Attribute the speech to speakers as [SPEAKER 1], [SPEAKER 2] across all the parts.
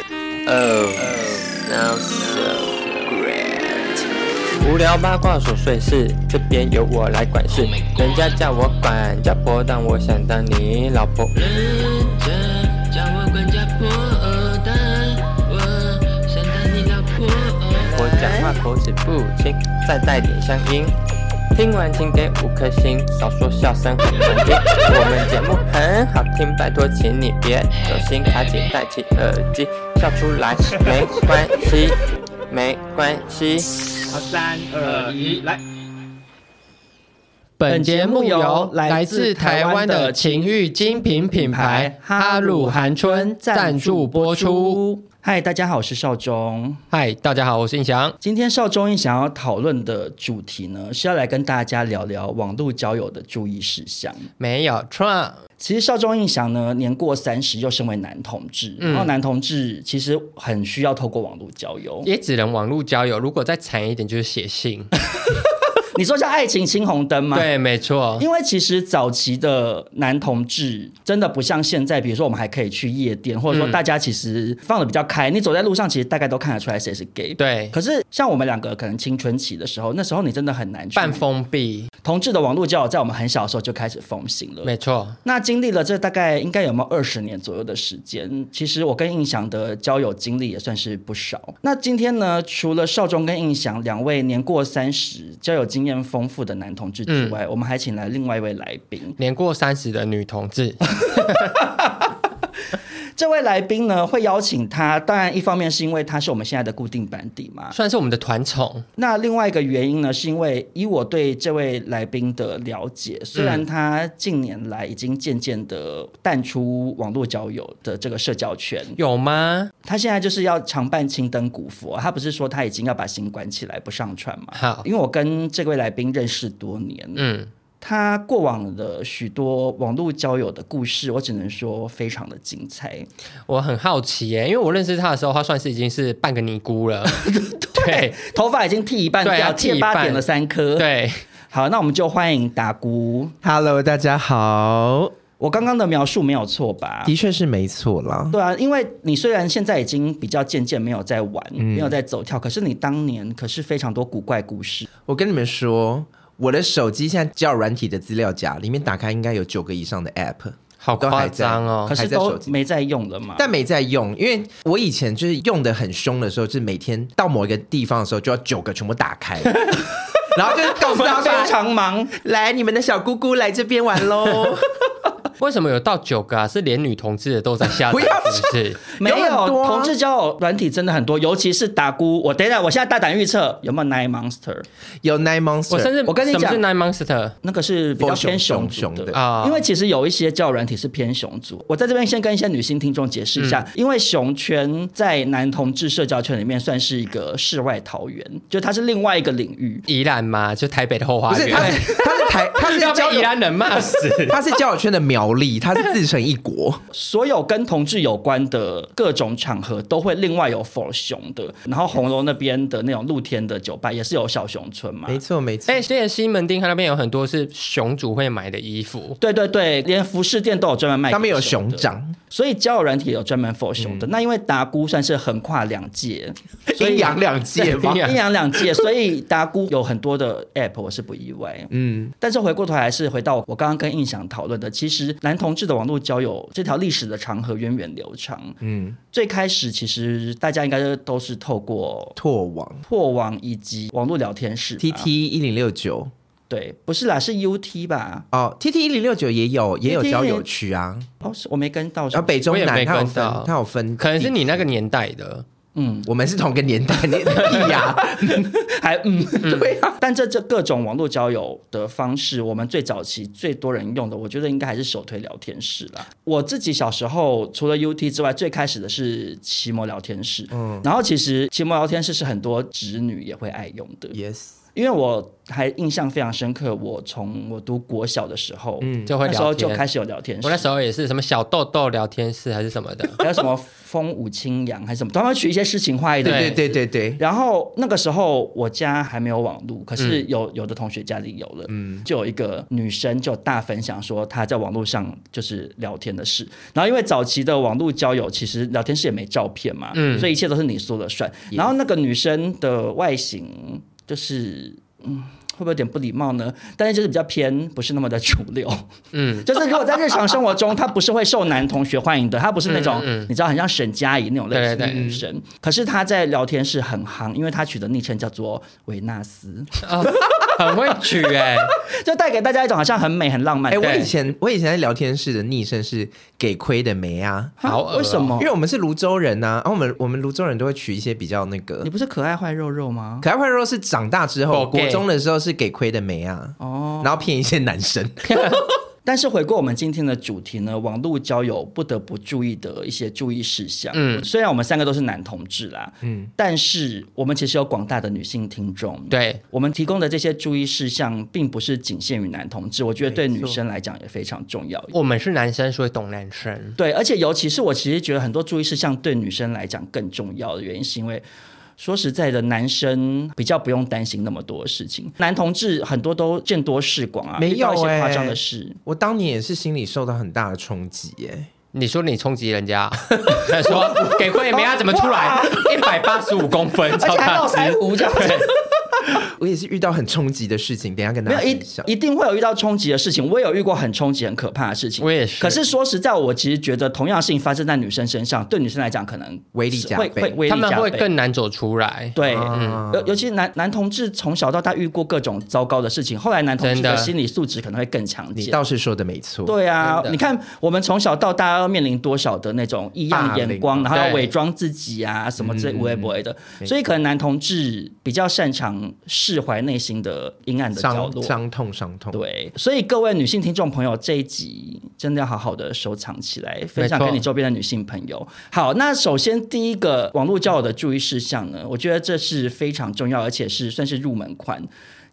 [SPEAKER 1] Oh, now so great. 无聊八卦琐碎事，这边由我来管事。人家叫我管家婆，但我想当你老婆。
[SPEAKER 2] 人家叫我管家婆，呃但我想当你老婆。呃
[SPEAKER 1] 我讲话口齿不清，再带点乡音。听完请给五颗星，少说笑声很难听。我们节目很好听，拜托请你别走心，卡紧戴起耳机，笑出来没关系，没关系。
[SPEAKER 3] 好，三二一，来！
[SPEAKER 4] 本节目由来自台湾的情欲精品品牌哈鲁韩春赞助播出。。
[SPEAKER 3] 嗨，大家好，我是少中。
[SPEAKER 4] 嗨，大家好，我是印翔。
[SPEAKER 3] 今天少中一想要讨论的主题呢，是要来跟大家聊聊网络交友的注意事项。
[SPEAKER 4] 没有错，
[SPEAKER 3] 其实少中印象呢，年过三十又身为男同志，
[SPEAKER 4] 嗯
[SPEAKER 3] 然后男同志其实很需要透过网络交友。
[SPEAKER 4] 也只能网络交友。如果再惨一点，就是写 信。
[SPEAKER 3] 你说叫爱情青红灯吗？。
[SPEAKER 4] 对，没错。
[SPEAKER 3] 因为其实早期的男同志真的不像现在，比如说我们还可以去夜店，或
[SPEAKER 4] 嗯
[SPEAKER 3] 者说大家其实放的比较开，你走在路上其实大概都看得出来谁是 gay。。
[SPEAKER 4] 对，
[SPEAKER 3] 可是像我们两个可能青春期的时候，那时候你真的很难去。
[SPEAKER 4] 半封闭，
[SPEAKER 3] 同志的网络交友在我们很小的时候就开始风行了。
[SPEAKER 4] 没错。
[SPEAKER 3] 那经历了这大概应该有没有二十年左右的时间，其实我跟印翔的交友经历也算是不少。那今天呢，除了少中跟印翔两位年过三十、交友经验丰富的男同志之外，我们还请来另外一位来宾。
[SPEAKER 4] 年过三十的女同志，
[SPEAKER 3] 这位来宾呢，会邀请他，当然一方面是因为他是我们现在的固定班底
[SPEAKER 5] 啊
[SPEAKER 3] 嘛，
[SPEAKER 4] 算是我们的团宠。
[SPEAKER 3] 那另外一个原因呢，是因为以我对这位来宾的了解，虽
[SPEAKER 4] 嗯
[SPEAKER 3] 然他近年来已经渐渐的淡出网络交友的这个社交圈，
[SPEAKER 4] 有吗？
[SPEAKER 3] 他现在就是要常办青灯古佛，他不是说他已经要把心关起来不上传
[SPEAKER 5] 啊
[SPEAKER 3] 嘛？
[SPEAKER 4] 好，
[SPEAKER 3] 因为我跟这位来宾认识多年，
[SPEAKER 4] 啊嗯，
[SPEAKER 3] 他过往的许多网络交友的故事，我只能说非常的精彩。
[SPEAKER 4] 我很好奇耶，因为我认识她的时候，她算是已经是半个尼姑 了。对
[SPEAKER 3] 头发已经剃一半
[SPEAKER 4] 对
[SPEAKER 3] 掉，
[SPEAKER 4] 啊剃
[SPEAKER 3] 戒
[SPEAKER 4] 一
[SPEAKER 3] 疤
[SPEAKER 4] 半
[SPEAKER 3] 点了三颗。，
[SPEAKER 4] 对，
[SPEAKER 3] 好，那我们就欢迎达姑。
[SPEAKER 5] Hello，大家好，
[SPEAKER 3] 我刚刚的描述没有错吧？
[SPEAKER 5] 的确是没错啦。
[SPEAKER 3] 对啊，因为你虽然现在已经比较渐渐没有在玩，
[SPEAKER 5] 嗯
[SPEAKER 3] 没有在走跳，可是你当年可是非常多古怪故事。
[SPEAKER 5] 我跟你们说，我的手机现在交友软体的资料夹里面打开应该有九个以上的 App，
[SPEAKER 4] 好
[SPEAKER 5] 都还
[SPEAKER 4] 夸
[SPEAKER 5] 在
[SPEAKER 4] 张哦
[SPEAKER 3] 可。是
[SPEAKER 5] 还在
[SPEAKER 3] 都
[SPEAKER 5] 手机
[SPEAKER 3] 没在用了嘛？
[SPEAKER 5] 但没在用，因为我以前就是用的很凶的时候，就是每天到某一个地方的时候就要九个全部打 开，然后就是告诉大
[SPEAKER 3] 非
[SPEAKER 5] 家说。
[SPEAKER 3] 常忙，
[SPEAKER 5] 来，你们的小姑姑来这边玩 喽！
[SPEAKER 4] 为什么有到九个啊？是连女同志的都在下载，
[SPEAKER 5] 不要
[SPEAKER 4] 是不是？
[SPEAKER 3] 没
[SPEAKER 5] 有很多啊
[SPEAKER 3] 同志交友软体真的很多，尤其是打姑。我等一下，我现在大胆预测，有没有 Nine Monster？
[SPEAKER 5] 有 Nine
[SPEAKER 4] 我甚
[SPEAKER 5] Monster，
[SPEAKER 4] 至
[SPEAKER 3] 我跟你讲
[SPEAKER 4] 什么是 Nine Monster
[SPEAKER 3] 那个是比较偏熊族
[SPEAKER 5] 熊熊
[SPEAKER 3] 的
[SPEAKER 5] 的
[SPEAKER 4] 啊
[SPEAKER 3] 因为其实有一些交友软体是偏熊族。我在这边先跟一些女性听众解释一下，
[SPEAKER 5] 嗯
[SPEAKER 3] 因为熊圈在男同志社交圈里面算是一个世外桃源，就它是另外一个领域。
[SPEAKER 4] 宜兰嘛，就台北的后
[SPEAKER 5] 不
[SPEAKER 4] 花
[SPEAKER 5] 是，哎 他
[SPEAKER 4] 园，
[SPEAKER 5] 是他是台，他是
[SPEAKER 4] 要
[SPEAKER 5] 交
[SPEAKER 4] 被宜
[SPEAKER 5] 友，
[SPEAKER 4] 兰人骂死。
[SPEAKER 5] 他是交友圈的苗栗，他是自成一国。
[SPEAKER 3] 所有跟同志有关的各种场合都会另外有 for 熊的，然后红楼那边的那种露天的酒吧也是有小熊村嘛。
[SPEAKER 5] 没错，没错。
[SPEAKER 4] 哎，现在西门町它那边有很多是熊主会买的衣服，
[SPEAKER 3] 对对对，连服饰店都有专门卖。
[SPEAKER 5] 上面有熊，掌，嗯
[SPEAKER 3] 所以交友软体有专门 for 熊的。那因为达姑算是横跨两界，所
[SPEAKER 5] 阴
[SPEAKER 3] 以
[SPEAKER 5] 阳两界吧
[SPEAKER 4] 阴。阳
[SPEAKER 3] 阴阳两 界，所以达姑有很多的 app，我是不意外。
[SPEAKER 5] 嗯，
[SPEAKER 3] 但是回过头来是回到我刚刚跟印象讨论的，其实男同志的网络交友这条历史的长河源远流长。嗯，最开始其实大家应该都是透过
[SPEAKER 5] 拓网
[SPEAKER 3] 破网以及网络聊天室吧
[SPEAKER 5] T T 一零六九
[SPEAKER 3] 对，不是啦，是 UT 吧？
[SPEAKER 5] 哦，T T 一零六九也有也有
[SPEAKER 3] TT
[SPEAKER 5] 交友区啊，
[SPEAKER 3] 哦，是我没跟到
[SPEAKER 5] 然
[SPEAKER 3] 上
[SPEAKER 5] 后北中
[SPEAKER 4] 我也
[SPEAKER 5] 南
[SPEAKER 4] 没
[SPEAKER 5] 它有
[SPEAKER 4] 跟
[SPEAKER 5] 分
[SPEAKER 4] 到，
[SPEAKER 5] 它有分，
[SPEAKER 4] 可能是你那个年代的。
[SPEAKER 3] 嗯，
[SPEAKER 5] 我们是同个年代，你啊屁呀，
[SPEAKER 3] 还嗯， 对啊。但这这各种网络交友的方式，我们最早期最多人用的，我觉得应该还是手推聊天室啦。我自己小时候除了 UT 之外，最开始的是奇摩聊天室，嗯，然后其实奇摩聊天室是很多直女也会爱用的。
[SPEAKER 5] ，yes，
[SPEAKER 3] 因为我还印象非常深刻，我从我读国小的时候，嗯，
[SPEAKER 4] 就会
[SPEAKER 3] 那时候
[SPEAKER 4] 聊
[SPEAKER 3] 就
[SPEAKER 4] 天。
[SPEAKER 3] 开始有聊天室，
[SPEAKER 4] 我那时候也是什么小豆豆聊天室还是什么 的，
[SPEAKER 3] 还有什么风舞清扬还是什么，他们会取一些诗情画意的
[SPEAKER 4] 对
[SPEAKER 5] 对对对对，
[SPEAKER 3] 然后那个时候我家还没有网络，可是有、有的同学家里有了，就有一个女生就大分享说她在网络上就是聊天的事。然后因为早期的网络交友，其实聊天室也没照片嘛，
[SPEAKER 4] 嗯
[SPEAKER 3] 所以一切都是你说了算。然后那个女生的外形就是嗯。会不会有点不礼貌呢？但是就是比较偏，不是那么的主流。
[SPEAKER 4] 嗯，
[SPEAKER 3] 就是如果在日常生活中，她不是会受男同学欢迎的，她不是那种、
[SPEAKER 4] 嗯嗯
[SPEAKER 3] 你知道很像沈佳宜那种类型的
[SPEAKER 4] 对对对嗯
[SPEAKER 3] 女生。可是她在聊天室很夯，因为她取的昵称叫做维纳斯，
[SPEAKER 4] 哦很会取哎、
[SPEAKER 3] 就带给大家一种好像很美、很浪漫
[SPEAKER 5] 哎、
[SPEAKER 3] 的。
[SPEAKER 5] 我
[SPEAKER 4] 对
[SPEAKER 5] 以前我以前在聊天室的昵称是给亏的梅啊，
[SPEAKER 3] 哈
[SPEAKER 4] 好恶哦
[SPEAKER 3] 为什么
[SPEAKER 5] 因？为我们是泸州人呐、啊，然、后我们我们泸州人都会取一些比较那个
[SPEAKER 3] 你。不是可爱坏肉肉吗？
[SPEAKER 5] 可爱坏肉是长大之后，
[SPEAKER 4] 狗 gay
[SPEAKER 5] 国中的时候是给亏的梅啊，
[SPEAKER 3] 哦，
[SPEAKER 5] 然后骗一些男生。
[SPEAKER 3] 但是回顾我们今天的主题呢，网络交友不得不注意的一些注意事项。
[SPEAKER 4] 嗯
[SPEAKER 3] 嗯，虽然我们三个都是男同志啦，嗯，但是我们其实有广大的女性听众。
[SPEAKER 4] 对，
[SPEAKER 3] 我们提供的这些注意事项，并不是仅限于男同志，我觉得对女生来讲也非常重要。
[SPEAKER 4] 我们是男生，所以懂男生。
[SPEAKER 3] 对，而且尤其是我其实觉得很多注意事项对女生来讲更重要的原因，是因为说实在的，男生比较不用担心那么多事情，男同志很多都见多识广啊，
[SPEAKER 5] 没
[SPEAKER 3] 遇到一
[SPEAKER 5] 有
[SPEAKER 3] 些
[SPEAKER 5] 欸
[SPEAKER 3] 夸张的事。
[SPEAKER 5] 我当年也是心理受到很大的冲击耶。
[SPEAKER 4] 你说你冲击人 家，他说给惠梅她啊怎么出来？一百八十五公分，超大只。
[SPEAKER 3] 胡这样子，
[SPEAKER 5] 我也是遇到很冲击的事情，等一下跟大
[SPEAKER 3] 没
[SPEAKER 5] 家
[SPEAKER 3] 有
[SPEAKER 5] 分享。
[SPEAKER 3] 一一定会有遇到冲击的事情，我也有遇过很冲击、很可怕的事情。
[SPEAKER 4] 我也是
[SPEAKER 3] 可是说实在，我其实觉得同样的事情发生在女生身上，对女生来讲可能
[SPEAKER 5] 威力加
[SPEAKER 3] 会
[SPEAKER 5] 倍
[SPEAKER 3] 会威力
[SPEAKER 4] 他们
[SPEAKER 3] 加
[SPEAKER 4] 会
[SPEAKER 3] 倍
[SPEAKER 4] 更难走出来。
[SPEAKER 3] 对，
[SPEAKER 5] 啊
[SPEAKER 3] 尤尤其男男同志从小到大遇过各种糟糕的事情，后来男同志
[SPEAKER 4] 真
[SPEAKER 3] 的
[SPEAKER 4] 的
[SPEAKER 3] 心理素质可能会更强
[SPEAKER 5] 你
[SPEAKER 3] 健。
[SPEAKER 5] 倒是说的没错。
[SPEAKER 3] 对啊
[SPEAKER 4] 真，的
[SPEAKER 3] 你看我们从小到大要面临多少的那种异样眼光，然
[SPEAKER 5] 霸
[SPEAKER 3] 后要
[SPEAKER 4] 对
[SPEAKER 3] 伪装自己啊，什么这无微不为的，所以可能男同志比较擅长释怀内心的阴暗的角
[SPEAKER 5] 伤
[SPEAKER 3] 落。
[SPEAKER 5] 伤痛伤
[SPEAKER 4] 哦
[SPEAKER 5] 痛。
[SPEAKER 3] 对，所以各位女性听众朋友，这一集真的要好好的收藏起来，分享
[SPEAKER 4] 没错
[SPEAKER 3] 给你周边的女性朋友。好，那首先第一个网络交友的注意事项呢，我觉得这是非常重要，而且是算是入门款，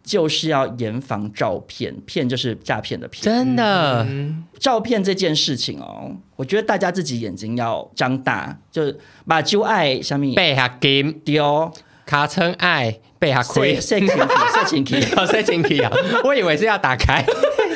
[SPEAKER 3] 就是要严防照片，骗就是诈骗的骗。
[SPEAKER 4] 真的，
[SPEAKER 3] 嗯照片这件事情哦，我觉得大家自己眼睛要张大，就是把旧爱下面
[SPEAKER 4] 被下金
[SPEAKER 3] 丢，
[SPEAKER 4] 卡称爱被下亏
[SPEAKER 3] 色，色情体，色情体。
[SPEAKER 4] 要塞进去啊！我以为是要打开，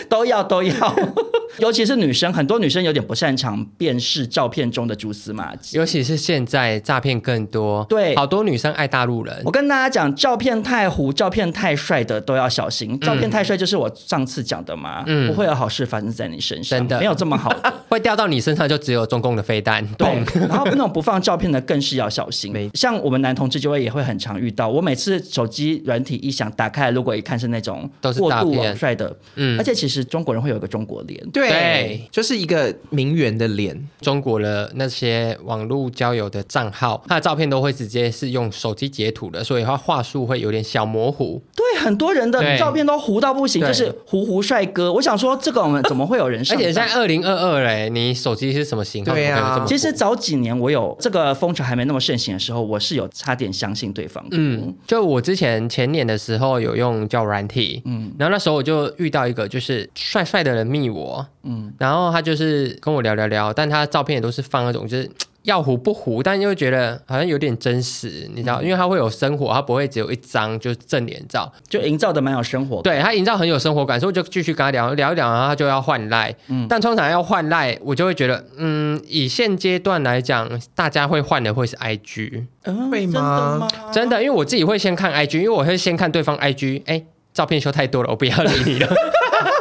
[SPEAKER 3] 都要都要， 尤其是女生，很多女生有点不擅长辨识照片中的蛛丝马迹。
[SPEAKER 4] 尤其是现在诈骗更多，
[SPEAKER 3] 对
[SPEAKER 4] 好多女生爱大陆人
[SPEAKER 3] 我，跟大家讲，照片太糊、照片太帅的都要小心。照片太帅就是我上次讲的嘛，
[SPEAKER 4] 嗯
[SPEAKER 3] 不会有好事发生在你身上，
[SPEAKER 4] 真的
[SPEAKER 3] 没有这么好的。
[SPEAKER 4] 会掉到你身上就只有中共的飞弹，
[SPEAKER 3] 对
[SPEAKER 4] 对，，
[SPEAKER 3] 然后那种不放照片的更是要小心。像我们男同志就会也会很常遇到，我每次手机软体一响打开，如果一看是那种
[SPEAKER 4] 都是
[SPEAKER 3] 过
[SPEAKER 4] 诈
[SPEAKER 3] 度
[SPEAKER 4] 骗
[SPEAKER 3] 网帅的，
[SPEAKER 4] 嗯
[SPEAKER 3] 而且其实中国人会有一个中国脸，
[SPEAKER 5] 对
[SPEAKER 4] 对
[SPEAKER 5] 就是一个名媛的脸，
[SPEAKER 4] 中国的那些网络交友的账号，它的照片都会直接是用手机截图的，所以它话术会有点小模糊。
[SPEAKER 3] 对，很多人的
[SPEAKER 4] 对
[SPEAKER 3] 照片都糊到不行，
[SPEAKER 4] 对
[SPEAKER 3] 就是糊糊帅哥。我想说，这个我们怎么会有 人
[SPEAKER 4] 而
[SPEAKER 3] 上当？
[SPEAKER 4] 且现在二零二二嘞，你手机是什么型号？
[SPEAKER 5] 对啊
[SPEAKER 4] 怎么可能这么糊
[SPEAKER 3] 其实早几年我有这个风潮还没那么盛行的时候，我是有差点相信对方的。
[SPEAKER 4] 嗯，就我之前前年的时候有用叫软体，嗯，然后那时候我就遇到一个就是帅帅的人密我，嗯，然后他就是跟我聊聊聊，但他照片也都是放那种就是。要糊不糊，但又觉得好像有点真实，你知道，因为他会有生活，他不会只有一张就是正脸照，
[SPEAKER 3] 就营造的蛮有生活感。
[SPEAKER 4] 对他营造很有生活感，所以我就继续跟他聊聊一聊，然后他就要换赖。但通常要换赖，我就会觉得，嗯，以现阶段来讲，大家会换的会是 IG，、
[SPEAKER 3] 嗯
[SPEAKER 5] 会
[SPEAKER 3] 真的
[SPEAKER 5] 吗
[SPEAKER 3] 吗？
[SPEAKER 4] 真的，因为我自己会先看 IG，因为我会先看对方 IG，哎、照片修太多了，我不要理你了。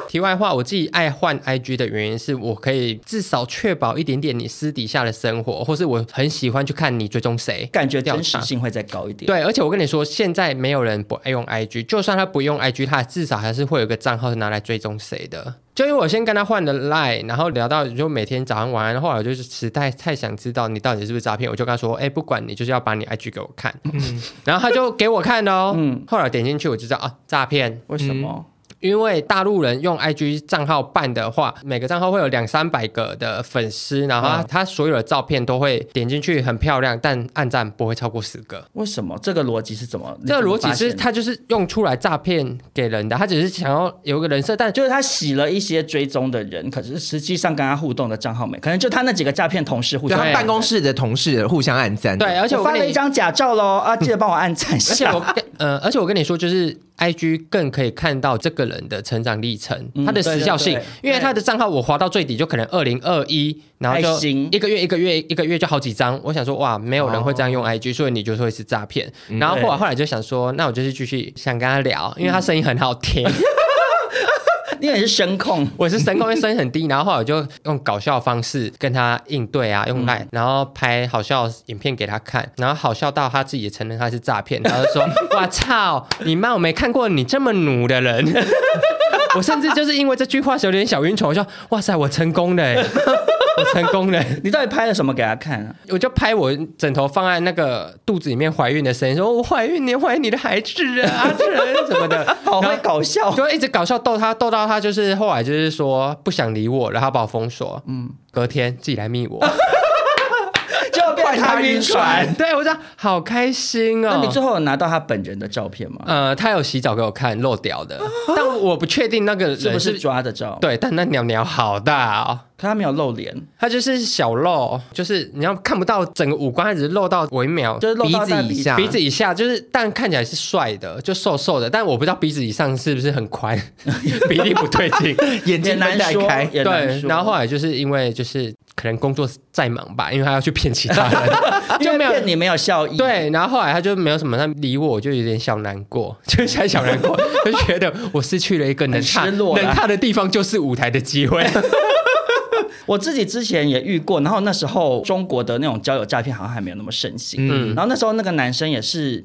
[SPEAKER 4] 题外话，我自己爱换 IG 的原因是我可以至少确保一点点你私底下的生活，或是我很喜欢去看你追踪谁，
[SPEAKER 3] 感觉真
[SPEAKER 4] 调
[SPEAKER 3] 实
[SPEAKER 4] 查
[SPEAKER 3] 性会再高一点。，
[SPEAKER 4] 对，而且我跟你说，现在没有人不爱用 IG，就算他不用 IG，他至少还是会有一个账号是拿来追踪谁的。就因为我先跟他换了 Line，然后聊到就每天早上晚安，后来我就是实在太想知道你到底是不是诈骗，我就跟他说，哎、不管你，就是要把你 IG 给我看。然后他就给我看哦，后来我点进去我就知道啊，诈骗。
[SPEAKER 3] 为什么？
[SPEAKER 4] 因为大陆人用 IG 账号办的话，每个账号会有两三百个的粉丝，然后他,、他所有的照片都会点进去很漂亮，但按赞不会超过十个。
[SPEAKER 3] 为什么这个逻辑是怎么？你
[SPEAKER 4] 这个
[SPEAKER 3] 怎么
[SPEAKER 4] 逻辑
[SPEAKER 3] 发
[SPEAKER 4] 是
[SPEAKER 3] 现的
[SPEAKER 4] 他就是用出来诈骗给人的，他只是想要有一个人设，但就
[SPEAKER 3] 就是他洗了一些追踪的人，可是实际上跟他互动的账号没，可能就他那几个诈骗同事互
[SPEAKER 5] 就
[SPEAKER 3] 相
[SPEAKER 5] 他
[SPEAKER 4] 对
[SPEAKER 5] 办公室的同事互相暗赞，
[SPEAKER 4] 对，，而且
[SPEAKER 3] 我
[SPEAKER 4] 我
[SPEAKER 3] 发
[SPEAKER 4] 跟
[SPEAKER 3] 了
[SPEAKER 4] 你
[SPEAKER 3] 一张假照喽啊，记得帮我按赞一
[SPEAKER 4] 而且
[SPEAKER 3] 下。
[SPEAKER 4] 我 跟呃，而且我跟你说，就是 I G 更可以看到这个人的成长历程，
[SPEAKER 3] 嗯
[SPEAKER 4] 他的时效性，
[SPEAKER 3] 对对对
[SPEAKER 4] 因为他的账号我滑到最底就可能二零二一，然后
[SPEAKER 3] 爱
[SPEAKER 4] 就
[SPEAKER 3] 心
[SPEAKER 4] 一个月一个月一个月就好几张，我想说哇，没有人会这样用
[SPEAKER 3] 哦
[SPEAKER 4] I G，、所以你就是会是诈骗。然后后来后来就想说，那我就是继续想跟他聊，因为
[SPEAKER 3] 嗯
[SPEAKER 4] 他声音很好听，
[SPEAKER 3] 你也是声控，
[SPEAKER 4] 我是声控，因为声音很低，然后后来我就用搞笑方式跟他应对啊，用赖、然后拍好笑影片给他看，然后好笑到他自己也承认他是诈骗，然后就说：“ 哇操，你妈，我没看过你这么努的人。” 我甚至就是因为这句话有点小晕船，我说：“哇塞，我成功了欸、 我成功了欸、
[SPEAKER 3] 你到底拍了什么给他看啊？
[SPEAKER 4] 我就拍我枕头放在那个肚子里面怀孕的声音，说：“我怀孕，你怀你的孩子啊，阿成什么的。”
[SPEAKER 3] 好
[SPEAKER 4] 然后
[SPEAKER 3] 会搞笑，
[SPEAKER 4] 就一直搞笑逗他，逗到他就是后来就是说不想理我，然后把我封锁。嗯，隔天自己来密我，
[SPEAKER 3] 就要变 他晕船。
[SPEAKER 4] 对我就好开心哦。
[SPEAKER 3] 那你最后有拿到他本人的照片吗？
[SPEAKER 4] 呃，他有洗澡给我看漏掉 的，但我不确定那个人
[SPEAKER 3] 是不是抓的照？，
[SPEAKER 4] 对，但那鸟鸟好大哦。
[SPEAKER 3] 可他没有露脸，
[SPEAKER 4] 它就是小漏，就是你要看不到整个五官，它只是露到微秒，
[SPEAKER 3] 就是露到
[SPEAKER 5] 鼻子
[SPEAKER 3] 在
[SPEAKER 5] 以下
[SPEAKER 4] 鼻子以下，就是但看起来是帅的，就瘦瘦的，但我不知道鼻子以上是不是很 宽， 比例不对劲。
[SPEAKER 5] 眼
[SPEAKER 3] 也
[SPEAKER 5] 睛
[SPEAKER 3] 难
[SPEAKER 5] 分带
[SPEAKER 3] 说，
[SPEAKER 5] 开，
[SPEAKER 3] 也难
[SPEAKER 4] 对，
[SPEAKER 3] 说。
[SPEAKER 4] 然后后来就是因为就是可能工作再忙吧，因为他要去骗其他 人，
[SPEAKER 3] 因
[SPEAKER 4] 就
[SPEAKER 3] 为
[SPEAKER 4] 没有
[SPEAKER 3] 骗你没有效益，，
[SPEAKER 4] 对。然后后来他就没有什么他理我，我就有点小难过， 就是小小难过，就觉得我失去了一个能踏
[SPEAKER 3] 很失落啦
[SPEAKER 4] 能踏的地方，就是舞台的机 会。
[SPEAKER 3] 我自己之前也遇过，然后那时候中国的那种交友诈骗好像还没有那么盛行。
[SPEAKER 4] 嗯
[SPEAKER 3] 然后那时候那个男生也是，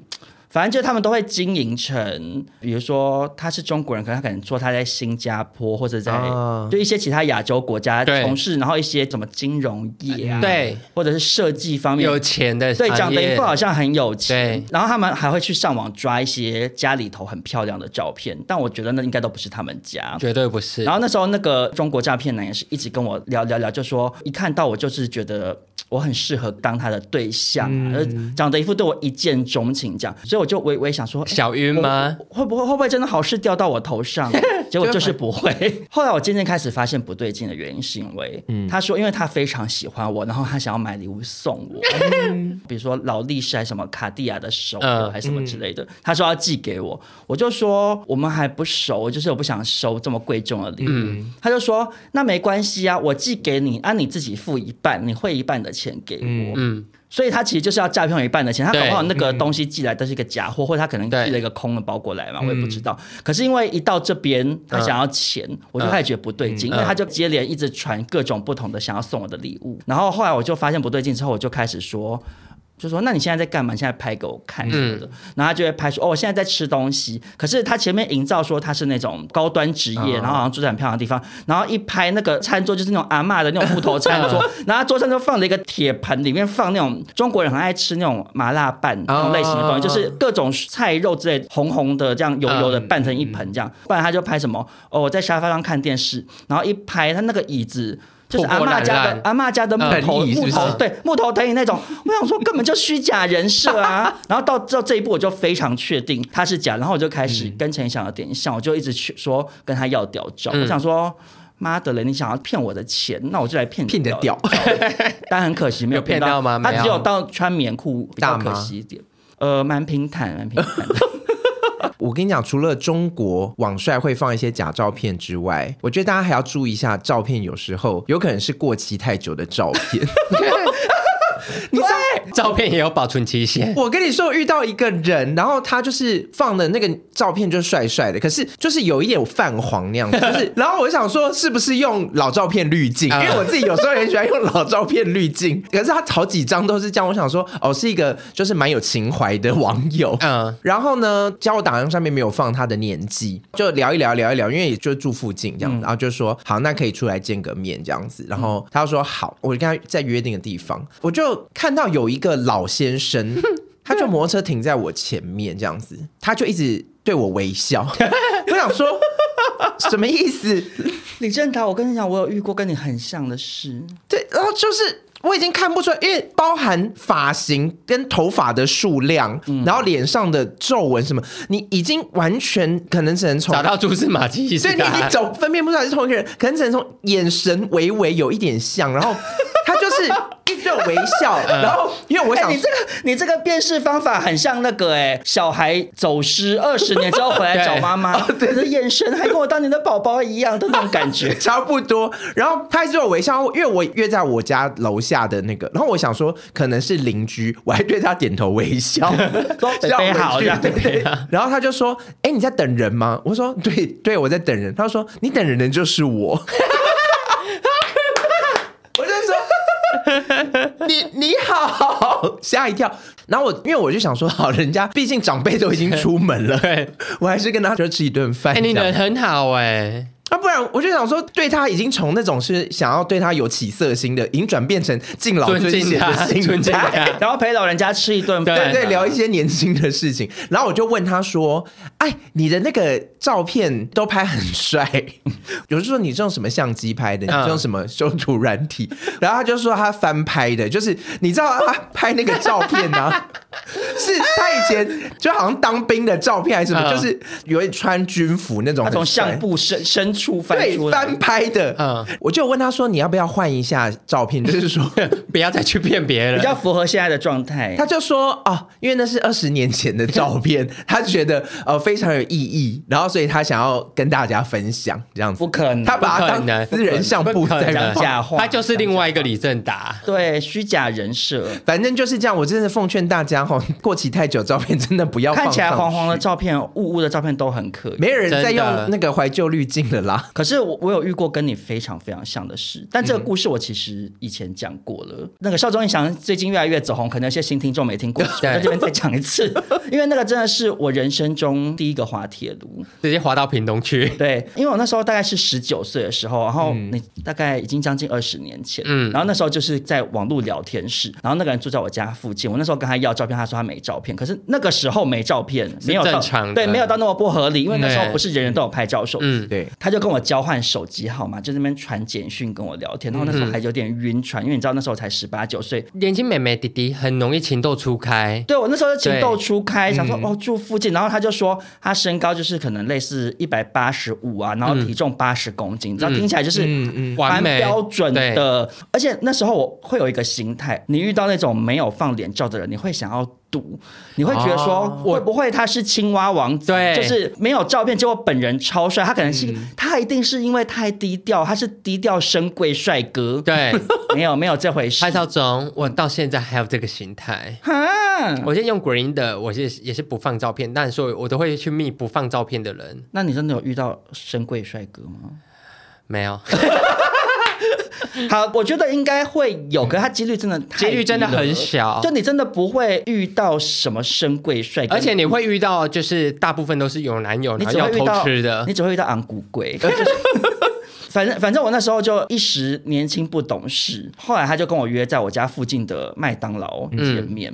[SPEAKER 3] 反正就是他们都会经营成，比如说他是中国人，可能他可能说他在新加坡或者在、
[SPEAKER 5] 啊
[SPEAKER 3] 就一些其他亚洲国家
[SPEAKER 4] 对嗯
[SPEAKER 3] 从事，然后一些什么金融业啊，
[SPEAKER 4] 对，
[SPEAKER 3] 或者是设计方面
[SPEAKER 4] 有。钱的
[SPEAKER 3] 对，
[SPEAKER 4] 行
[SPEAKER 3] 长得一
[SPEAKER 4] 业
[SPEAKER 3] 副好像很有钱
[SPEAKER 4] 对，
[SPEAKER 3] 然后他们还会去上网抓一些家里头很漂亮的照片，但我觉得那应该都不是他们家。
[SPEAKER 4] 绝对不是。
[SPEAKER 3] 然后那时候那个中国诈骗男也是一直跟我聊聊聊，就说一看到我就是觉得嘖我很适合当他的对象、啊，而长得一副对我一见钟情这样，所以我就微微想说。诶
[SPEAKER 4] 小晕吗？
[SPEAKER 3] 会不会会不会真的好事掉到我头上？ 结果就是不会。后来我渐渐开始发现不对劲的原因，是因为、
[SPEAKER 4] 嗯
[SPEAKER 3] 他说，因为他非常喜欢我，然后他想要买礼物送我，比如说劳力士还是什么卡地亚的手表
[SPEAKER 4] 嗯
[SPEAKER 3] 还是什么之类的。他说要寄给我，我就说我们还不熟，就是我不想收这么贵重的礼物。
[SPEAKER 4] 嗯
[SPEAKER 3] 他就说那没关系啊，我寄给你，啊你自己付一半，你汇一半的钱给我。
[SPEAKER 4] 嗯，
[SPEAKER 3] 所以他其实就是要诈骗我一半的钱，他搞
[SPEAKER 4] 对
[SPEAKER 3] 不好那个东西寄来都是一个假货，或者他可能寄
[SPEAKER 4] 对
[SPEAKER 3] 了一个空的包裹来嘛，我也不知道。可是因为一到这边，他想要钱，我就开始觉得不对劲，因为他就接连一直传各种不同的想要送我的礼物，然后后来我就发现不对劲之后，我就开始说。就说那你现在在干嘛？你现在拍给我
[SPEAKER 4] 嗯
[SPEAKER 3] 看什么的，然后他就会拍说哦，我现在在吃东西。可是他前面营造说他是那种高端职业，
[SPEAKER 4] 嗯
[SPEAKER 3] 然后好像住在很漂亮的地方，然后一拍那个餐桌就是那种阿嬷的那种木头餐桌，
[SPEAKER 4] 嗯
[SPEAKER 3] 然后他桌上就放了一个铁盆，里面放那种中国人很爱吃那种麻辣拌
[SPEAKER 4] 哦
[SPEAKER 3] 那种类型的东西，就是各种菜肉之类红红的这样油油的拌成一
[SPEAKER 4] 嗯
[SPEAKER 3] 盆这样。不然他就拍什么哦，我在沙发上看电视，然后一拍他那个椅子。就是阿
[SPEAKER 4] 破破
[SPEAKER 3] 嬷
[SPEAKER 4] 烂
[SPEAKER 3] 家的
[SPEAKER 4] 烂
[SPEAKER 3] 阿嬷家的木头
[SPEAKER 5] 藤椅是
[SPEAKER 3] 木
[SPEAKER 5] 不嗯是
[SPEAKER 3] 头对木头藤椅那种，我想说根本就虚假人设 啊。然后到到这一步，我就非常确定他是假，然后我就开始跟陈翔有点像，我就一直去说跟他要屌照，
[SPEAKER 5] 嗯
[SPEAKER 3] 我想说。妈的嘞！你想要骗我的钱，那我就来骗你
[SPEAKER 5] 骗你的 屌，
[SPEAKER 3] 但很可惜没
[SPEAKER 4] 有骗到吗
[SPEAKER 3] 他
[SPEAKER 4] 没有
[SPEAKER 3] 只有到穿棉裤，比较
[SPEAKER 5] 大
[SPEAKER 3] 可
[SPEAKER 5] 吗
[SPEAKER 3] 惜一点。呃，蛮平坦，蛮平坦的。
[SPEAKER 5] 我跟你讲，除了中国网帅会放一些假照片之外，我觉得大家还要注意一下，照片有时候有可能是过期太久的照 片。 你知道，
[SPEAKER 4] 照片也有保存期限。
[SPEAKER 5] 我跟你说，我遇到一个人，然后他就是放的那个照片就是帅帅的，可是就是有一点泛黄那样子，就是，然后我想说是不是用老照片滤镜，因
[SPEAKER 4] 啊
[SPEAKER 5] 为我自己有时候也很喜欢用老照片滤镜，可是他好几张都是这样，我想说哦，是一个就是蛮有情怀的网友，
[SPEAKER 4] 嗯，
[SPEAKER 5] 然后呢，交友档案上面没有放他的年纪，就聊一聊，聊一聊，因为也就住附近这样子，然后就说好，那可以出来见个面这样子。然后他就说好，我就跟他再约定个地方，我就看到有一个老先生，他就摩 托车停在我前面这样子，他就一直对我微笑，我想说。什么意思？
[SPEAKER 3] 李正达，我跟你讲，我有遇过跟你很像的事。
[SPEAKER 5] 对，然后就是我已经看不出来，因为包含发型跟头发的数量，然后脸上的皱纹什么，你已经完全可能只能从
[SPEAKER 4] 找到蛛丝马迹，
[SPEAKER 5] 所以你已经走分辨不出来是同一个人，可能只能从眼神微微有一点像，然后他就是一 直有微笑，然后因为我
[SPEAKER 3] 哎、
[SPEAKER 5] 想。
[SPEAKER 3] 你这个你这个辨识方法很像那个哎、小孩走失二十年之后回来找
[SPEAKER 4] 对
[SPEAKER 3] 妈妈，你的眼神还跟我当年的宝宝一样的那种感觉
[SPEAKER 5] 差不多，然后他一直有微笑，因为我约在我家楼下的那个，然后我想说可能是邻居，我还对他点头微笑，
[SPEAKER 3] 说 北北好这样
[SPEAKER 5] 这 样对对。
[SPEAKER 3] 啊
[SPEAKER 4] 啊
[SPEAKER 5] 然后他就说：“哎、你在等人吗？”我说：“对对，我在等人。”他说：“你等人的就是我。” 我就说。你你好，吓一跳。然后我因为我就想说，好，人家毕竟长辈都已经出门了，
[SPEAKER 4] 对，
[SPEAKER 5] 我还是跟他就吃一顿饭
[SPEAKER 4] 哎、
[SPEAKER 5] 这样。
[SPEAKER 4] 你人很好哎、
[SPEAKER 5] 啊，不然我就想说，对他已经从那种是想要对他有起色心的，已经转变成敬老
[SPEAKER 4] 尊
[SPEAKER 5] 尊
[SPEAKER 4] 敬
[SPEAKER 5] 贤
[SPEAKER 4] 他
[SPEAKER 5] 的心
[SPEAKER 4] 尊敬
[SPEAKER 5] 态
[SPEAKER 4] 他
[SPEAKER 3] 然后陪老人家吃一顿饭，
[SPEAKER 5] 对对，聊一些年轻的事情。然后我就问他说：“哎，你的那个照片都拍很帅， 有人说你是用什么相机拍
[SPEAKER 3] 嗯
[SPEAKER 5] 的？你是用什么修图软体？” 然后他就说他翻拍的，就是你知道他拍那个照片呢、 是他以前就好像当兵的照片还是什
[SPEAKER 4] 嗯
[SPEAKER 5] 么，就是有点穿军服那种
[SPEAKER 3] 他
[SPEAKER 5] 很帅，
[SPEAKER 3] 从相簿深深处翻
[SPEAKER 5] 对
[SPEAKER 3] 出来
[SPEAKER 5] 翻。拍的。
[SPEAKER 4] 嗯
[SPEAKER 5] 我就问他说：“你要不要换一下照片？”就是说。
[SPEAKER 4] 不要再去骗别人
[SPEAKER 3] 比。较符合现在的状态
[SPEAKER 5] 他。就说哦，因为那是二十年前的照片， 他觉得呃非常有意义，然后所以他想要跟大家分享这样子
[SPEAKER 3] 不。可能，
[SPEAKER 5] 他把
[SPEAKER 4] 不
[SPEAKER 5] 它
[SPEAKER 4] 可能
[SPEAKER 5] 当私人相簿
[SPEAKER 4] 不可
[SPEAKER 5] 在
[SPEAKER 4] 能
[SPEAKER 5] 放
[SPEAKER 3] 讲假话
[SPEAKER 4] 他就是另外一个李正达。
[SPEAKER 3] 对虚假人设，
[SPEAKER 5] 反正就是这样，我真的奉劝大家哈，过期太久照片真的不要放
[SPEAKER 3] 看起来
[SPEAKER 5] 上 去
[SPEAKER 3] 黄黄的，照片、雾雾的照片都很可疑。
[SPEAKER 5] 没有人在
[SPEAKER 4] 真的
[SPEAKER 5] 用那个怀旧滤镜了啦。
[SPEAKER 3] 可是我我有遇过跟你非常非常像的事，但这个故事我其实以前讲过了。那个邵忠义翔最近越来越走红，可能有些新听众没 听过，我在这边再讲一次，因为那个真的是我人生中第一个滑铁 卢。
[SPEAKER 4] 直接滑到屏东 去。
[SPEAKER 3] 对，因为我那时候大概是十九岁的时候，然后你大概已经将近二十年前，嗯，然后那时候就是在网络聊天室，然后那个人住在我家附近，我那时候跟他要照片，他说他没照片，可是那个时候没照片，没有到
[SPEAKER 4] 正常的
[SPEAKER 3] 对，没有到那么不合理，因为那时候
[SPEAKER 4] 对
[SPEAKER 3] 不是人人都有拍照手机，
[SPEAKER 4] 嗯
[SPEAKER 5] 对，
[SPEAKER 3] 他就跟我交换手机号码，就在那边传简讯跟我聊天，然后那时候还有点晕船，因为你知道那时候才十八九岁。
[SPEAKER 4] 年轻妹妹弟弟很容易情窦初开，
[SPEAKER 3] 对我那时候就情窦
[SPEAKER 4] 对
[SPEAKER 3] 初开，想说、
[SPEAKER 5] 嗯
[SPEAKER 3] 哦住附近，然后他就说他身高就是可能类似一百八十五啊，然后体重八十公斤，你知道听起来就是
[SPEAKER 5] 嗯嗯
[SPEAKER 4] 完
[SPEAKER 3] 蛮
[SPEAKER 4] 美
[SPEAKER 3] 标准
[SPEAKER 4] 对
[SPEAKER 3] 的。而且那时候我会有一个心态，你遇到那种没有放脸照的人，你会想要赌，你会觉得说会不会他是青蛙王子，
[SPEAKER 4] 哦对嗯
[SPEAKER 3] 就是没有照片，结果本人超帅，他可能是、他一定是因为太低调，他是低调深贵帅哥，
[SPEAKER 4] 对，
[SPEAKER 3] 没有没有这回事
[SPEAKER 4] 拍。照中我到现在还有这个心态。
[SPEAKER 3] 哈，
[SPEAKER 4] 我现在用 Green 的，我也是也是不放照片，但所以我都会去密不放照片的人。
[SPEAKER 3] 那你真的有遇到深贵帅哥吗？
[SPEAKER 4] 没有，
[SPEAKER 3] 好，我觉得应该会有，可是他几率真的太
[SPEAKER 4] 嗯几率真的
[SPEAKER 3] 低了
[SPEAKER 4] 很小
[SPEAKER 3] 就你真的不会遇到什么深贵帅哥，
[SPEAKER 4] 而且你会遇到，就是大部分都是有男友，
[SPEAKER 3] 你
[SPEAKER 4] 然后
[SPEAKER 3] 只
[SPEAKER 4] 要
[SPEAKER 3] 会遇
[SPEAKER 4] 偷
[SPEAKER 3] 到
[SPEAKER 4] 吃的
[SPEAKER 3] 你。只会遇到昂古贵。就是 反正反正我那时候就一时年轻不懂事，后来他就跟我约在我家附近的麦当劳见面，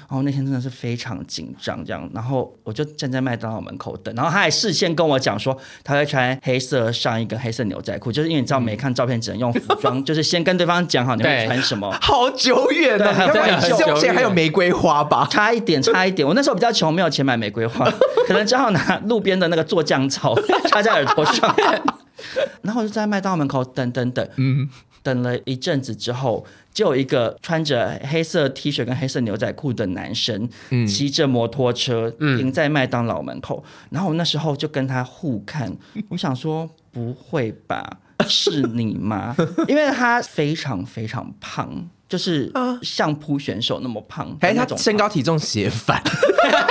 [SPEAKER 3] 然后那天真的是非常紧张，这样，然后我就站在麦当劳门口等，然后他还事先跟我讲说他会穿黑色上衣跟黑色牛仔裤，就是因为你知道没看照片只能用服装，就是先跟对方讲好你会
[SPEAKER 4] 对
[SPEAKER 3] 穿什么，
[SPEAKER 5] 好久远了，
[SPEAKER 3] 对
[SPEAKER 5] 你看
[SPEAKER 4] 很久
[SPEAKER 5] 胸前
[SPEAKER 4] 远
[SPEAKER 5] 还有玫瑰花吧？
[SPEAKER 3] 差一点，差一点。我那时候比较穷，没有钱买玫瑰 花，可能只好拿路边的那个做酱草插在耳朵 上。然后我就在麦当劳门口等等等，嗯，等了一阵子之后，就有一个穿着黑色 T 恤跟黑色牛仔裤的男生，
[SPEAKER 5] 嗯
[SPEAKER 3] 骑着摩托车停在麦当劳门口。然后我那时候就跟他互看，
[SPEAKER 5] 嗯
[SPEAKER 3] 我想说不会吧，是你 吗？因为他非常非常胖。就是相扑选手那么胖，
[SPEAKER 5] 哎，
[SPEAKER 3] 那
[SPEAKER 5] 啊他
[SPEAKER 3] 种
[SPEAKER 5] 身
[SPEAKER 3] 胖
[SPEAKER 5] 高体重写反，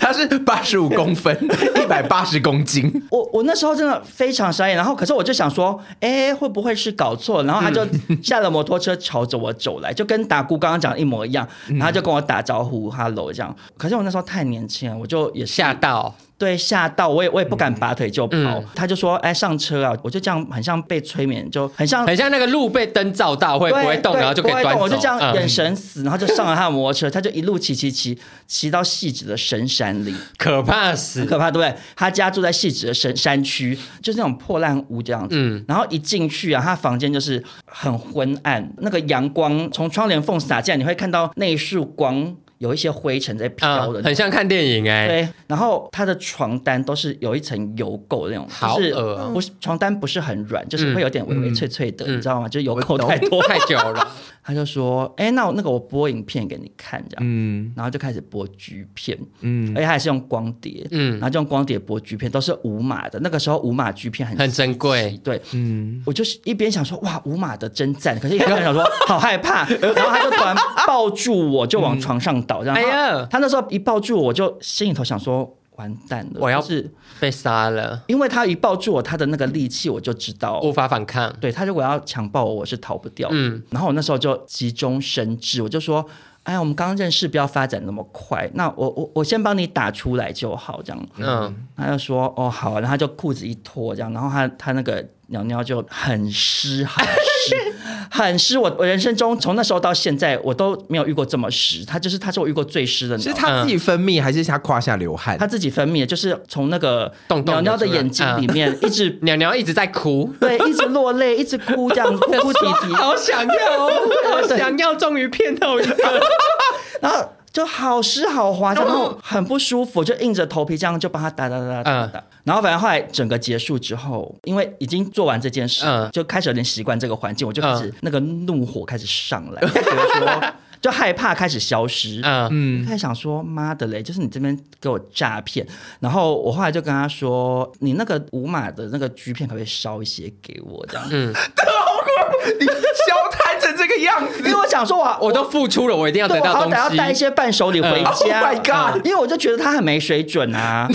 [SPEAKER 5] 他是八十五公分，一百八十公斤。
[SPEAKER 3] 我我那时候真的非常傻眼，然后可是我就想说，哎，会不会是搞错？然后他就
[SPEAKER 4] 嗯
[SPEAKER 3] 下了摩托车，朝着我走来，就跟达姑刚刚讲的一
[SPEAKER 4] 嗯
[SPEAKER 3] 模一样，然后就跟我打招呼、哈 h e l l o 这样。可是我那时候太年轻了，我就也是
[SPEAKER 4] 吓到，
[SPEAKER 3] 对吓到，我也我也不敢拔腿就跑。
[SPEAKER 4] 嗯
[SPEAKER 3] 他就说：“哎，上车啊！”我就这样，很像被催眠，就很像
[SPEAKER 4] 很像那个路被灯照到会不
[SPEAKER 3] 对
[SPEAKER 4] 会动，
[SPEAKER 3] 对
[SPEAKER 4] 然后就可以
[SPEAKER 3] 不会
[SPEAKER 4] 端
[SPEAKER 3] 动
[SPEAKER 4] 走。
[SPEAKER 3] 我就这样
[SPEAKER 4] 嗯
[SPEAKER 3] 眼神死，然后就上了他的摩托车，他就一路骑骑骑骑到细致的深山里，
[SPEAKER 4] 可怕
[SPEAKER 3] 很
[SPEAKER 4] 死。
[SPEAKER 3] 可怕，对不对？他家住在细致的深山区，就是那种破烂屋这样子。
[SPEAKER 4] 嗯
[SPEAKER 3] 然后一进去啊，他房间就是很昏暗，那个阳光从窗帘缝洒进来，你会看到那一束光有一些灰尘在飘的那种、
[SPEAKER 4] 嗯，很像看电影哎、
[SPEAKER 3] 对，然后它的床单都是有一层油垢那种，
[SPEAKER 4] 好
[SPEAKER 3] 就是
[SPEAKER 4] 恶哦
[SPEAKER 3] 不是床单不是很软，就是会有点微微脆脆的，
[SPEAKER 4] 嗯
[SPEAKER 3] 你知道吗？就是油
[SPEAKER 5] 我
[SPEAKER 3] 垢
[SPEAKER 5] 懂
[SPEAKER 3] 太多。
[SPEAKER 4] 太久了，
[SPEAKER 3] 他就说：“哎、那我那个我播影片给你看，这样。
[SPEAKER 5] 嗯
[SPEAKER 3] 然后就开始播 G 片，
[SPEAKER 5] 嗯
[SPEAKER 3] 而且他还是用光碟，
[SPEAKER 4] 嗯
[SPEAKER 3] 然后就用光碟播 G 片，都是无码的。那个时候无码 G 片很
[SPEAKER 4] 很珍贵。
[SPEAKER 3] 对，
[SPEAKER 5] 嗯，
[SPEAKER 3] 我就是一边想说哇五马的真赞，可是一边想说好害 怕，然后他就突然抱住我，就往床上倒，然后
[SPEAKER 4] 哎呀
[SPEAKER 3] 他那时候一抱住我，就心里头想说完蛋了，
[SPEAKER 4] 我要
[SPEAKER 3] 就是
[SPEAKER 4] 被杀了，
[SPEAKER 3] 因为他一抱住我，他的那个力气我就知道。
[SPEAKER 4] 无法反抗。
[SPEAKER 3] 对他如果要强暴我，我是逃不掉的。
[SPEAKER 4] 嗯
[SPEAKER 3] 然后我那时候就急中生智，我就说：“哎，我们刚认识，不要发展那么快。那我我我先帮你打出来就好，这样。”
[SPEAKER 4] 嗯，
[SPEAKER 3] 他就说：“哦，好。”然后他就裤子一脱，这样，然后他他那个鸟鸟就很湿，很湿， 很湿。我我人生中从那时候到现在，我都没有遇过这么湿。他就是他是我遇过最湿的鸟
[SPEAKER 5] 是，他自己分泌还是嗯他胯下流汗
[SPEAKER 3] 他？自己分泌的，就是从那个
[SPEAKER 4] 洞洞
[SPEAKER 3] 鸟鸟
[SPEAKER 4] 流
[SPEAKER 3] 的
[SPEAKER 4] 出来嗯
[SPEAKER 3] 眼睛里面一直、
[SPEAKER 4] 鸟鸟一直在哭，
[SPEAKER 3] 对一直落泪，一直哭，这样哭哭啼 啼，
[SPEAKER 4] 好想要哦，好想要，终于骗到一个。
[SPEAKER 3] 然后就好湿好滑，然后很不舒服，就硬着头皮这样就帮他打打打打
[SPEAKER 4] 嗯
[SPEAKER 3] 打打。然后反正后来整个结束之后，因为已经做完这件事，
[SPEAKER 4] 嗯
[SPEAKER 3] 就开始有点习惯这个环境，我就开始、那个怒火开始上来，就觉得说 就害怕开始消失。
[SPEAKER 4] 嗯，
[SPEAKER 5] 嗯
[SPEAKER 3] 开始想说，妈的嘞，就是你这边给我诈骗。然后我后来就跟他说，你那个五码的那个 G 片可不可以烧一些给我这样？
[SPEAKER 4] 嗯
[SPEAKER 5] 你消 摊成这个样子
[SPEAKER 3] 因，为我想说我
[SPEAKER 4] 我都付出了，我一定要
[SPEAKER 3] 对
[SPEAKER 4] 得
[SPEAKER 3] 我
[SPEAKER 4] 到
[SPEAKER 3] 好
[SPEAKER 4] 东
[SPEAKER 3] 歹要带一
[SPEAKER 4] 西。
[SPEAKER 3] 些伴手礼回家。
[SPEAKER 5] 嗯 Oh my god
[SPEAKER 3] 因为我就觉得他很没水准 啊。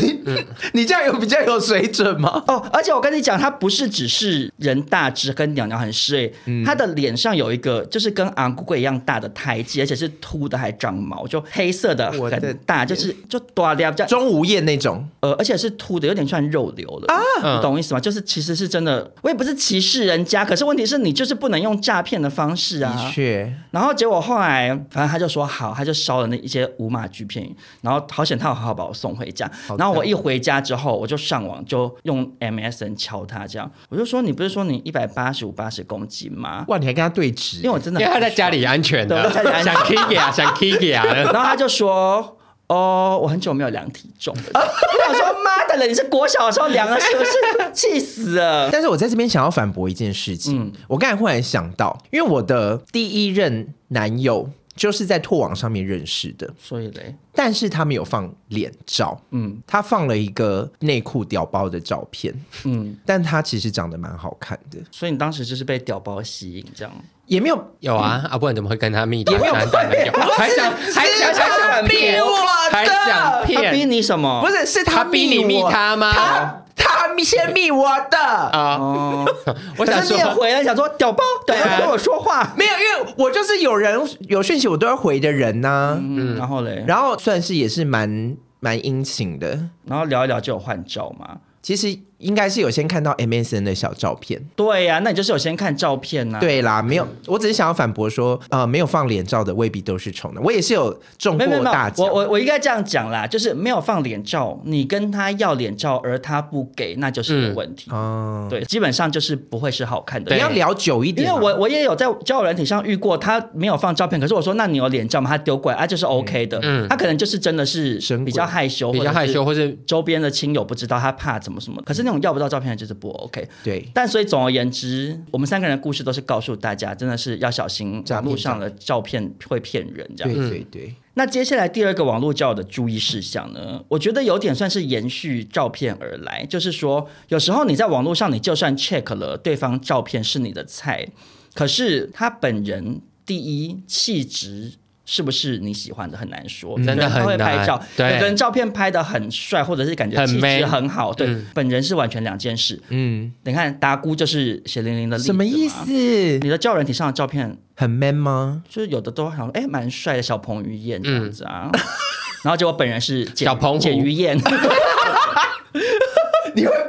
[SPEAKER 5] 你这样有比较有水准 吗？
[SPEAKER 3] 哦，而且我跟你讲，他不是只是人大只跟娘娘很湿、欸，
[SPEAKER 5] 嗯
[SPEAKER 3] 他的脸上有一个就是跟昂贵一样大的胎记，而且是秃的，还长毛，就黑色的
[SPEAKER 5] 我的
[SPEAKER 3] 很大，就是就短掉这样，
[SPEAKER 5] 钟无艳那种，
[SPEAKER 3] 呃，而且是秃的，有点像肉瘤了啊，你懂意思吗？就是其实是真的，我也不是歧视人家，可是问题是你就是不能用诈骗的方式啊，
[SPEAKER 5] 的确，
[SPEAKER 3] 然后结果后来，反正他就说好，他就烧了那一些无码剧片，然后好险他有好好把我送回家。然后我一回家之后，我就上网就用 MSN 敲他，这样我就说你不是说你一百八十五八十公斤吗？
[SPEAKER 5] 哇，你还跟他对峙，
[SPEAKER 3] 因为我真
[SPEAKER 4] 因
[SPEAKER 3] 的
[SPEAKER 4] 为他在家
[SPEAKER 3] 里，
[SPEAKER 4] 里安全的
[SPEAKER 3] 对我在家，里安全
[SPEAKER 4] 想 kick 啊，想 kick 啊，
[SPEAKER 3] 然后他就说。哦，我很久没有量体重了。我想说，妈的了，你是国小的时候量的，是不是？气死了！
[SPEAKER 5] 但是我在这边想要反驳一件事情，我刚才忽然想到，因为我的第一任男友就是在拓网上面认识的，
[SPEAKER 3] 所以嘞，
[SPEAKER 5] 但是他没有放脸照，
[SPEAKER 3] 嗯
[SPEAKER 5] 他放了一个内裤屌包的照片，
[SPEAKER 3] 嗯，
[SPEAKER 5] 但他其实长得蛮好看的，
[SPEAKER 3] 所以你当时就是被屌包吸引，这样。
[SPEAKER 5] 也没有
[SPEAKER 4] 有啊，阿不然怎么会跟他蜜糖三当男友？还 想还想
[SPEAKER 3] 他
[SPEAKER 4] 还想
[SPEAKER 3] 逼
[SPEAKER 4] 骗
[SPEAKER 3] 我
[SPEAKER 5] 的
[SPEAKER 4] 还想
[SPEAKER 3] 他逼
[SPEAKER 4] 骗？
[SPEAKER 3] 你什么？
[SPEAKER 5] 不是是
[SPEAKER 4] 他逼
[SPEAKER 5] 逼
[SPEAKER 4] 你密
[SPEAKER 5] 我
[SPEAKER 4] 他吗
[SPEAKER 5] 他他先密我的。
[SPEAKER 4] 啊，
[SPEAKER 3] 哦，
[SPEAKER 4] 我
[SPEAKER 3] 可
[SPEAKER 4] 想
[SPEAKER 3] 是你也
[SPEAKER 4] 说，啊
[SPEAKER 3] 回了，想说屌包，屌包跟我说话。
[SPEAKER 5] 没有，因为我就是有人有讯息我都要回的人呐、
[SPEAKER 3] 嗯，然后嘞，
[SPEAKER 5] 然后算是也是蛮蛮殷勤的。
[SPEAKER 3] 然后聊一聊就有换照嘛。
[SPEAKER 5] 其实应该是有先看到 MSN 的小照片，
[SPEAKER 3] 对呀、那你就是有先看照片呐、，
[SPEAKER 5] 对啦，没有，我只是想要反驳说，呃，没有放脸照的未必都是丑男，我也是有中
[SPEAKER 3] 没
[SPEAKER 5] 过
[SPEAKER 3] 有没有没有
[SPEAKER 5] 大，
[SPEAKER 3] 我
[SPEAKER 5] 奖，
[SPEAKER 3] 我我应该这样讲啦，就是没有放脸照，你跟他要脸照，而他不给，那就是有问题。
[SPEAKER 5] 哦，
[SPEAKER 3] 对，基本上就是不会是好看的。
[SPEAKER 4] 嗯
[SPEAKER 5] 你
[SPEAKER 4] 对
[SPEAKER 5] 要聊久一
[SPEAKER 3] 因
[SPEAKER 5] 点
[SPEAKER 3] 为
[SPEAKER 5] 啊，
[SPEAKER 3] 我我也有在交友软体上遇过，他没有放照片，可是我说那你有脸照吗？他丢过来，啊，就是 OK 的，
[SPEAKER 4] 嗯
[SPEAKER 3] 他可能就是真的是
[SPEAKER 5] 神鬼
[SPEAKER 3] 比较害羞，
[SPEAKER 4] 比较害羞，，或是
[SPEAKER 3] 周边的亲友不知道，他怕怎么什么，可是那种要不到照片的就是不 OK。
[SPEAKER 5] 对，
[SPEAKER 3] 但所以总而言之，我们三个人的故事都是告诉大家，真的是要小心
[SPEAKER 5] 诈
[SPEAKER 3] 网
[SPEAKER 5] 骗
[SPEAKER 3] 络上的照片会骗人这
[SPEAKER 5] 对
[SPEAKER 3] 样。
[SPEAKER 5] 对对，
[SPEAKER 3] 那接下来第二个网络交友的注意事项呢，我觉得有点算是延续照片而来，就是说有时候你在网络上，你就算 check 了对方照片是你的菜，可是他本人第一气质。是不是你喜欢的很难说，
[SPEAKER 4] 嗯真的很
[SPEAKER 3] 有人他会拍
[SPEAKER 4] 难
[SPEAKER 3] 照，
[SPEAKER 4] 对
[SPEAKER 3] 有的人照片拍的很帅，或者是感觉
[SPEAKER 4] 很
[SPEAKER 3] 气质
[SPEAKER 4] man
[SPEAKER 3] 很好，对，
[SPEAKER 4] 嗯
[SPEAKER 3] 本人是完全两件事。
[SPEAKER 5] 嗯，
[SPEAKER 3] 你看达姑就是血淋淋的例子
[SPEAKER 5] 什
[SPEAKER 3] 嘛
[SPEAKER 5] 么意？思？
[SPEAKER 3] 你的教人体上的照片，
[SPEAKER 5] 很 man 吗？
[SPEAKER 3] 就是有的都好像哎蛮帅 的小彭于晏这样子啊，然后结果本人是
[SPEAKER 4] 嗯
[SPEAKER 3] 简
[SPEAKER 4] 小澎湖
[SPEAKER 3] 简于晏，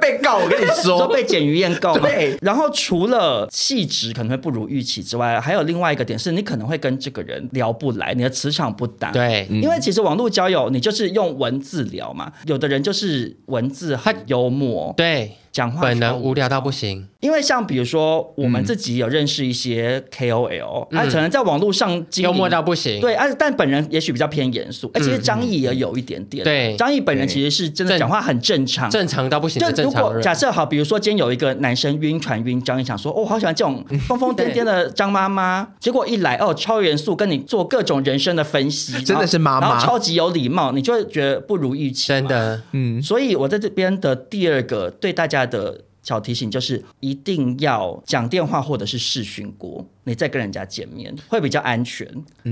[SPEAKER 5] 被告，我跟你
[SPEAKER 3] 都
[SPEAKER 5] 说。
[SPEAKER 3] 被检鱼宴告嘛。
[SPEAKER 5] 对
[SPEAKER 3] 然后除了气质可能会不如预期之外，还有另外一个点是，你可能会跟这个人聊不来，你的磁场不搭。。
[SPEAKER 4] 对，嗯
[SPEAKER 3] 因为其实网络交友，你就是用文字聊嘛。有的人就是文字很幽默，
[SPEAKER 4] 对，
[SPEAKER 3] 讲话
[SPEAKER 4] 本嗯人
[SPEAKER 3] 超
[SPEAKER 4] 无聊到不行，
[SPEAKER 3] 因为像比如说我们自己有认识一些 KOL，他、可能在网络上经
[SPEAKER 4] 嗯
[SPEAKER 3] 营
[SPEAKER 4] 幽默到不行，
[SPEAKER 3] 对，而但本人也许比较偏严肃，哎，其实张译也有一点点。
[SPEAKER 4] 嗯
[SPEAKER 3] 啊
[SPEAKER 4] 对
[SPEAKER 3] 张译本人其实是真的
[SPEAKER 4] 正
[SPEAKER 3] 讲话很正常。
[SPEAKER 4] 正常到不行
[SPEAKER 3] 就
[SPEAKER 4] 的正
[SPEAKER 3] 如
[SPEAKER 4] 常
[SPEAKER 3] 果
[SPEAKER 4] 人。
[SPEAKER 3] 假设好，比如说今天有一个男生晕船晕张，你想说哦，好喜欢 这种疯疯癫癫的张妈妈，结果一来哦，超严肃，跟你做各种人生的分析，然后
[SPEAKER 5] 真的是妈妈
[SPEAKER 3] 然后超级有礼貌，你就会觉得不如预期。
[SPEAKER 4] 真。的，
[SPEAKER 5] 嗯，
[SPEAKER 3] 所以我在这边的第二个对大家的小提醒就是，一定要讲电话或者是视讯过，你再跟人家见面会比较安全，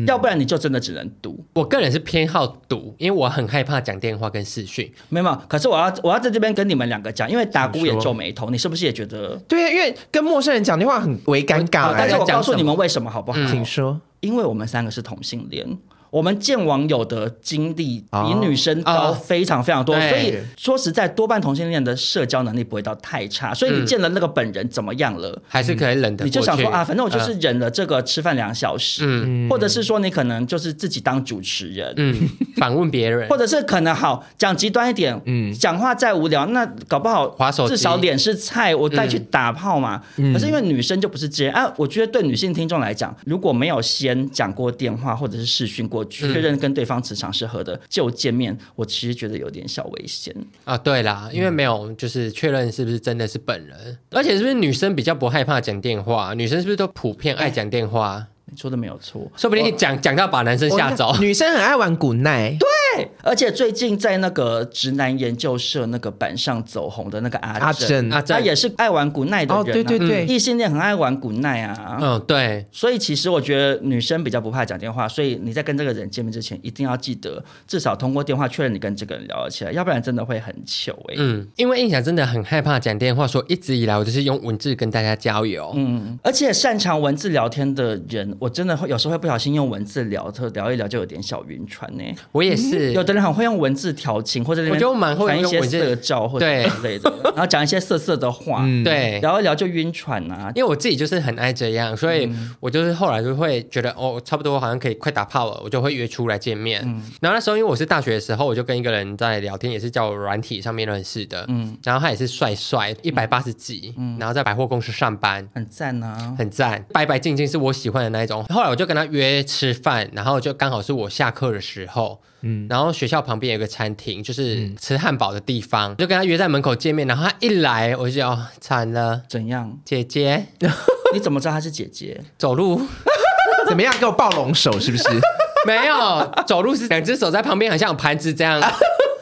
[SPEAKER 3] 要不然你就真的只能读。
[SPEAKER 4] 我个人是偏好赌，因为我很害怕讲电话跟视讯。
[SPEAKER 3] 没有没有，可是我要我要在这边跟你们两个讲，因为达姑也
[SPEAKER 5] 请说
[SPEAKER 3] 皱眉头，你是不是也觉得？
[SPEAKER 5] 对啊，因为跟陌生人讲电话很为尴尬、
[SPEAKER 4] 好
[SPEAKER 5] 哎
[SPEAKER 3] 哦但是我嗯
[SPEAKER 4] 讲
[SPEAKER 3] 告
[SPEAKER 4] 什
[SPEAKER 3] 诉
[SPEAKER 4] 么
[SPEAKER 3] 你们为什么好不好？
[SPEAKER 5] 请说，
[SPEAKER 3] 因为我们三个是同性恋，我们见网友的经历比
[SPEAKER 5] 哦
[SPEAKER 3] 女生高
[SPEAKER 4] 哦
[SPEAKER 3] 非常非常多，
[SPEAKER 4] 对
[SPEAKER 3] 所以说实在，多半同性恋的社交能力不会到太差，所以你见了那个本人怎么样了？
[SPEAKER 4] 还是可以忍得
[SPEAKER 3] 你就
[SPEAKER 4] 过
[SPEAKER 3] 想
[SPEAKER 4] 去
[SPEAKER 3] 说啊，反正我就是忍了这个吃饭两小时，
[SPEAKER 4] 嗯
[SPEAKER 3] 或者是说你可能就是自己当主持人，
[SPEAKER 4] 嗯，反问别人
[SPEAKER 3] 或，者是可能好讲极端一点，嗯，讲话再无聊，那搞不好
[SPEAKER 4] 滑手机嗯
[SPEAKER 3] 至少脸是菜，我再去打炮嘛。可是因为女生就不是这样啊，我觉得对女性听众来讲，如果没有先讲过电话或者是视讯过，
[SPEAKER 4] 嗯
[SPEAKER 3] 确认跟对方磁场是合的就见面，我其实觉得有点小危险。
[SPEAKER 4] 啊，对啦，因为没有就是确认是不是真的是本人，而且是不是女生比较不害怕讲电话，女生是不是都普遍爱讲电话？
[SPEAKER 3] 你说的没有错。
[SPEAKER 4] 说不定讲讲到把男生吓走
[SPEAKER 5] 我。女生很爱玩古奈，
[SPEAKER 3] 对，而且最近在那个直男研究社那个板上走红的那个阿
[SPEAKER 5] 阿
[SPEAKER 3] 珍，
[SPEAKER 5] 珍
[SPEAKER 4] 阿珍
[SPEAKER 3] 啊他嗯也是爱玩古奈的人、啊，
[SPEAKER 5] 哦，对对对，
[SPEAKER 3] 异性恋很爱玩古奈啊，
[SPEAKER 4] 嗯，对，
[SPEAKER 3] 所以其实我觉得女生比较不怕讲电话，所以你在跟这个人见面之前，一定要记得至少通过电话确认你跟这个人聊得起来，要不然真的会很糗哎、
[SPEAKER 4] 嗯，因为印象真的很害怕讲电话，所以一直以来我就是用文字跟大家交友。
[SPEAKER 3] 嗯，而且擅长文字聊天的人，我真的会有时候会不小心用文字聊，特聊一聊就有点小晕船呢、
[SPEAKER 4] 我也是，
[SPEAKER 3] 嗯有的人很会用文字调情，或者那边
[SPEAKER 4] 我觉得蛮会
[SPEAKER 3] 传一
[SPEAKER 4] 用
[SPEAKER 3] 些
[SPEAKER 4] 文字
[SPEAKER 3] 色照或者
[SPEAKER 4] 对
[SPEAKER 3] 之类的，然后讲一些色色的话，
[SPEAKER 5] 嗯
[SPEAKER 4] 对，
[SPEAKER 3] 聊一聊就晕船 啊。
[SPEAKER 4] 因为我自己就是很爱这样，所以我就是后来就会觉得哦，差不多好像可以快打炮了，我就会约出来见面。然后那时候因为我是大学的时候，我就跟一个人在聊天，也是叫软体上面认识的，嗯，然后他也是帅帅，一百八十几，然后在百货公司上班。
[SPEAKER 3] 很赞啊！
[SPEAKER 4] 很赞，白白净净是我喜欢的那一种。后来我就跟他约吃饭，然后就刚好是我下课的时候，嗯，然后学校旁边有个餐厅，就是吃汉堡的地方，就跟他约在门口见面。然后他一来，我就觉得哦，惨了，
[SPEAKER 3] 怎样？
[SPEAKER 4] 姐姐
[SPEAKER 3] 你怎么知道她是姐姐？
[SPEAKER 4] 走路
[SPEAKER 5] 怎么样？给我抱龙 手是不是？
[SPEAKER 4] 没有，走路是两只手在旁边，很像有盘子这样。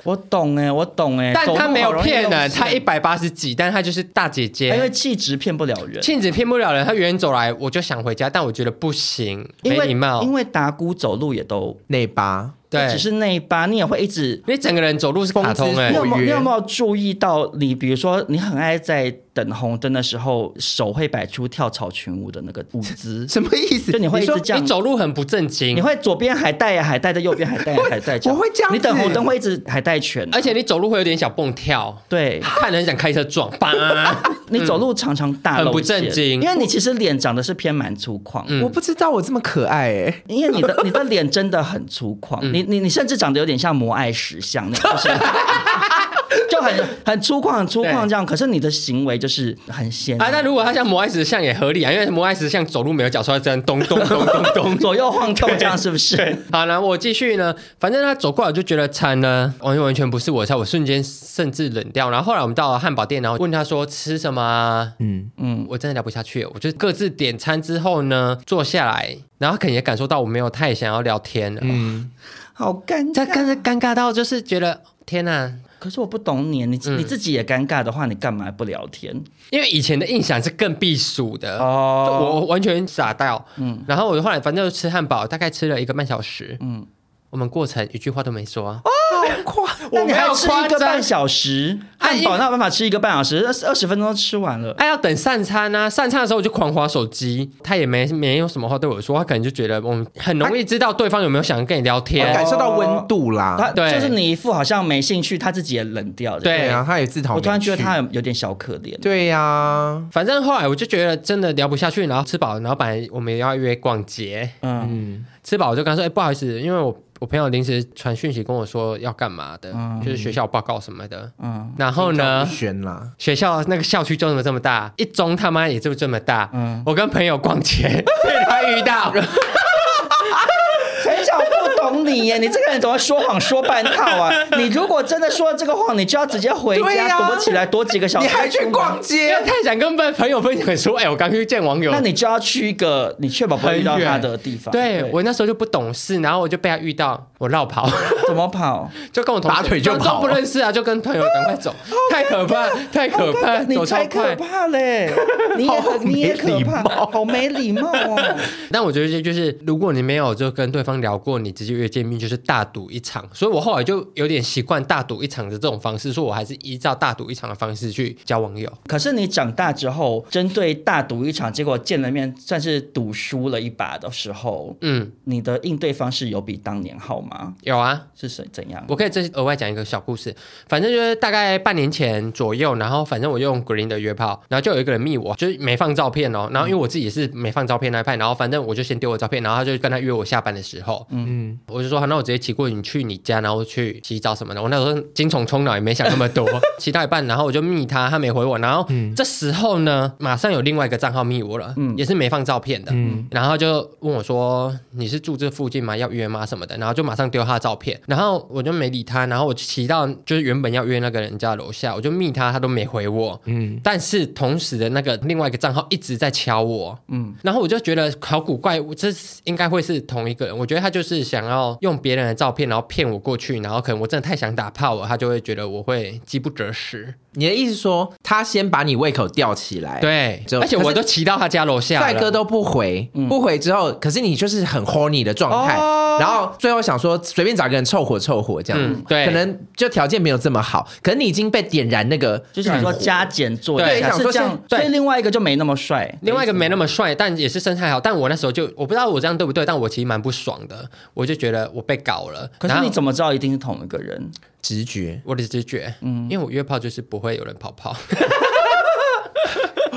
[SPEAKER 3] 我懂哎、我懂哎、
[SPEAKER 4] 但
[SPEAKER 3] 走路
[SPEAKER 4] 他没
[SPEAKER 3] 好
[SPEAKER 4] 有
[SPEAKER 3] 容易
[SPEAKER 4] 骗
[SPEAKER 3] 用
[SPEAKER 4] 人，他
[SPEAKER 3] 钱
[SPEAKER 4] 一百八十几，但他就是大姐
[SPEAKER 3] 因为
[SPEAKER 4] 姐。
[SPEAKER 3] 气质骗不了人。
[SPEAKER 4] 庆子骗不了人，他远远走来，我就想回家，但我觉得不行，
[SPEAKER 3] 因
[SPEAKER 4] 没
[SPEAKER 3] 为
[SPEAKER 4] 礼貌
[SPEAKER 3] 因。为达姑走路也都
[SPEAKER 5] 内八，
[SPEAKER 4] 对，
[SPEAKER 3] 只是那一巴，你也会一直。
[SPEAKER 4] 你整个人走路是卡通哎、
[SPEAKER 3] 你有没
[SPEAKER 5] 疯
[SPEAKER 3] 有
[SPEAKER 5] 我
[SPEAKER 3] 你
[SPEAKER 5] 约
[SPEAKER 3] 有没有注意到你？比如说，你很爱在等红灯的时候，手会摆出跳草裙舞的那个 舞姿，
[SPEAKER 5] 什么意思？
[SPEAKER 3] 就你会一
[SPEAKER 5] 说
[SPEAKER 3] 直这样
[SPEAKER 4] 你。走路很不正经
[SPEAKER 3] 你，会左边海带呀，海带在右边海带，海带样
[SPEAKER 5] 我会这样子
[SPEAKER 3] 你等红灯会一直海带拳，
[SPEAKER 4] 而且你走路会有点小蹦跳，
[SPEAKER 3] 对
[SPEAKER 4] 看人很想开车撞， 啊叭！
[SPEAKER 3] 你走路常常大露
[SPEAKER 4] 很不
[SPEAKER 3] 馅
[SPEAKER 4] 正经
[SPEAKER 3] 因为你其实脸长得是偏蛮粗犷，
[SPEAKER 5] 嗯我不知道我这么可爱哎、
[SPEAKER 3] 因为你的你的脸真的很粗犷，
[SPEAKER 5] 嗯
[SPEAKER 3] 你你你甚至长得有点像摩艾石像那样，就是 就很很粗犷、很粗犷这样。可是你的行为就是很鲜
[SPEAKER 4] 啊，但如果他像摩艾石像也合理啊，因为摩艾石像走路没有脚，所以这样咚咚咚咚咚
[SPEAKER 3] 左右晃动这样，是不 是？
[SPEAKER 4] 好，然后我继续呢，反正他走过来我就觉得惨了，完全完全不是我的菜，我瞬间甚至冷掉。然后后来我们到了汉堡店，然后问他说吃什么啊？
[SPEAKER 5] 嗯，
[SPEAKER 4] 嗯，我真的聊不下去了，我就各自点餐之后呢，坐下来，然后他可能也感受到我没有太想要聊天了，嗯，
[SPEAKER 3] 好尴
[SPEAKER 4] 他
[SPEAKER 3] 尬。
[SPEAKER 4] 刚才尴尬到就是觉得天哪、
[SPEAKER 3] 可是我不懂你，你
[SPEAKER 5] 嗯
[SPEAKER 3] 你自己也尴尬的话，你干嘛不聊天？
[SPEAKER 4] 因为以前的印象是更避暑的
[SPEAKER 3] 哦
[SPEAKER 4] 就我我完全傻到，嗯，然后我后来反正就吃汉堡，大概吃了一个半小时，嗯，我们过程一句话都没说啊，
[SPEAKER 5] 好太夸，
[SPEAKER 3] 那你还
[SPEAKER 5] 有
[SPEAKER 3] 吃
[SPEAKER 5] 夸
[SPEAKER 3] 一个
[SPEAKER 5] 张
[SPEAKER 3] 半小时，
[SPEAKER 4] 啊
[SPEAKER 3] 汉
[SPEAKER 4] 因
[SPEAKER 3] 堡那有办法吃一个半小时，二二十分钟就吃完了。
[SPEAKER 4] 哎，要等散餐啊！散餐的时候我就狂划手机，他也没没有什么话对我说，他可能就觉得我们很容易知道对方有没有想跟你聊
[SPEAKER 5] 我
[SPEAKER 4] 天
[SPEAKER 5] 啊感。受到温度
[SPEAKER 3] 啊他
[SPEAKER 5] 啦。
[SPEAKER 4] 对
[SPEAKER 3] 就是你一副好像没兴趣，他自己也冷掉。
[SPEAKER 4] 对
[SPEAKER 5] 对啊，他也自讨
[SPEAKER 3] 哎
[SPEAKER 5] 没
[SPEAKER 3] 我
[SPEAKER 5] 趣。
[SPEAKER 3] 突然觉得他有有点小可怜。
[SPEAKER 5] 对呀、啊，
[SPEAKER 4] 反正后来我就觉得真的聊不下去，然后吃饱了，然后本来我们也要约逛街，
[SPEAKER 3] 嗯
[SPEAKER 4] 吃饱我就跟他说：“哎、不好意思，因为我我朋友临时传讯息跟我说要干嘛的，就是学校报告什么的。
[SPEAKER 3] 嗯
[SPEAKER 4] 然后呢，
[SPEAKER 5] 轩啦，
[SPEAKER 4] 学校那个校区就这么这么大，一中他妈也就这么大。我跟朋友逛街 被他遇到，
[SPEAKER 3] 陈晓不懂你耶，你这个人怎么说谎说半套啊？你如果真的说了这个谎，你就要直接回
[SPEAKER 5] 对
[SPEAKER 3] 家
[SPEAKER 5] 呀
[SPEAKER 3] 躲起来，多几个小
[SPEAKER 5] 你
[SPEAKER 3] 时。
[SPEAKER 5] 还去逛
[SPEAKER 4] 因为
[SPEAKER 5] 街？
[SPEAKER 4] 太想跟朋友分享说：“哎、我刚去见网友。”
[SPEAKER 3] 那你就要去一个你确保不会遇到他的地方。
[SPEAKER 4] 对我那时候就不懂事，然后我就被他遇到，我绕跑，
[SPEAKER 3] 怎么跑？
[SPEAKER 4] 就跟我同学
[SPEAKER 5] 拔腿就
[SPEAKER 4] 都
[SPEAKER 5] 跑
[SPEAKER 4] 都不认识啊，就跟朋友赶快走，太可怕，太可怕，
[SPEAKER 3] 哎你
[SPEAKER 4] 走超
[SPEAKER 3] 才可
[SPEAKER 4] 快。
[SPEAKER 3] 怕嘞！你也很你也可怕，好没礼貌哦。
[SPEAKER 4] 但我觉得就是，如果你没有就跟对方聊过，你直接约见面就是大赌一场。所以我后来就有点习惯大赌一场的这种方式，所以我还是依照大赌一场的方式去交网友。
[SPEAKER 3] 可是你长大之后，针对大赌一场，结果见了面，算是赌输了一把的时候，
[SPEAKER 4] 嗯，
[SPEAKER 3] 你的应对方式有比当年好吗？
[SPEAKER 4] 有啊，
[SPEAKER 3] 是谁怎样？
[SPEAKER 4] 我可以再额外讲一个小故事。反正就是大概半年前左右，然后反正我用 Green 的约炮，然后就有一个人密我，就是没放照片哦。然后因为我自己也是没放照片那一派，然后反正我就先丢我照片，然后他就跟他约我下班的时候，
[SPEAKER 5] 嗯，
[SPEAKER 4] 我就说好，那我直接骑过你去你家，然后去洗澡什么的。我那时候精虫充脑，也没想那么多，骑到一半，然后我就密他，他没回我。然后这时候呢，马上有另外一个账号密我了，也是没放照片的。然后就问我说你是住这附近吗？要约吗？什么的。然后就马上丢他的照片，然后我就没理他。然后我就骑到就是原本要约那个人家楼下，我就密他，他都没回我。嗯，但是同时的那个另外一个账号一直在敲我，然后我就觉得好古怪，我这是应该会是同一个人。我觉得他就是想要用别人的照片，然后骗我过去，然后可能我真的太想打炮了，他就会觉得我会饥不择食。
[SPEAKER 5] 你的意思说他先把你胃口吊起
[SPEAKER 3] 哎
[SPEAKER 5] 来，，
[SPEAKER 4] 对，
[SPEAKER 5] 就
[SPEAKER 4] 而且我都骑到他家楼下了。嗯
[SPEAKER 5] 帅哥都不回，不回之后，可是你就是很 horny 的状态，然后最后想说随便找一个人凑合凑合这样，
[SPEAKER 4] 哦嗯对
[SPEAKER 5] 可能就条件没有这么好，可是你已经被点燃那个，
[SPEAKER 3] 就是你说加减做一
[SPEAKER 4] 对
[SPEAKER 3] 下
[SPEAKER 5] 想
[SPEAKER 3] 是
[SPEAKER 5] 说
[SPEAKER 3] 这样
[SPEAKER 5] 现，
[SPEAKER 3] 所以
[SPEAKER 4] 对
[SPEAKER 3] 另外一个就没那么帅。
[SPEAKER 4] 另外一个没那么帅，但也是身材好。但我那时候就我不知道我这样对不对，但我其实蛮不爽的，我就觉得我被搞了。
[SPEAKER 3] 可
[SPEAKER 4] 然
[SPEAKER 3] 是
[SPEAKER 4] 后
[SPEAKER 3] 你怎么知道一定是同一个人？
[SPEAKER 5] 直觉，
[SPEAKER 4] 我的直觉，嗯，因为我约炮就是不会有人跑 炮，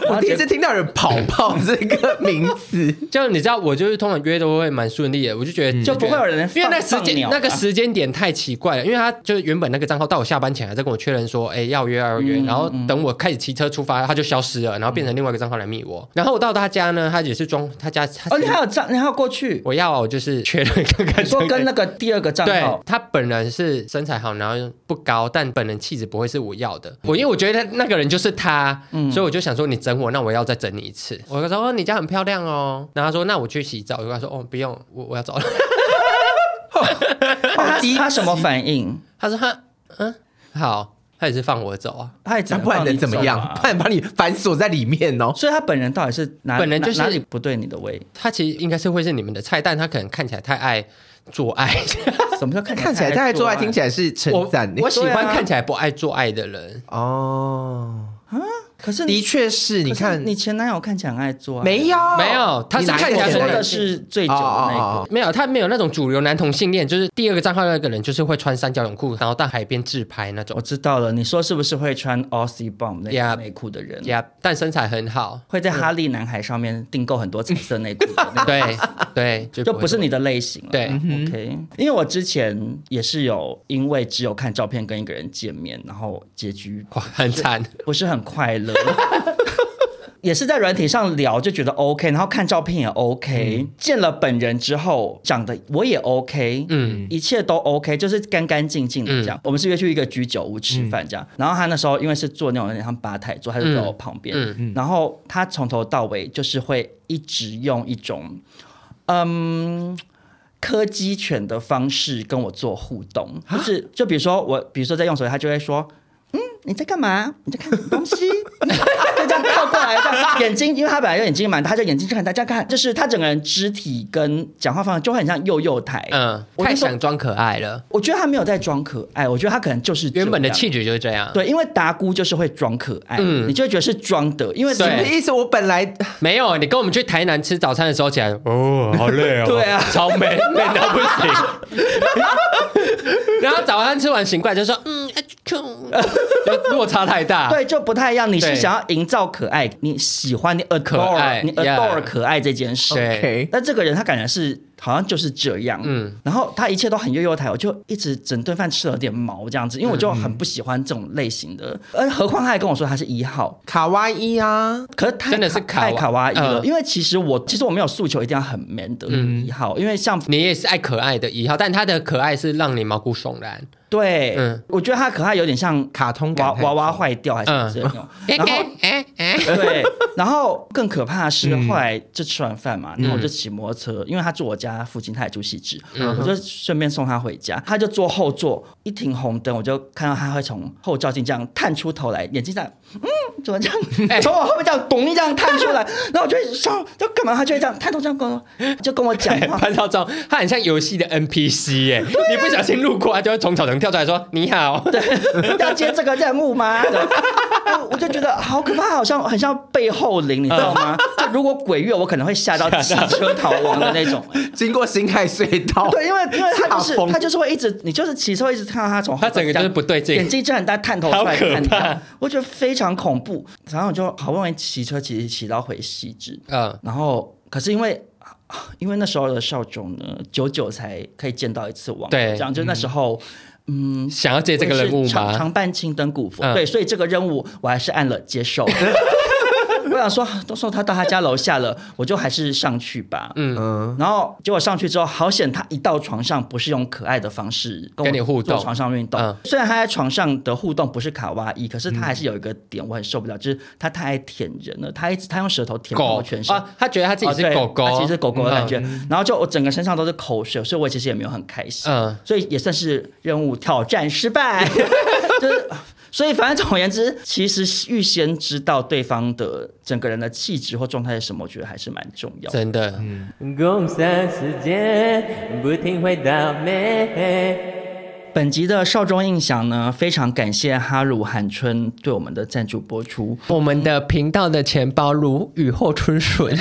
[SPEAKER 5] 我第一次听到有人跑炮这个名词，
[SPEAKER 4] 就你知道，我就是通常约都会蛮顺利的，我就觉得
[SPEAKER 3] 就不会有人放
[SPEAKER 4] 嗯因为那时
[SPEAKER 3] 放
[SPEAKER 4] 间
[SPEAKER 3] 鸟啊
[SPEAKER 4] 那个时间点太奇怪了，因为他就是原本那个账号到我下班前还在跟我确认说，哎、要约要
[SPEAKER 3] 嗯
[SPEAKER 4] 约，然后等我开始骑车出发，他就消失了，然后变成另外一个账号来密我，然后我到他家呢，他也是装他家，他
[SPEAKER 3] 哦，你还有账，你还要过去，
[SPEAKER 4] 我要啊我就是确认看看
[SPEAKER 3] 你说
[SPEAKER 4] 这个
[SPEAKER 3] 跟那个第二个账
[SPEAKER 4] 对
[SPEAKER 3] 号，
[SPEAKER 4] 他本人是身材好，然后不高，但本人气质不会是我要的。我因为我觉得那个人就是他，
[SPEAKER 3] 嗯
[SPEAKER 4] 所以我就想说你整我，那我要再整你一次。我就说哦，你家很漂亮哦。然后他说那我去洗澡。我跟他说哦，不用，我我要走了。
[SPEAKER 3] 那他他什么反应？
[SPEAKER 4] 他说他嗯好，他也是放我走啊。
[SPEAKER 3] 他也只
[SPEAKER 5] 那不然
[SPEAKER 3] 放你
[SPEAKER 5] 能怎么
[SPEAKER 3] 走
[SPEAKER 5] 样
[SPEAKER 3] 啊？
[SPEAKER 5] 不然把你反锁在里面哦。
[SPEAKER 3] 所以他本人到底是哪
[SPEAKER 4] 本人就是
[SPEAKER 3] 哪哪里不对你的 胃？
[SPEAKER 4] 他其实应该是会是你们的菜，但他可能看起来太爱做爱。
[SPEAKER 3] 什么叫看
[SPEAKER 5] 看起来大概做爱听起
[SPEAKER 3] 来？
[SPEAKER 5] 来是
[SPEAKER 4] 我
[SPEAKER 5] 称赞，
[SPEAKER 4] 我喜
[SPEAKER 3] 对
[SPEAKER 4] 欢
[SPEAKER 3] 啊
[SPEAKER 4] 看起来不爱做爱的人。
[SPEAKER 5] 哦，
[SPEAKER 3] 可是
[SPEAKER 5] 的
[SPEAKER 3] 你
[SPEAKER 5] 确是，你
[SPEAKER 3] 可是
[SPEAKER 5] 看
[SPEAKER 3] 你前男友看起来很爱做啊，
[SPEAKER 5] 没有
[SPEAKER 4] 没有他是
[SPEAKER 5] 你哪
[SPEAKER 4] 看
[SPEAKER 5] 有
[SPEAKER 4] 起来
[SPEAKER 3] 我
[SPEAKER 5] 前
[SPEAKER 3] 说
[SPEAKER 5] 男友
[SPEAKER 3] 的是醉酒的那
[SPEAKER 5] 哦哦哦
[SPEAKER 3] 个
[SPEAKER 5] 哦。
[SPEAKER 4] 没有，他没有那种主流男同性恋，就是第二个账号那个人，就是会穿三角泳裤，然后到海边自拍那种
[SPEAKER 3] 我。知道了，你说是不是会穿 Aussie Bomb 那个
[SPEAKER 4] Yeah
[SPEAKER 3] 内裤的人，
[SPEAKER 4] 呀但身材很好
[SPEAKER 3] 会在哈利男孩上面订购很多彩色内裤 的那个
[SPEAKER 4] 对对，
[SPEAKER 3] 就不是
[SPEAKER 4] 会
[SPEAKER 3] 你的类型了。嗯
[SPEAKER 4] 对
[SPEAKER 3] ，OK。因为我之前也是有因为只有看照片跟一个人见面，然后结局
[SPEAKER 4] 哇，很惨，
[SPEAKER 3] 不是很快乐。 也是在软体上聊就觉得 OK，然后看照片也 OK，、见
[SPEAKER 4] 嗯
[SPEAKER 3] 了本人之后长得我也 OK，嗯，一切都 OK，就是干干净净的
[SPEAKER 4] 嗯
[SPEAKER 3] 这样。我们是约去一个居酒屋吃饭这样，然后他那时候因为是坐那种有点像吧台坐，他就在我旁边，
[SPEAKER 4] 嗯
[SPEAKER 3] 然后他从头到尾就是会一直用一种嗯柯基犬的方式跟我做互动，
[SPEAKER 4] 啊
[SPEAKER 3] 就是就比如说我，比如说在用手机，他就会说。嗯，你在干嘛？你在看什么东西？ 就这样靠过来，这样眼睛，因为他本来就眼睛蛮大，他就眼睛就很大，这样看，就是他整个人肢体跟讲话方式就很像幼幼台。
[SPEAKER 4] 嗯，
[SPEAKER 3] 我
[SPEAKER 4] 太
[SPEAKER 3] 那时候
[SPEAKER 4] 想装可爱了，
[SPEAKER 3] 我觉得他没有在装可爱，我觉得他可能就是
[SPEAKER 4] 原本的
[SPEAKER 3] 这样
[SPEAKER 4] 气质就是这样。，
[SPEAKER 3] 对，因为达姑就是会装可爱，
[SPEAKER 4] 嗯
[SPEAKER 3] 你就会觉得是装的，因为
[SPEAKER 4] 对
[SPEAKER 5] 什么 意思？我本来
[SPEAKER 4] 没有你跟我们去台南吃早餐的时候起来，哦，好 累哦，
[SPEAKER 3] 对啊
[SPEAKER 4] 超美美到不行。 然后早餐吃完醒过来就说，嗯，啊就就落差太大。
[SPEAKER 3] 对，就不太一样。你是
[SPEAKER 4] 对
[SPEAKER 3] 想要营造可爱，你喜欢你 adore
[SPEAKER 4] 爱
[SPEAKER 3] 你
[SPEAKER 4] yeah
[SPEAKER 3] adore 可爱这件事。
[SPEAKER 4] 对
[SPEAKER 5] OK，
[SPEAKER 3] 但这个人他感觉是好像就是这样，嗯
[SPEAKER 4] 嗯，
[SPEAKER 3] 然后他一切都很悠悠台，我就一直整顿饭吃了有点毛这样子，因为我就很不喜欢这种类型
[SPEAKER 4] 嗯
[SPEAKER 3] 的，而何况他还跟我说他是一号，
[SPEAKER 5] 卡哇伊啊，
[SPEAKER 3] 可是太
[SPEAKER 4] 真的是卡
[SPEAKER 3] 太
[SPEAKER 4] 哇
[SPEAKER 3] 卡哇伊了，
[SPEAKER 4] 嗯
[SPEAKER 3] 因为其实我其实我没有诉求一定要很 man 的一号，
[SPEAKER 4] 嗯
[SPEAKER 3] 因为像
[SPEAKER 4] 你也是爱可爱的一号，但他的可爱是让你毛骨悚然。
[SPEAKER 3] 对，
[SPEAKER 4] 嗯
[SPEAKER 3] 我觉得他可爱有点像
[SPEAKER 5] 卡通感
[SPEAKER 3] 娃
[SPEAKER 5] 太
[SPEAKER 3] 娃娃坏掉还是
[SPEAKER 4] 嗯
[SPEAKER 3] 这种，
[SPEAKER 4] 哎
[SPEAKER 3] 然后
[SPEAKER 4] 哎哎哎，
[SPEAKER 3] 对，然后更可怕的是，
[SPEAKER 4] 嗯
[SPEAKER 3] 后来就吃完饭嘛，然后我就骑摩托车，因为他住我家附近，他也住西直，我就顺便送他回家。他就坐后座，一停红灯，我就看到他会从后照镜这样探出头来，眼睛这样，嗯，怎么这样？从我后面这样咚一这样探出来，然后我就会想，要干嘛？他就会这样探头这样跟我，就跟我讲
[SPEAKER 4] 哎
[SPEAKER 3] 话。
[SPEAKER 4] 潘少忠，他很像游戏的 NPC 耶、
[SPEAKER 3] 啊
[SPEAKER 4] 你不小心路过，他就会从草丛跳出来说：“你好。”
[SPEAKER 3] 要接这个任务吗？对我就觉得好可怕，好像很像背后灵，你知道吗？就如果鬼月，我可能会吓到骑车逃亡的那种。
[SPEAKER 5] 经过新海隧道，
[SPEAKER 3] 对，因为因为他就
[SPEAKER 5] 吓
[SPEAKER 3] 是
[SPEAKER 5] 疯
[SPEAKER 3] 他就是会一直，你就是骑车会一直看到他从后
[SPEAKER 4] 他整个
[SPEAKER 3] 照
[SPEAKER 4] 就
[SPEAKER 3] 镜
[SPEAKER 4] 是不对劲
[SPEAKER 3] 眼睛就很大，探头出来
[SPEAKER 4] 好可
[SPEAKER 3] 看
[SPEAKER 4] 怕
[SPEAKER 3] 他，我觉得非常恐怖。然后我就好不容易骑车骑骑到回西直，
[SPEAKER 4] 嗯，
[SPEAKER 3] 然后可是因为。啊因为那时候的少总呢，久久才可以见到一次网友，
[SPEAKER 4] 对
[SPEAKER 3] 这样就那时候，嗯，
[SPEAKER 4] 想要接这个任务
[SPEAKER 3] 是常
[SPEAKER 4] 吗？
[SPEAKER 3] 常办青灯古佛，
[SPEAKER 4] 嗯
[SPEAKER 3] 对，所以这个任务我还是按了 接受。我想说，啊都送他到他家楼下了，我就还是上去吧。嗯嗯。然后结果上去之后，好险他一到床上不是用可爱的方式跟我
[SPEAKER 4] 跟你互动
[SPEAKER 3] 做床上运动
[SPEAKER 4] 嗯。
[SPEAKER 3] 虽然他在床上的互动不是卡哇伊，可是他还是有一个点我很受不了，就是他太爱舔人了，他一直他用舌头舔
[SPEAKER 4] 狗
[SPEAKER 3] 我全身。
[SPEAKER 4] 啊，他觉得他自己
[SPEAKER 3] 哦对
[SPEAKER 4] 是狗狗，
[SPEAKER 3] 他其实是狗狗的感觉
[SPEAKER 4] 嗯。
[SPEAKER 3] 然后就我整个身上都是口水，所以我其实也没有很开心。
[SPEAKER 4] 嗯
[SPEAKER 3] 所以也算是任务挑战失败， 就是。所以，反正总而言之，其实预先知道对方的整个人的气质或状态是什么，我觉得还是蛮重要
[SPEAKER 4] 嗯
[SPEAKER 3] 的。
[SPEAKER 4] 真的，
[SPEAKER 3] 嗯
[SPEAKER 6] 共享时间，不停回到美。
[SPEAKER 3] 本集的少中印象呢，非常感谢哈鲁韩春对我们的赞助播出。
[SPEAKER 4] 我们的频道的钱包如雨后春 笋，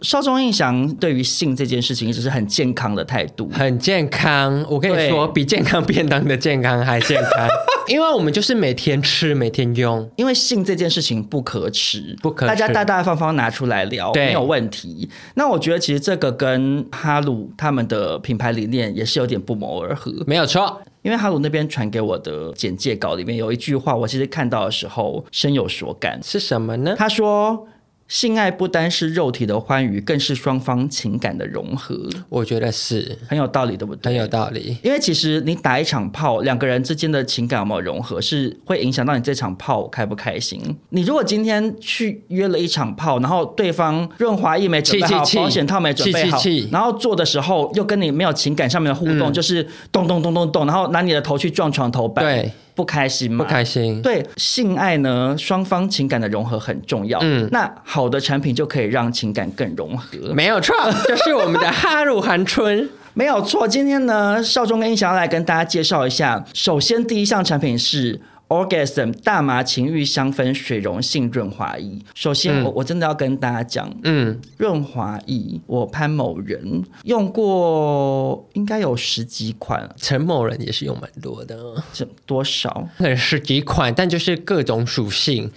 [SPEAKER 3] 少中印象对于性这件事情一直是很健康的态度，
[SPEAKER 4] 很健康。我跟
[SPEAKER 3] 对
[SPEAKER 4] 你说，比健康便当的健康还健 康，因为我们就是每天吃，每天用。
[SPEAKER 3] 因为性这件事情不可耻，
[SPEAKER 4] 不可耻
[SPEAKER 3] 大家大大方方拿出来聊，
[SPEAKER 4] 对
[SPEAKER 3] 没有问题。那我觉得其实这个跟哈鲁他们的品牌理念也是有点不谋而合，
[SPEAKER 4] 没有错，
[SPEAKER 3] 因为哈鲁那边传给我的简介稿里面有一句话，我其实看到的时候深有所感。
[SPEAKER 4] 是什么呢？
[SPEAKER 3] 他说。性爱不单是肉体的欢愉，更是双方情感的融合，
[SPEAKER 4] 我觉得是
[SPEAKER 3] 很有道理，对不对？
[SPEAKER 4] 很有道理。
[SPEAKER 3] 因为其实你打一场炮，两个人之间的情感有没有融合，是会影响到你这场炮开不开心。你如果今天去约了一场炮，然后对方润滑液没准备好，
[SPEAKER 4] 气气气
[SPEAKER 3] 保险套没准备好，
[SPEAKER 4] 气气嗯气
[SPEAKER 3] 然后做的时候又跟你没有情感上面的互动，就是咚咚咚咚咚，然后拿你的头去撞床头板，
[SPEAKER 4] 对，
[SPEAKER 3] 不开心
[SPEAKER 4] 不
[SPEAKER 3] 吗？
[SPEAKER 4] 开心。
[SPEAKER 3] 对性爱呢，双方情感的融合很重要。嗯，那好的产品就可以让情感更融合。
[SPEAKER 4] 没有错，就是我们的哈鲁寒 春。
[SPEAKER 3] 没有错，今天呢，少中跟印象来跟大家介绍一下。首先，第一项产品是 Orgasm 大麻情欲香氛水溶性润滑液。首先，我、我真的要跟大家讲，
[SPEAKER 4] 嗯，
[SPEAKER 3] 润滑液我潘某人用过，应该有十几款，
[SPEAKER 4] 陈某人也是用蛮多的，
[SPEAKER 3] 这多少？
[SPEAKER 4] 可能十几款，但就是各种属性。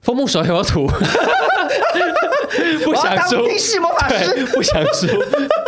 [SPEAKER 4] 枫木手有 图，不
[SPEAKER 3] 我要
[SPEAKER 4] 想
[SPEAKER 3] 当
[SPEAKER 4] 输，
[SPEAKER 3] 冰系魔法 师。
[SPEAKER 4] 对，不想输，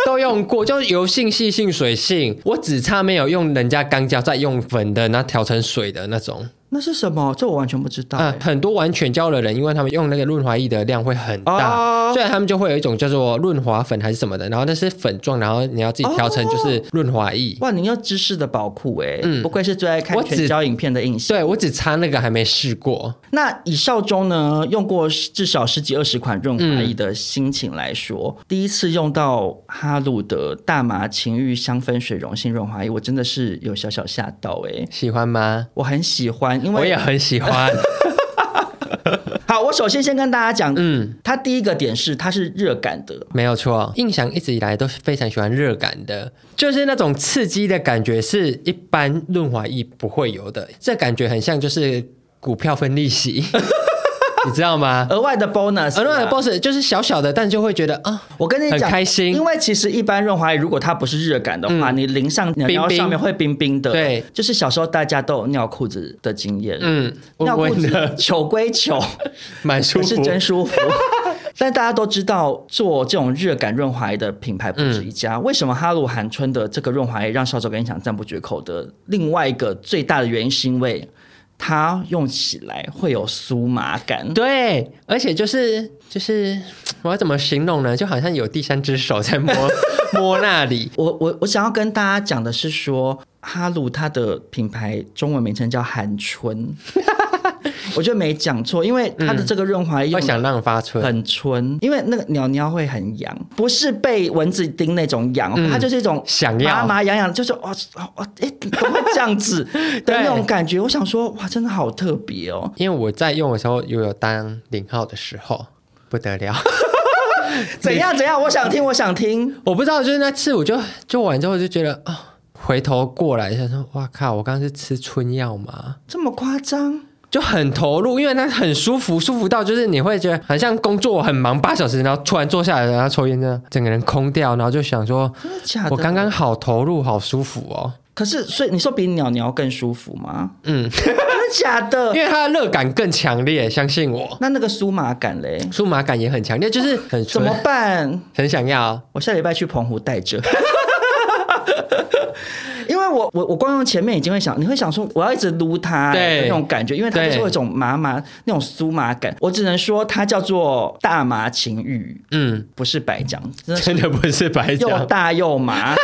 [SPEAKER 4] 都用过，就是油性、细性、水性，我只差没有用人家钢胶再用粉的，那调成水的那种。
[SPEAKER 3] 那是什么？这我完全不知道、
[SPEAKER 4] 啊
[SPEAKER 3] 欸，
[SPEAKER 4] 很多玩全胶的人，因为他们用那个润滑液的量会很
[SPEAKER 3] 哦
[SPEAKER 4] 大，所以他们就会有一种叫做润滑粉还是什么的，然后那是粉状，然后你要自己调成就是润滑液。
[SPEAKER 3] 哇，你要知识的宝库哎，
[SPEAKER 4] 嗯
[SPEAKER 3] 不愧是最爱看
[SPEAKER 4] 我只
[SPEAKER 3] 全交影片的印象。
[SPEAKER 4] 对，我只差那个还没试过。
[SPEAKER 3] 那以少中呢，用过至少十几二十款润
[SPEAKER 4] 嗯
[SPEAKER 3] 滑液的心情来说，第一次用到哈鲁的大麻情欲香氛水溶性润滑液，我真的是有小小吓到哎、
[SPEAKER 4] 喜欢吗？
[SPEAKER 3] 我很喜欢，因
[SPEAKER 4] 我
[SPEAKER 3] 为
[SPEAKER 4] 也很喜欢。
[SPEAKER 3] 好，我首先先跟大家讲，
[SPEAKER 4] 嗯
[SPEAKER 3] 嗯，它第一个点是它是热感的，
[SPEAKER 4] 没有错，印象一直以来都是非常喜欢热感的，就是那种刺激的感觉是一般润滑液不会有的，这感觉很像就是股票分利息， 你知道吗？
[SPEAKER 3] 额外的 bonus，
[SPEAKER 4] 而那个
[SPEAKER 3] 啊
[SPEAKER 4] boss 就是小小的，但就会觉得啊，
[SPEAKER 3] 我跟你讲，
[SPEAKER 4] 很开心
[SPEAKER 3] 因为其实一般润滑液如果它不是热感的话，你淋上鸟尿
[SPEAKER 4] 冰冰
[SPEAKER 3] 上面会冰冰的。
[SPEAKER 4] 对，
[SPEAKER 3] 就是小时候大家都有尿裤子的经验，
[SPEAKER 4] 嗯，温
[SPEAKER 3] 尿裤
[SPEAKER 4] 温
[SPEAKER 3] 子
[SPEAKER 4] 的，
[SPEAKER 3] 糗归糗，
[SPEAKER 4] 蛮
[SPEAKER 3] 可
[SPEAKER 4] 舒
[SPEAKER 3] 是
[SPEAKER 4] 服。
[SPEAKER 3] 真舒服。 但大家都知道，做这种热感润滑液的品牌不止一
[SPEAKER 4] 嗯
[SPEAKER 3] 家。为什么哈鲁韩春的这个润滑液让少周跟你讲赞不绝口的？另外一个最大的原因是因为它用起来会有酥麻感。
[SPEAKER 4] 对，而且就是就是，我要怎么形容呢？就好像有第三只手 在摸摸那里，
[SPEAKER 3] 我我我想要跟大家讲的是说，哈鲁它的品牌中文名称叫韩 春，我觉得没讲错，因为它的这个润滑液
[SPEAKER 4] 会
[SPEAKER 3] 用得
[SPEAKER 4] 想让发春。
[SPEAKER 3] 很纯，因为那个鸟鸟会很痒，不是被蚊子叮那种痒，
[SPEAKER 4] 嗯
[SPEAKER 3] 它就是一种
[SPEAKER 4] 想要
[SPEAKER 3] 麻麻痒痒，就是哇哇哇，哎、怎么会这样 子的那种感觉？我想说，哇，真的好特别哦。
[SPEAKER 4] 因为我在用的时候，又有当零号的时候，不得了。
[SPEAKER 3] 怎样怎样？我想听，我想听。
[SPEAKER 4] 我不知道，就是那次我就做完之后就觉得啊、回头过来想说，哇靠，我刚刚是吃春药吗？
[SPEAKER 3] 这么夸张？
[SPEAKER 4] 就很投入，因为它很舒服，舒服到就是你会觉得很像工作很忙八小时，然后突然坐下来，然后抽烟，这样整个人空掉，然后就想说，
[SPEAKER 3] 真的假的？
[SPEAKER 4] 我刚刚好投入，好舒服哦。
[SPEAKER 3] 可是，所以你说比鸟鸟更舒服吗？
[SPEAKER 4] 嗯，
[SPEAKER 3] 真的假的？
[SPEAKER 4] 因为它的热感更强烈，相信我，
[SPEAKER 3] 那那个酥麻感嘞，
[SPEAKER 4] 舒麻感也很强烈，就是很
[SPEAKER 3] 怎么
[SPEAKER 4] 纯
[SPEAKER 3] 办？
[SPEAKER 4] 很想要。
[SPEAKER 3] 我下礼拜去澎湖带着。 因为我我我光用前面已经会想，你会想说我要一直撸它
[SPEAKER 4] 对
[SPEAKER 3] 的那种感觉，因为它
[SPEAKER 4] 对
[SPEAKER 3] 就是会有一种麻麻那种酥麻感。我只能说它叫做大麻情欲，
[SPEAKER 4] 嗯，
[SPEAKER 3] 不是 白讲，真的是
[SPEAKER 4] 真的不是白
[SPEAKER 3] 又
[SPEAKER 4] 讲。
[SPEAKER 3] 大又麻。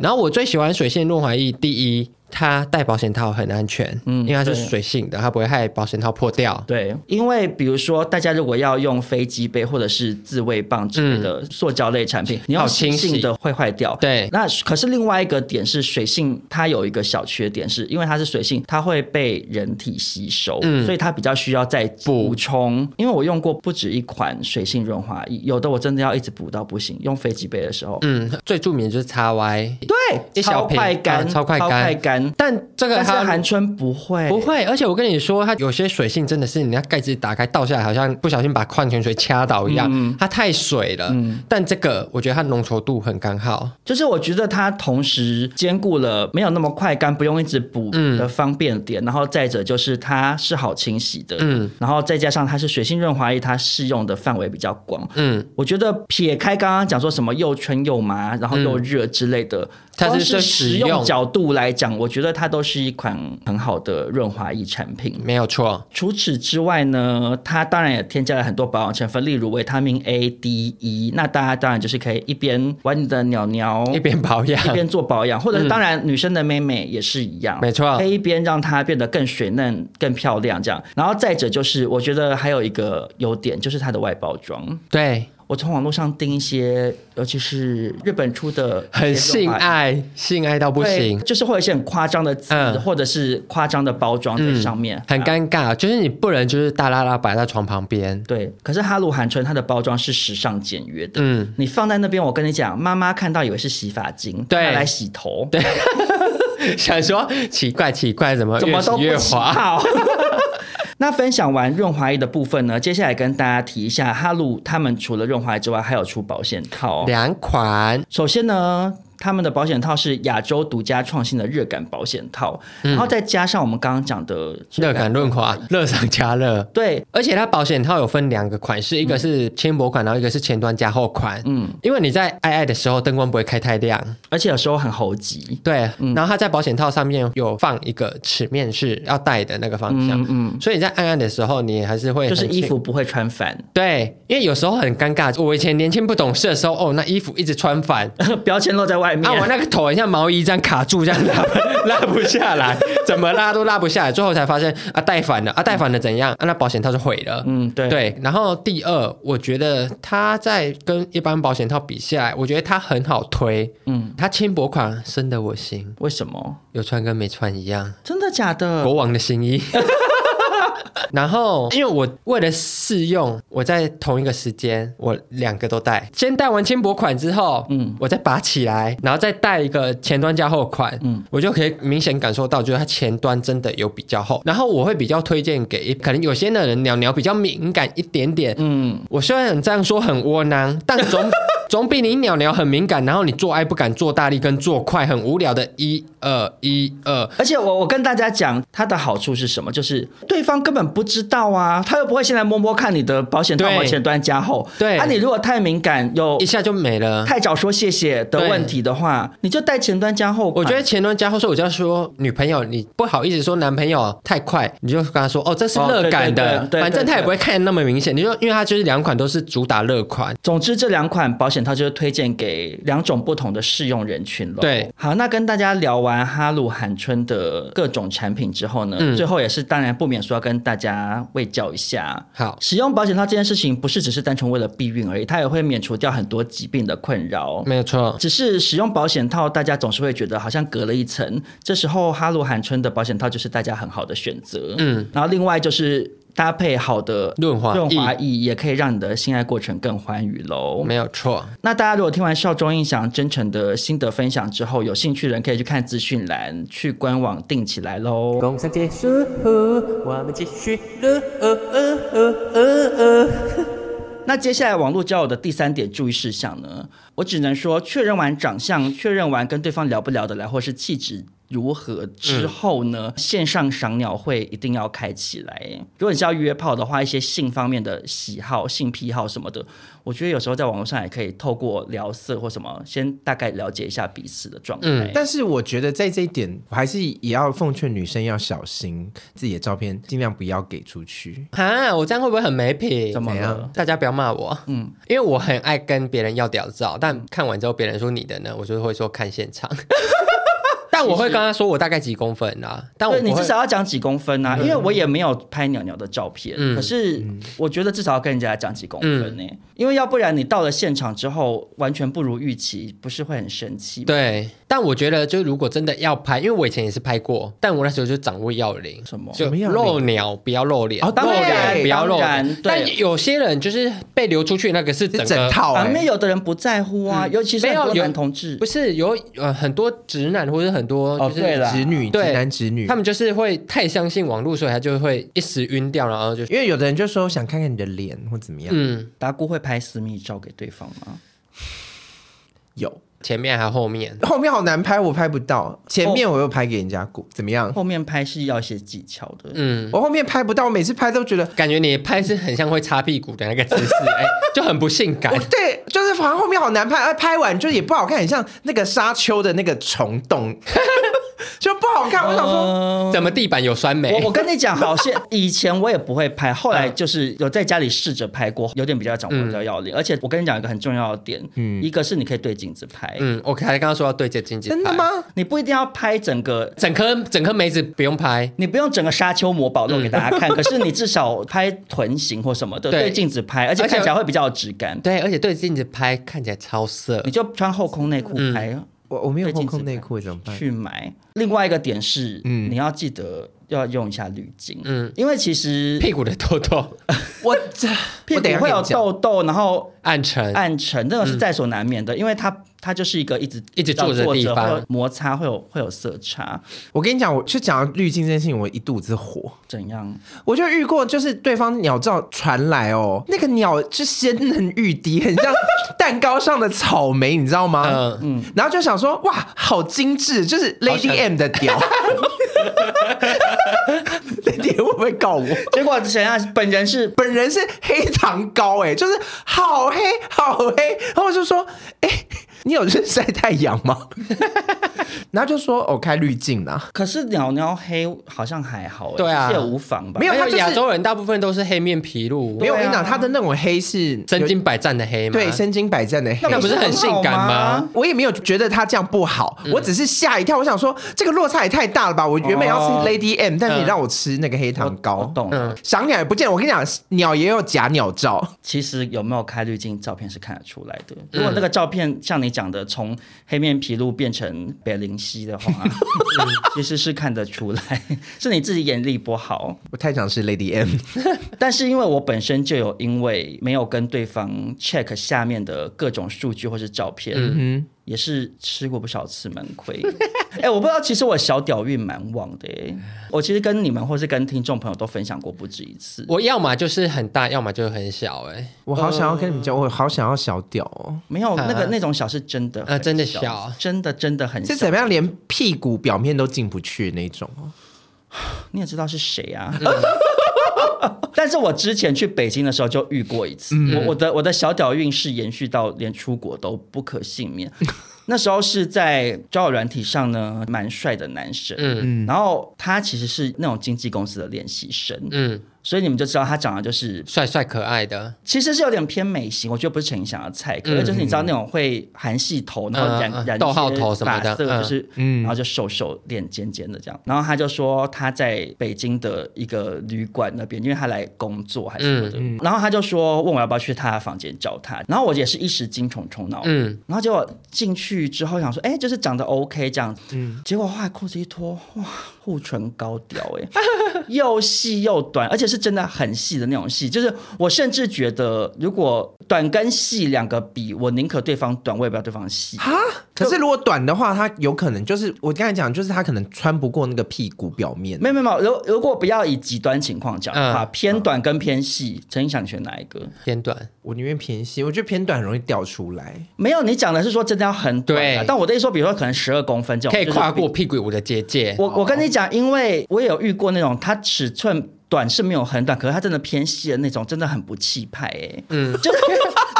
[SPEAKER 4] 然后我最喜欢水性润滑液，第一，它戴保险套很安全，
[SPEAKER 3] 嗯
[SPEAKER 4] 因为它是
[SPEAKER 3] 对
[SPEAKER 4] 水性的，它不会害保险套破掉。
[SPEAKER 3] 对，因为比如说大家如果要用飞机杯或者是自慰棒之类的塑胶类产品，你
[SPEAKER 4] 嗯好
[SPEAKER 3] 要
[SPEAKER 4] 清
[SPEAKER 3] 清
[SPEAKER 4] 洗
[SPEAKER 3] 性的会坏掉。
[SPEAKER 4] 对
[SPEAKER 3] 那可是另外一个点是水性，它有一个小缺点是，因为它是水性，它会被人体吸收，
[SPEAKER 4] 嗯
[SPEAKER 3] 所以它比较需要再补充。因为我用过不止一款水性润滑液，有的我真的要一直补到不行，用飞机杯的时候，
[SPEAKER 4] 嗯，最著名的就是 X Y，一
[SPEAKER 3] 对，
[SPEAKER 4] 小
[SPEAKER 3] 超
[SPEAKER 4] 瓶
[SPEAKER 3] 快
[SPEAKER 4] 啊
[SPEAKER 3] 干，
[SPEAKER 4] 超快干
[SPEAKER 3] 干。
[SPEAKER 4] 但这个
[SPEAKER 3] 但是
[SPEAKER 4] 它
[SPEAKER 3] 韩春不会，
[SPEAKER 4] 不会，而且我跟你说，它有些水性真的是你那盖子打开倒下来，好像不小心把矿泉水掐倒一样，
[SPEAKER 3] 嗯
[SPEAKER 4] 它太水了。但这个我觉得它浓稠度很刚好，
[SPEAKER 3] 就是我觉得它同时兼顾了没有那么快干，不用一直补的方便点，然后再者就是它是好清洗的，
[SPEAKER 4] 嗯
[SPEAKER 3] 嗯，然后再加上它是水性润滑液，它适用的范围比较广。
[SPEAKER 4] 嗯，
[SPEAKER 3] 我觉得撇开刚刚讲说什么又春又麻，然后又热之类的，
[SPEAKER 4] 它是
[SPEAKER 3] 光
[SPEAKER 4] 最
[SPEAKER 3] 是
[SPEAKER 4] 实
[SPEAKER 3] 使
[SPEAKER 4] 用
[SPEAKER 3] 用角度来讲，我觉得它都是一款很好的润滑液产品。
[SPEAKER 4] 没有错。
[SPEAKER 3] 除此之外呢，它当然也添加了很多保养成分，例如维他命 A、D、E。那大家当然就是可以一边玩你的鸟鸟，
[SPEAKER 4] 一边保养，
[SPEAKER 3] 哦一边做保养，或者是当然女生的妹妹也是一样，
[SPEAKER 4] 嗯没错
[SPEAKER 3] 可以一边让她变得更水嫩、更漂亮这样。然后再者就是，我觉得还有一个优点就是它的外包装。
[SPEAKER 4] 对，
[SPEAKER 3] 我从网络上订一些，尤其是日本出的，
[SPEAKER 4] 很性，爱，性爱到不
[SPEAKER 3] 对，
[SPEAKER 4] 行，
[SPEAKER 3] 就是会有一些很夸张的字，
[SPEAKER 4] 嗯
[SPEAKER 3] 或者是夸张的包装在上面，
[SPEAKER 4] 很
[SPEAKER 3] 啊
[SPEAKER 4] 尴尬。就是你不能就是大拉拉摆在床旁边，
[SPEAKER 3] 对，可是哈鲁韩春它的包装是时尚简约的，
[SPEAKER 4] 嗯，
[SPEAKER 3] 你放在那边，我跟你讲，妈妈看到以为是洗发精，
[SPEAKER 4] 对
[SPEAKER 3] 拿来洗头，对，
[SPEAKER 4] 想说奇怪奇怪， 怎么
[SPEAKER 3] 怎
[SPEAKER 4] 越
[SPEAKER 3] 么
[SPEAKER 4] 洗
[SPEAKER 3] 都不
[SPEAKER 4] 越
[SPEAKER 3] 起
[SPEAKER 4] 滑？
[SPEAKER 3] 泡 那分享完润滑液的部分呢，接下来跟大家提一下，哈鲁他们除了润滑液之外，还有出保险套、哦。
[SPEAKER 4] 两款，
[SPEAKER 3] 首先呢，他们的保险套是亚洲独家创新的热感保险套，
[SPEAKER 4] 嗯
[SPEAKER 3] 然后再加上我们刚刚讲的
[SPEAKER 4] 热感润滑， 热上加热。
[SPEAKER 3] 对，
[SPEAKER 4] 而且它保险套有分两个款式，一个是轻薄款，然后一个是前端加厚款。嗯
[SPEAKER 3] 嗯，
[SPEAKER 4] 因为你在爱爱的时候灯光不会开太亮，
[SPEAKER 3] 而且有时候很猴急，
[SPEAKER 4] 对。然后它在保险套上面有放一个齿面是要戴的那个方向，
[SPEAKER 3] 嗯
[SPEAKER 4] 所以你在爱爱的时候你还是会
[SPEAKER 3] 就是
[SPEAKER 4] 很
[SPEAKER 3] 衣
[SPEAKER 4] 轻
[SPEAKER 3] 服不会穿反，
[SPEAKER 4] 对，因为有时候很尴尬。我以前年轻不懂事的时候，哦，那衣服一直穿反，
[SPEAKER 3] 标签落在外面。
[SPEAKER 4] 啊，我那个头很像毛衣这样卡住，这样 拉拉不下来，怎么拉都拉不下来。最后才发现啊，戴反了啊，戴反了怎样？啊，那保险套就毁了。
[SPEAKER 3] 嗯，对
[SPEAKER 4] 对，然后第二，我觉得它在跟一般保险套比下来，我觉得它很好推。嗯
[SPEAKER 3] 嗯，
[SPEAKER 4] 它轻薄款深得我心，
[SPEAKER 3] 为什么？
[SPEAKER 4] 有穿跟没穿一样。
[SPEAKER 3] 真的假的
[SPEAKER 4] 国？王的新衣，呃 然后因为我为了试用，我在同一个时间我两个都戴，先戴完轻薄款之后，嗯，我再拔起来，然后再戴一个前端加厚款，嗯，我就可以明显感受到，就是它前端真的有比较厚。然后我会比较推荐给可能有些的人鸟鸟比较敏感一点点，
[SPEAKER 3] 嗯，
[SPEAKER 4] 我虽然这样说很窝囊，但总总比你鸟鸟很敏感，然后你做爱不敢做大力跟做快很无聊的一二一二，
[SPEAKER 3] 而且我我跟大家讲，它的好处是什么？就是对方根本不知道啊，他又不会现在摸摸看你的保险套
[SPEAKER 4] 对
[SPEAKER 3] 往前端加厚。
[SPEAKER 4] 对
[SPEAKER 3] 啊，你如果太敏感有
[SPEAKER 4] 一下就没了。
[SPEAKER 3] 太早说谢谢的问题的话，你就带前端加厚
[SPEAKER 4] 我
[SPEAKER 3] 款。
[SPEAKER 4] 觉得前端加厚，所以我就要说女朋友，你不好意思说男朋友太快，你就跟他说哦，这是热感
[SPEAKER 3] 哦
[SPEAKER 4] 的，
[SPEAKER 3] 对对对对
[SPEAKER 4] 反正他也不会看得那么明显。你就因为他就是两款都是主打热款，
[SPEAKER 3] 总之，这两款保险套就是推荐给两种不同的适用人群了。
[SPEAKER 4] 对，
[SPEAKER 3] 好，那跟大家聊完哈鲁韩春的各种产品之后呢，
[SPEAKER 4] 嗯
[SPEAKER 3] 最后也是当然不免说要跟大家喂教一下。
[SPEAKER 4] 好
[SPEAKER 3] 使用保险套这件事情不是只是单纯为了避孕而已，它也会免除掉很多疾病的困扰。
[SPEAKER 4] 没有错，
[SPEAKER 3] 只是使用保险套，大家总是会觉得好像隔了一层。这时候哈罗韩春的保险套就是大家很好的选择。
[SPEAKER 4] 嗯，
[SPEAKER 3] 然后另外就是搭配好的
[SPEAKER 4] 润滑
[SPEAKER 3] 润滑液，也可以让你的性爱过程更欢愉喽。
[SPEAKER 4] 没有错。
[SPEAKER 3] 那大家如果听完少中印象真诚的心得分享之后，有兴趣的人可以去看资讯栏，去官网订起来喽。
[SPEAKER 6] 工商结束，我们继续了。呃呃呃呃呃
[SPEAKER 3] 那接下来网络交友的第三点注意事项呢，我只能说确认完长相，确认完跟对方聊不聊得来，或是气质。如何之后呢？线上赏鸟会一定要开起来。如果你是要约炮的话，一些性方面的喜好、性癖好什么的，我觉得有时候在网络上也可以透过聊色或什么，先大概了解一下彼此的状态。
[SPEAKER 4] 嗯
[SPEAKER 5] 但是我觉得在这一点，我还是也要奉劝女生要小心自己的照片，尽量不要给出去。
[SPEAKER 4] 啊，我这样会不会很没品？
[SPEAKER 3] 怎么
[SPEAKER 5] 怎
[SPEAKER 3] 了
[SPEAKER 5] 样？
[SPEAKER 4] 大家不要骂我，嗯，因为我很爱跟别人要屌照，但看完之后别人说你的呢，我就会说看现场。但我会跟他说我大概几公分啦、但我
[SPEAKER 3] 对
[SPEAKER 4] 不
[SPEAKER 3] 你
[SPEAKER 4] 会
[SPEAKER 3] 至少要讲几公分啊，因为我也没有拍鸟鸟的照片，啊
[SPEAKER 4] 嗯
[SPEAKER 3] 可是我觉得至少要跟人家讲几公分呢、因为要不然你到了现场之后完全不如预期，不是会很生气吗？
[SPEAKER 4] 对，但我觉得就如果真的要拍，因为我以前也是拍过，但我那时候就掌握要领，
[SPEAKER 3] 什么
[SPEAKER 4] 就
[SPEAKER 5] 什么要领
[SPEAKER 4] 露鸟不要露脸，
[SPEAKER 5] 哦当
[SPEAKER 4] 露
[SPEAKER 5] 然
[SPEAKER 4] 脸不要露
[SPEAKER 3] 当
[SPEAKER 4] 脸
[SPEAKER 3] 然。对
[SPEAKER 4] 但有些人就是被流出去那个是
[SPEAKER 5] 这
[SPEAKER 4] 整
[SPEAKER 5] 整
[SPEAKER 4] 个。
[SPEAKER 5] 套、
[SPEAKER 3] 反正
[SPEAKER 5] 欸，
[SPEAKER 3] 有的人不在乎啊，尤其是
[SPEAKER 4] 嗯
[SPEAKER 3] 很
[SPEAKER 4] 没
[SPEAKER 3] 多
[SPEAKER 4] 有有
[SPEAKER 3] 男同志
[SPEAKER 4] 不，是有呃很多直男或者很多
[SPEAKER 3] 哦
[SPEAKER 4] 就是、
[SPEAKER 3] 对啦
[SPEAKER 5] 哎直女、
[SPEAKER 4] 对
[SPEAKER 5] 直男、直女
[SPEAKER 4] 他。们就是会太相信网络，所以他就会一时晕掉，然后就
[SPEAKER 5] 因为有的人就说想看看你的脸或怎么样，
[SPEAKER 4] 嗯
[SPEAKER 3] 达姑会拍私密照给对方吗？
[SPEAKER 5] 有
[SPEAKER 4] 前面还后面，
[SPEAKER 5] 后面好难拍，我拍不到，前面我又拍给人家过，怎么样？
[SPEAKER 3] 后面拍是要一些技巧的，
[SPEAKER 4] 嗯。
[SPEAKER 5] 我后面拍不到，我每次拍都觉得
[SPEAKER 4] 感觉你拍是很像会擦屁股的那个姿势，哎、就很不性感
[SPEAKER 5] 我。哦对，就是反正后面好难拍，啊拍完就也不好看，很像那个沙丘的那个虫洞， 就不好看。我想
[SPEAKER 4] 哦
[SPEAKER 5] 说，
[SPEAKER 3] 呃
[SPEAKER 4] 怎么地板有酸梅？
[SPEAKER 3] 我我跟你讲，好像以前我也不会拍，后来就是有在家里试着拍过，有点比较掌
[SPEAKER 4] 嗯
[SPEAKER 3] 握比较要领。而且我跟你讲一个很重要的点，一个是你可以对镜子拍，
[SPEAKER 4] 嗯，我还刚刚说要对接经济，
[SPEAKER 5] 真的？
[SPEAKER 4] 哎
[SPEAKER 5] 吗？
[SPEAKER 3] 你不一定要拍整个。
[SPEAKER 4] 整颗整颗梅子不用拍，
[SPEAKER 3] 你不用整个沙丘魔堡露给大家看，可是你至少拍臀型或什么的，
[SPEAKER 4] 嗯对
[SPEAKER 3] 对镜子拍，而且
[SPEAKER 4] 而且
[SPEAKER 3] 看起来会比较有质感。
[SPEAKER 4] 对，而且对镜子拍看起来超色
[SPEAKER 3] 你。就穿后空内裤
[SPEAKER 4] 嗯
[SPEAKER 3] 拍，
[SPEAKER 5] 我我没有
[SPEAKER 3] 对
[SPEAKER 5] 后
[SPEAKER 3] 镜子
[SPEAKER 5] 空内
[SPEAKER 3] 拍
[SPEAKER 5] 裤怎么办？
[SPEAKER 3] 去买。另外一个点是，
[SPEAKER 4] 嗯
[SPEAKER 3] 你要记得要用一下滤镜，嗯，因为其实
[SPEAKER 4] 屁股的痘痘
[SPEAKER 5] 我这
[SPEAKER 3] 屁
[SPEAKER 5] 我等一
[SPEAKER 3] 股
[SPEAKER 5] 下
[SPEAKER 3] 会
[SPEAKER 5] 跟
[SPEAKER 3] 有
[SPEAKER 5] 你讲
[SPEAKER 3] 痘痘，然后
[SPEAKER 4] 暗沉，
[SPEAKER 3] 暗沉，这个是在所难免的，因为它它就是一个一直
[SPEAKER 4] 嗯一直坐着的地方
[SPEAKER 3] 会有摩擦会有会有色差，
[SPEAKER 5] 我跟你讲，我就讲到滤镜这件事情，我一肚子火。
[SPEAKER 3] 怎样？
[SPEAKER 5] 我就遇过，就是对方鸟照传来哦，那个鸟是鲜嫩欲滴，很像蛋糕上的草莓，你知道吗？
[SPEAKER 4] 嗯
[SPEAKER 5] 嗯，然后就想说，哇，好精致，就是 Lady
[SPEAKER 4] 想
[SPEAKER 5] M 的屌。Lady M 会不会告我？
[SPEAKER 3] 结果怎样？本人是
[SPEAKER 5] 本人是黑糖糕、哎，就是好黑好黑。然后我就说，哎、你有去晒太阳吗？然后就说，哦，开滤镜啦。
[SPEAKER 3] 可是鸟鸟黑好像还好、欸，
[SPEAKER 4] 对啊
[SPEAKER 3] 其实也无妨吧。
[SPEAKER 5] 没有
[SPEAKER 4] 还
[SPEAKER 5] 它
[SPEAKER 4] 有
[SPEAKER 5] 就是
[SPEAKER 4] 亚洲人大部分都是黑面皮露，
[SPEAKER 5] 没有，
[SPEAKER 3] 对啊
[SPEAKER 5] 我跟你讲，他的那种黑是
[SPEAKER 4] 身经百战的黑嘛。
[SPEAKER 5] 对，身经百战的黑。
[SPEAKER 4] 那不是很性感
[SPEAKER 3] 那不是很好
[SPEAKER 4] 吗
[SPEAKER 3] 吗？
[SPEAKER 5] 我也没有觉得他这样不好，
[SPEAKER 4] 嗯
[SPEAKER 5] 我只是吓一跳，我想说这个落差也太大了吧！我原本要
[SPEAKER 4] 哦
[SPEAKER 5] 吃 Lady M，、但是你让我吃那个黑糖
[SPEAKER 3] 我
[SPEAKER 5] 糕，
[SPEAKER 3] 懂、
[SPEAKER 4] 嗯
[SPEAKER 5] 赏鸟也不见。我跟你讲，鸟也有假鸟照，
[SPEAKER 3] 其实有没有开滤
[SPEAKER 4] 嗯
[SPEAKER 3] 镜，照片是看得出来的。如果那个照片像你讲的，从黑面皮鹭变成白灵 犀的话，嗯其实是看得出来， 是你自己眼力不好。
[SPEAKER 5] 我太想是 Lady M，
[SPEAKER 3] 但是因为我本身就有因为没有跟对方 check 下面的各种数据或是照片，
[SPEAKER 4] 嗯
[SPEAKER 3] 也是吃过不少次闷亏。 哎、我不知道，其实我小屌运蛮旺的、哎，我其实跟你们或是跟听众朋友都分享过不止一次。
[SPEAKER 4] 我要么就是很大，要么就是很小、欸，
[SPEAKER 5] 我好想要跟你们讲，我好想要小屌哦。
[SPEAKER 3] 没有那个、
[SPEAKER 4] 啊
[SPEAKER 3] 那种小是真的
[SPEAKER 4] 啊真的小
[SPEAKER 3] 真的真的很小。
[SPEAKER 5] 是怎么样，连屁股表面都进不去那种哦？
[SPEAKER 3] 你也知道是谁啊。 但是我之前去北京的时候就遇过一次，我我的我的小屌运是延续到连出国都不可幸免。那时候是在交友软体上呢，蛮帅的男生，嗯，然后他其实是那种经纪公司的练习生，
[SPEAKER 4] 嗯，
[SPEAKER 3] 所以你们就知道他长得就是
[SPEAKER 4] 帅帅可爱的，
[SPEAKER 3] 其实是有点偏美型，我觉得不是陈意翔的菜，可是就是你知道那种会韩系头，然后染、
[SPEAKER 4] 嗯嗯嗯
[SPEAKER 3] 染
[SPEAKER 4] 逗号头什么的
[SPEAKER 3] 发色
[SPEAKER 4] 嗯
[SPEAKER 3] 就是，然后就瘦瘦脸尖尖的这样。然后他就说他在北京的一个旅馆那边，因为他来工作还是什么的，
[SPEAKER 4] 嗯
[SPEAKER 3] 然后他就说问我要不要去他的房间找他，然后我也是一时精虫充脑，
[SPEAKER 4] 嗯
[SPEAKER 3] 然后结果进去之后想说，哎，就是长得 OK 这样，嗯，结果后来裤子一脱，哇，护唇高调哎、又细又短，而且是真的很细的那种细。就是我甚至觉得，如果短跟细两个比，我宁可对方短，我也不要对方细。
[SPEAKER 5] 啊！可是如果短的话，它有可能就是我刚才讲，就是它可能穿不过那个屁股表面。
[SPEAKER 3] 没有没有没有，如如果不要以极端情况讲的话，
[SPEAKER 4] 嗯
[SPEAKER 3] 偏短跟偏细，陈意想选哪一个？
[SPEAKER 4] 偏短，
[SPEAKER 5] 我宁愿偏细，我觉得偏短容易掉出来。
[SPEAKER 3] 没有，你讲的是说真的要很短啊、
[SPEAKER 4] 对
[SPEAKER 3] 但我的意思说，比如说可能十二公分这种，
[SPEAKER 4] 可以
[SPEAKER 3] 就是
[SPEAKER 4] 跨
[SPEAKER 3] 比
[SPEAKER 4] 过屁股的结界。
[SPEAKER 3] 我我跟你讲，因为我也有遇过那种，它尺寸短是没有很短，可是它真的偏细的那种，真的很不气派哎、嗯，就是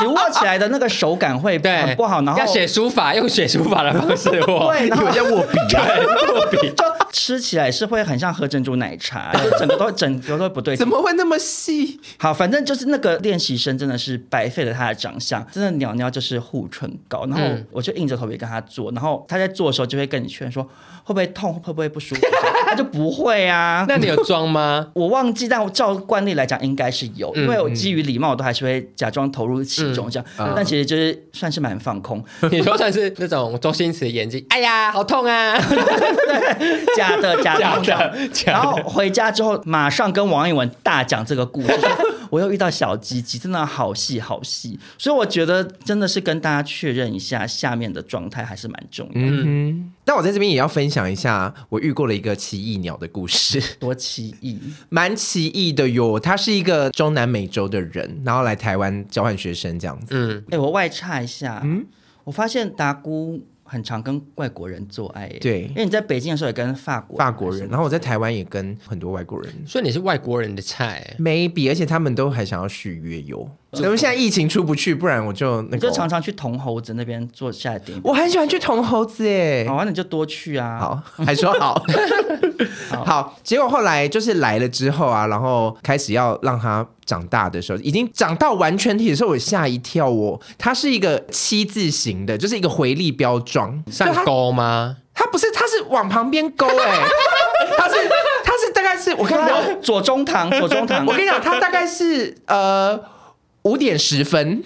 [SPEAKER 3] 你握起来的那个手感会
[SPEAKER 4] 对
[SPEAKER 3] 很不好，然后
[SPEAKER 4] 要写书法，用写书法的方式我。
[SPEAKER 3] 对，然
[SPEAKER 5] 因为
[SPEAKER 3] 后
[SPEAKER 5] 我在握 笔啊，
[SPEAKER 3] 就吃起来是会很像喝珍珠奶茶，就整个都整个都不对劲
[SPEAKER 5] 怎。么会那么细？
[SPEAKER 3] 好，反正就是那个练习生真的是白费了他的长相，真的鸟鸟就是护唇膏，然后我就硬着头皮跟他做，然后他在做的时候就会跟你劝说会不会痛，会不会不舒服，他就不会 啊。
[SPEAKER 4] 那你有装吗？
[SPEAKER 3] 我忘记，但照惯例来讲应该是有，因为
[SPEAKER 5] 嗯
[SPEAKER 3] 我基于礼貌，我都还是会假装投入其中这样，但其实就是算是蛮放空，
[SPEAKER 4] 你说算是那种周星驰的演 技？哎呀，好痛啊！
[SPEAKER 3] 假的 假
[SPEAKER 4] 假
[SPEAKER 3] 的
[SPEAKER 4] 的
[SPEAKER 3] 这样
[SPEAKER 4] 假的
[SPEAKER 3] 然后回家之后，马上跟王一文大讲这个故事，说我又遇到小鸡鸡，真的好细好细，所以我觉得真的是跟大家确认一下下面的状态还是蛮重要的，
[SPEAKER 5] 嗯但我在这边也要分享一下，我遇过了一个奇异鸟的故事。
[SPEAKER 3] 多奇异，
[SPEAKER 5] 蛮奇异的哟。他是一个中南美洲的人，然后来台湾交换学生这样子。
[SPEAKER 4] 嗯，
[SPEAKER 3] 哎、我外插一下，
[SPEAKER 5] 嗯
[SPEAKER 3] 我发现达姑。很常跟外国人做爱耶，
[SPEAKER 5] 对
[SPEAKER 3] 因为你在北京的时候也跟法国
[SPEAKER 5] 法国人，然后我在台湾也跟很多外国人
[SPEAKER 4] 所以你是外国人的菜。
[SPEAKER 5] maybe，而且他们都还想要续约哟。咱们现在疫情出不去，不然我嗯就那
[SPEAKER 3] 你
[SPEAKER 5] 个
[SPEAKER 3] 就常常去铜猴子那边做夏电影，
[SPEAKER 5] 我很喜欢去捅猴子哎。
[SPEAKER 3] 好啊，你就多去啊。，
[SPEAKER 5] 好，还说好，好，结果后来就是来了之后啊，然后开始要让他长大的时候，已经长到完全体的时候，我吓一跳哦，它是一个七字形的，就是一个回力镖状，就它
[SPEAKER 4] 上钩吗？
[SPEAKER 5] 他不是，他是往旁边勾哎、他是他是大概是我跟你讲，
[SPEAKER 3] 左中堂，左中堂，
[SPEAKER 5] 我跟你讲，他大概是呃五点十分，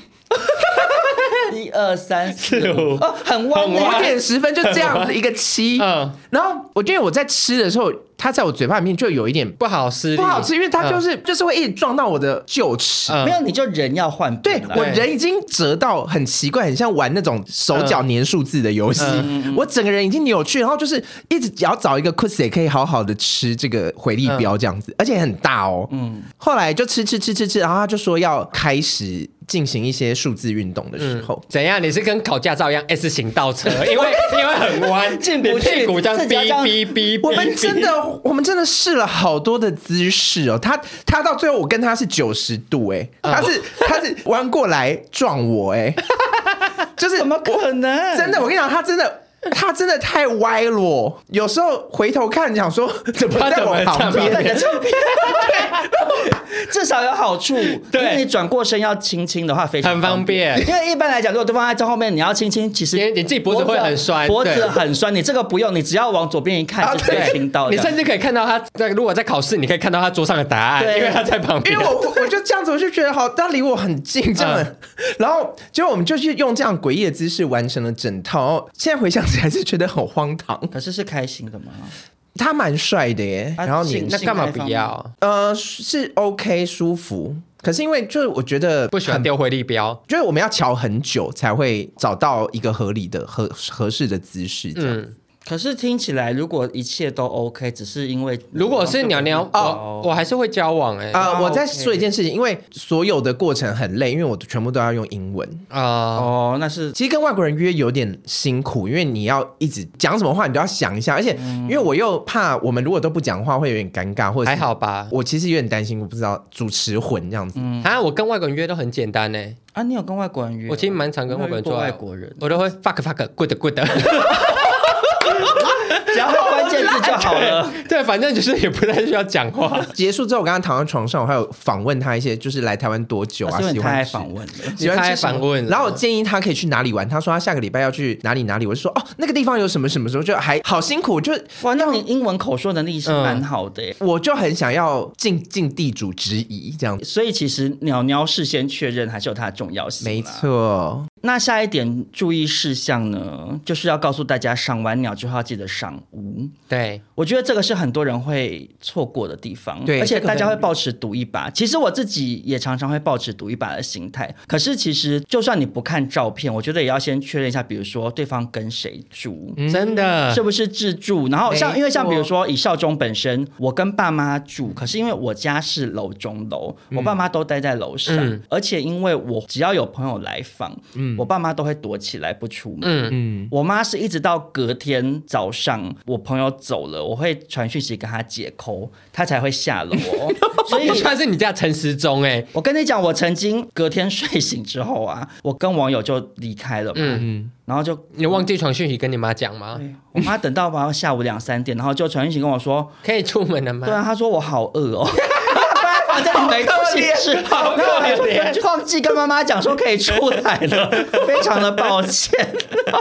[SPEAKER 3] 一二三四五，哦，很弯
[SPEAKER 4] 很
[SPEAKER 5] 五
[SPEAKER 4] 弯
[SPEAKER 3] 欸，
[SPEAKER 5] 点十分就这样子一个七，
[SPEAKER 4] 嗯，
[SPEAKER 5] 然后我因为我在吃的时候，它在我嘴巴里面就有一点
[SPEAKER 4] 不好吃力，
[SPEAKER 5] 不好吃，因为它就
[SPEAKER 4] 嗯
[SPEAKER 5] 是、就是会一直撞到我的臼齿。
[SPEAKER 4] 嗯
[SPEAKER 3] 没有你就人要换
[SPEAKER 5] 对
[SPEAKER 3] 边啦，
[SPEAKER 5] 我人已经折到很奇怪，很像玩那种手脚粘数字的游戏，我整个人已经扭曲，然后就是一直只要找一个 c u s 也可以好好的吃这个回力镖这样子，而且很大哦。嗯，后来就吃吃吃吃吃，然后他就说要开始进行一些数字运动的时候，
[SPEAKER 4] 怎样？你是跟考驾照一样 S 型倒 车，因为因为很弯，
[SPEAKER 3] 进不去
[SPEAKER 4] 你屁股这样
[SPEAKER 3] 自己要这样
[SPEAKER 4] 哔哔哔。
[SPEAKER 5] 我们真的，我们真的试了好多的姿势哦。他他到最后，我跟他是九十度、欸，他是他是弯过来撞我、欸，哎，就是
[SPEAKER 3] 怎么可能？
[SPEAKER 5] 真的，我跟你讲，他真的。他真的太歪了哦，有时候回头看，想说怎么在我旁
[SPEAKER 4] 他怎么在旁？
[SPEAKER 3] 的
[SPEAKER 5] 边
[SPEAKER 3] 照片，至少有好处。
[SPEAKER 4] 对
[SPEAKER 3] 因为你转过身要亲亲的话，非常
[SPEAKER 4] 很方便
[SPEAKER 3] 因为一般来讲，如果对方在后面，你要亲亲，其实
[SPEAKER 4] 因为你自己脖子会很酸
[SPEAKER 3] 脖
[SPEAKER 4] 对
[SPEAKER 3] 子很酸。你这个不用，你只要往左边一看
[SPEAKER 5] 啊
[SPEAKER 3] 就可以亲到的。
[SPEAKER 4] 你甚至可以看到他在，如果在考试，你可以看到他桌上的答案，
[SPEAKER 3] 对
[SPEAKER 4] 因为他在旁边。
[SPEAKER 5] 因为我我就这样子，我就觉得好，他离我很近这样，
[SPEAKER 4] 嗯
[SPEAKER 5] 然后结果我们就去用这样诡异的姿势完成了整套。然后现在回想起是还是觉得很荒唐。
[SPEAKER 3] 可是是开心的吗？
[SPEAKER 5] 他蛮帅的耶，
[SPEAKER 3] 啊
[SPEAKER 5] 然后你
[SPEAKER 3] 性
[SPEAKER 4] 那干嘛
[SPEAKER 3] 性爱方
[SPEAKER 4] 不
[SPEAKER 3] 面
[SPEAKER 4] 要？
[SPEAKER 5] 呃是 OK 舒服，可是因为就是我觉得
[SPEAKER 4] 不喜欢丢回力镖。
[SPEAKER 5] 就是我们要瞧很久才会找到一个合理的、合合适的姿势。嗯，
[SPEAKER 4] 嗯，
[SPEAKER 3] 可是听起来，如果一切都 OK，只是因为
[SPEAKER 4] 如果是鸟鸟，我
[SPEAKER 3] 哦
[SPEAKER 4] 我还是会交往哎、
[SPEAKER 5] 啊、
[SPEAKER 3] 啊
[SPEAKER 5] 我再
[SPEAKER 3] OK
[SPEAKER 5] 说一件事情，因为所有的过程很累，因为我全部都要用英文。
[SPEAKER 4] 啊，
[SPEAKER 3] 哦，那是
[SPEAKER 5] 其实跟外国人约有点辛苦，因为你要一直讲什么话，你都要想一下，而且
[SPEAKER 3] 嗯
[SPEAKER 5] 因为我又怕我们如果都不讲话会有点尴尬，或者
[SPEAKER 4] 还
[SPEAKER 5] 是
[SPEAKER 4] 好
[SPEAKER 3] 哦
[SPEAKER 4] 吧。
[SPEAKER 5] 我其实有点担心，我不知道主持混这样子。
[SPEAKER 3] 嗯
[SPEAKER 4] 啊，我跟外国人约都很简单呢，
[SPEAKER 3] 啊，你有跟外国人约？
[SPEAKER 4] 我其实蛮常跟外国人做
[SPEAKER 3] 我没
[SPEAKER 4] 爱
[SPEAKER 3] 有遇过外国人，
[SPEAKER 4] 我都会 fuck fuck good good，
[SPEAKER 3] 只要关键字就好 了。
[SPEAKER 4] 对，反正就是也不太需要讲
[SPEAKER 3] 嗯
[SPEAKER 4] 话。
[SPEAKER 5] 结束之后，我跟他躺在床上，我还有访问他一些，就是来台湾多久啊
[SPEAKER 3] 是因，为
[SPEAKER 5] 喜
[SPEAKER 3] 你太
[SPEAKER 5] 欢
[SPEAKER 3] 爱
[SPEAKER 5] 吃
[SPEAKER 3] 访问了。
[SPEAKER 5] 喜欢
[SPEAKER 4] 你太
[SPEAKER 5] 吃什么
[SPEAKER 4] 反问了
[SPEAKER 5] 然后我建议他可以去哪里玩，他说他下个礼拜要去哪里哪里，我就说哦，那个地方有什么什么时候，就啊还好辛苦，就
[SPEAKER 3] 哇，那你英文口说能力
[SPEAKER 5] 嗯
[SPEAKER 3] 是蛮好的耶。
[SPEAKER 5] 我就很想要尽尽地主之谊这样子。
[SPEAKER 3] 所以其实鸟鸟事先确认还是有它的重要性。啊
[SPEAKER 5] 没。错，
[SPEAKER 3] 那下一点注意事项呢，就是要告诉大家，赏完鸟之后要记得赏屋。
[SPEAKER 4] 对，
[SPEAKER 3] 我觉得这个是很多人会错过的地方，
[SPEAKER 5] 对
[SPEAKER 3] 而且
[SPEAKER 5] 这个
[SPEAKER 3] 大家
[SPEAKER 5] 很
[SPEAKER 3] 会抱持赌一把。其实我自己也常常会抱持赌一把的心态。可是其实就算你不看照片，我觉得也要先确认一下，比如说对方跟谁住，
[SPEAKER 4] 真的
[SPEAKER 3] 是不是自住？然后像
[SPEAKER 5] 没
[SPEAKER 3] 因为像比如
[SPEAKER 5] 错
[SPEAKER 3] 说以少中本身，我跟爸妈住，可是因为我家是楼中楼，我爸妈都待在楼上，
[SPEAKER 4] 嗯
[SPEAKER 3] 而且因为我只要有朋友来访，我爸妈都会躲起来不出门。
[SPEAKER 4] 嗯，
[SPEAKER 3] 我妈是一直到隔天早上，我朋友走了，我会传讯息跟她解扣，她才会下楼哦、所 以
[SPEAKER 4] 不算是你家陈时中哎、
[SPEAKER 3] 我跟你讲，我曾经隔天睡醒之后啊，我跟网友就离开了嘛，然后就
[SPEAKER 4] 你忘记传讯息跟你妈讲吗？
[SPEAKER 3] 哎我妈等到晚上下午两三点，然后就传讯息跟我说，
[SPEAKER 4] 可以出门了吗？
[SPEAKER 3] 对啊，她说我好饿 哦。反正你没东西吃，好可怜。啊忘记跟妈妈讲说可以出来 了，非常的抱歉。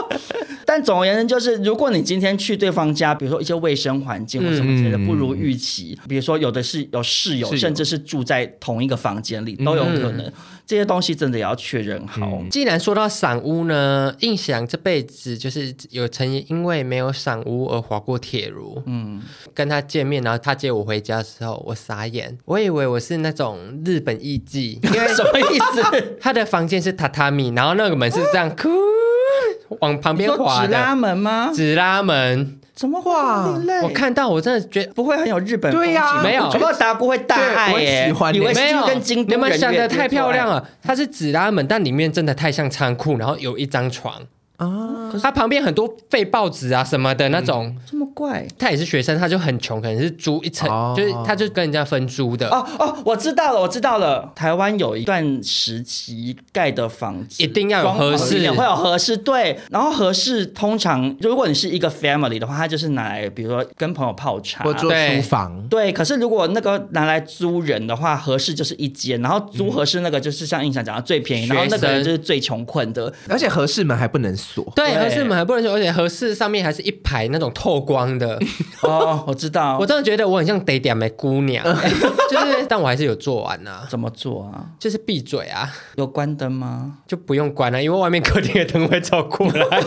[SPEAKER 3] 但总而言之，就是如果你今天去对方家，比如说一些卫生环境或什么之类的不如预期，比如说有的是有嗯室友，嗯
[SPEAKER 5] 室友
[SPEAKER 3] 甚至是住在同一个房间里都有可能，这些东西真的也要确认好。
[SPEAKER 4] 既然说到赏屋呢，印象这辈子就是有曾经因为没有赏屋而划过铁炉。嗯，跟他见面，然后他接我回家的时候，我傻眼，我以为我是那种日本艺 妓，因为
[SPEAKER 3] 什么意思？
[SPEAKER 4] 他的房间是榻榻米，然后那个门是这样，哭往旁边
[SPEAKER 3] 说
[SPEAKER 4] 滑
[SPEAKER 3] 纸拉
[SPEAKER 4] 的，
[SPEAKER 3] 门吗？
[SPEAKER 4] 纸拉门。
[SPEAKER 3] 怎么哇？
[SPEAKER 4] 我看到我真的觉得。
[SPEAKER 3] 不会很有日本
[SPEAKER 5] 对呀
[SPEAKER 3] 风情吗
[SPEAKER 4] 没有
[SPEAKER 3] 搞不好达姑会大爱
[SPEAKER 5] 对我
[SPEAKER 3] 耶、
[SPEAKER 5] 很喜欢
[SPEAKER 3] 以为是
[SPEAKER 4] 没有
[SPEAKER 3] 哎跟京都
[SPEAKER 4] 你们
[SPEAKER 3] 人
[SPEAKER 4] 想
[SPEAKER 3] 约
[SPEAKER 4] 的太漂亮。
[SPEAKER 3] 约
[SPEAKER 4] 了。它是纸拉门，但里面真的太像仓库，然后有一张床啊，它旁边很多废报纸啊什么的那种。
[SPEAKER 3] 出来这么怪。
[SPEAKER 4] 他也是学生，他就很穷，可能是租一层，
[SPEAKER 5] 哦
[SPEAKER 4] 就是他就跟人家分租的，
[SPEAKER 3] 哦哦，我知道了，我知道了。台湾有一段时期盖的房子，
[SPEAKER 4] 一定要有合
[SPEAKER 3] 装潢一
[SPEAKER 4] 适
[SPEAKER 3] 定。会有合适对。然后合适通常，如果你是一个 family 的话，它就是拿来，比如说跟朋友泡茶
[SPEAKER 5] 我。做
[SPEAKER 4] 对
[SPEAKER 5] 书房，
[SPEAKER 3] 对，可是如果那个拿来租人的话，合适就是一间，然后租合适那个就是像印象讲的最便宜，然后那个人就是最穷困的，
[SPEAKER 5] 而且合适门还不能锁。
[SPEAKER 4] 对，
[SPEAKER 3] 对
[SPEAKER 4] 合适门还不能说，而且合适上面还是一排那种透光的，
[SPEAKER 3] 哦，我知道，
[SPEAKER 4] 我真的觉得我很像得点的姑娘， 就是，但我还是有做完呐、
[SPEAKER 3] 怎么做啊？
[SPEAKER 4] 就是闭嘴啊，
[SPEAKER 3] 有关灯吗？
[SPEAKER 4] 就不用关了、因为外面客厅的灯会照过来。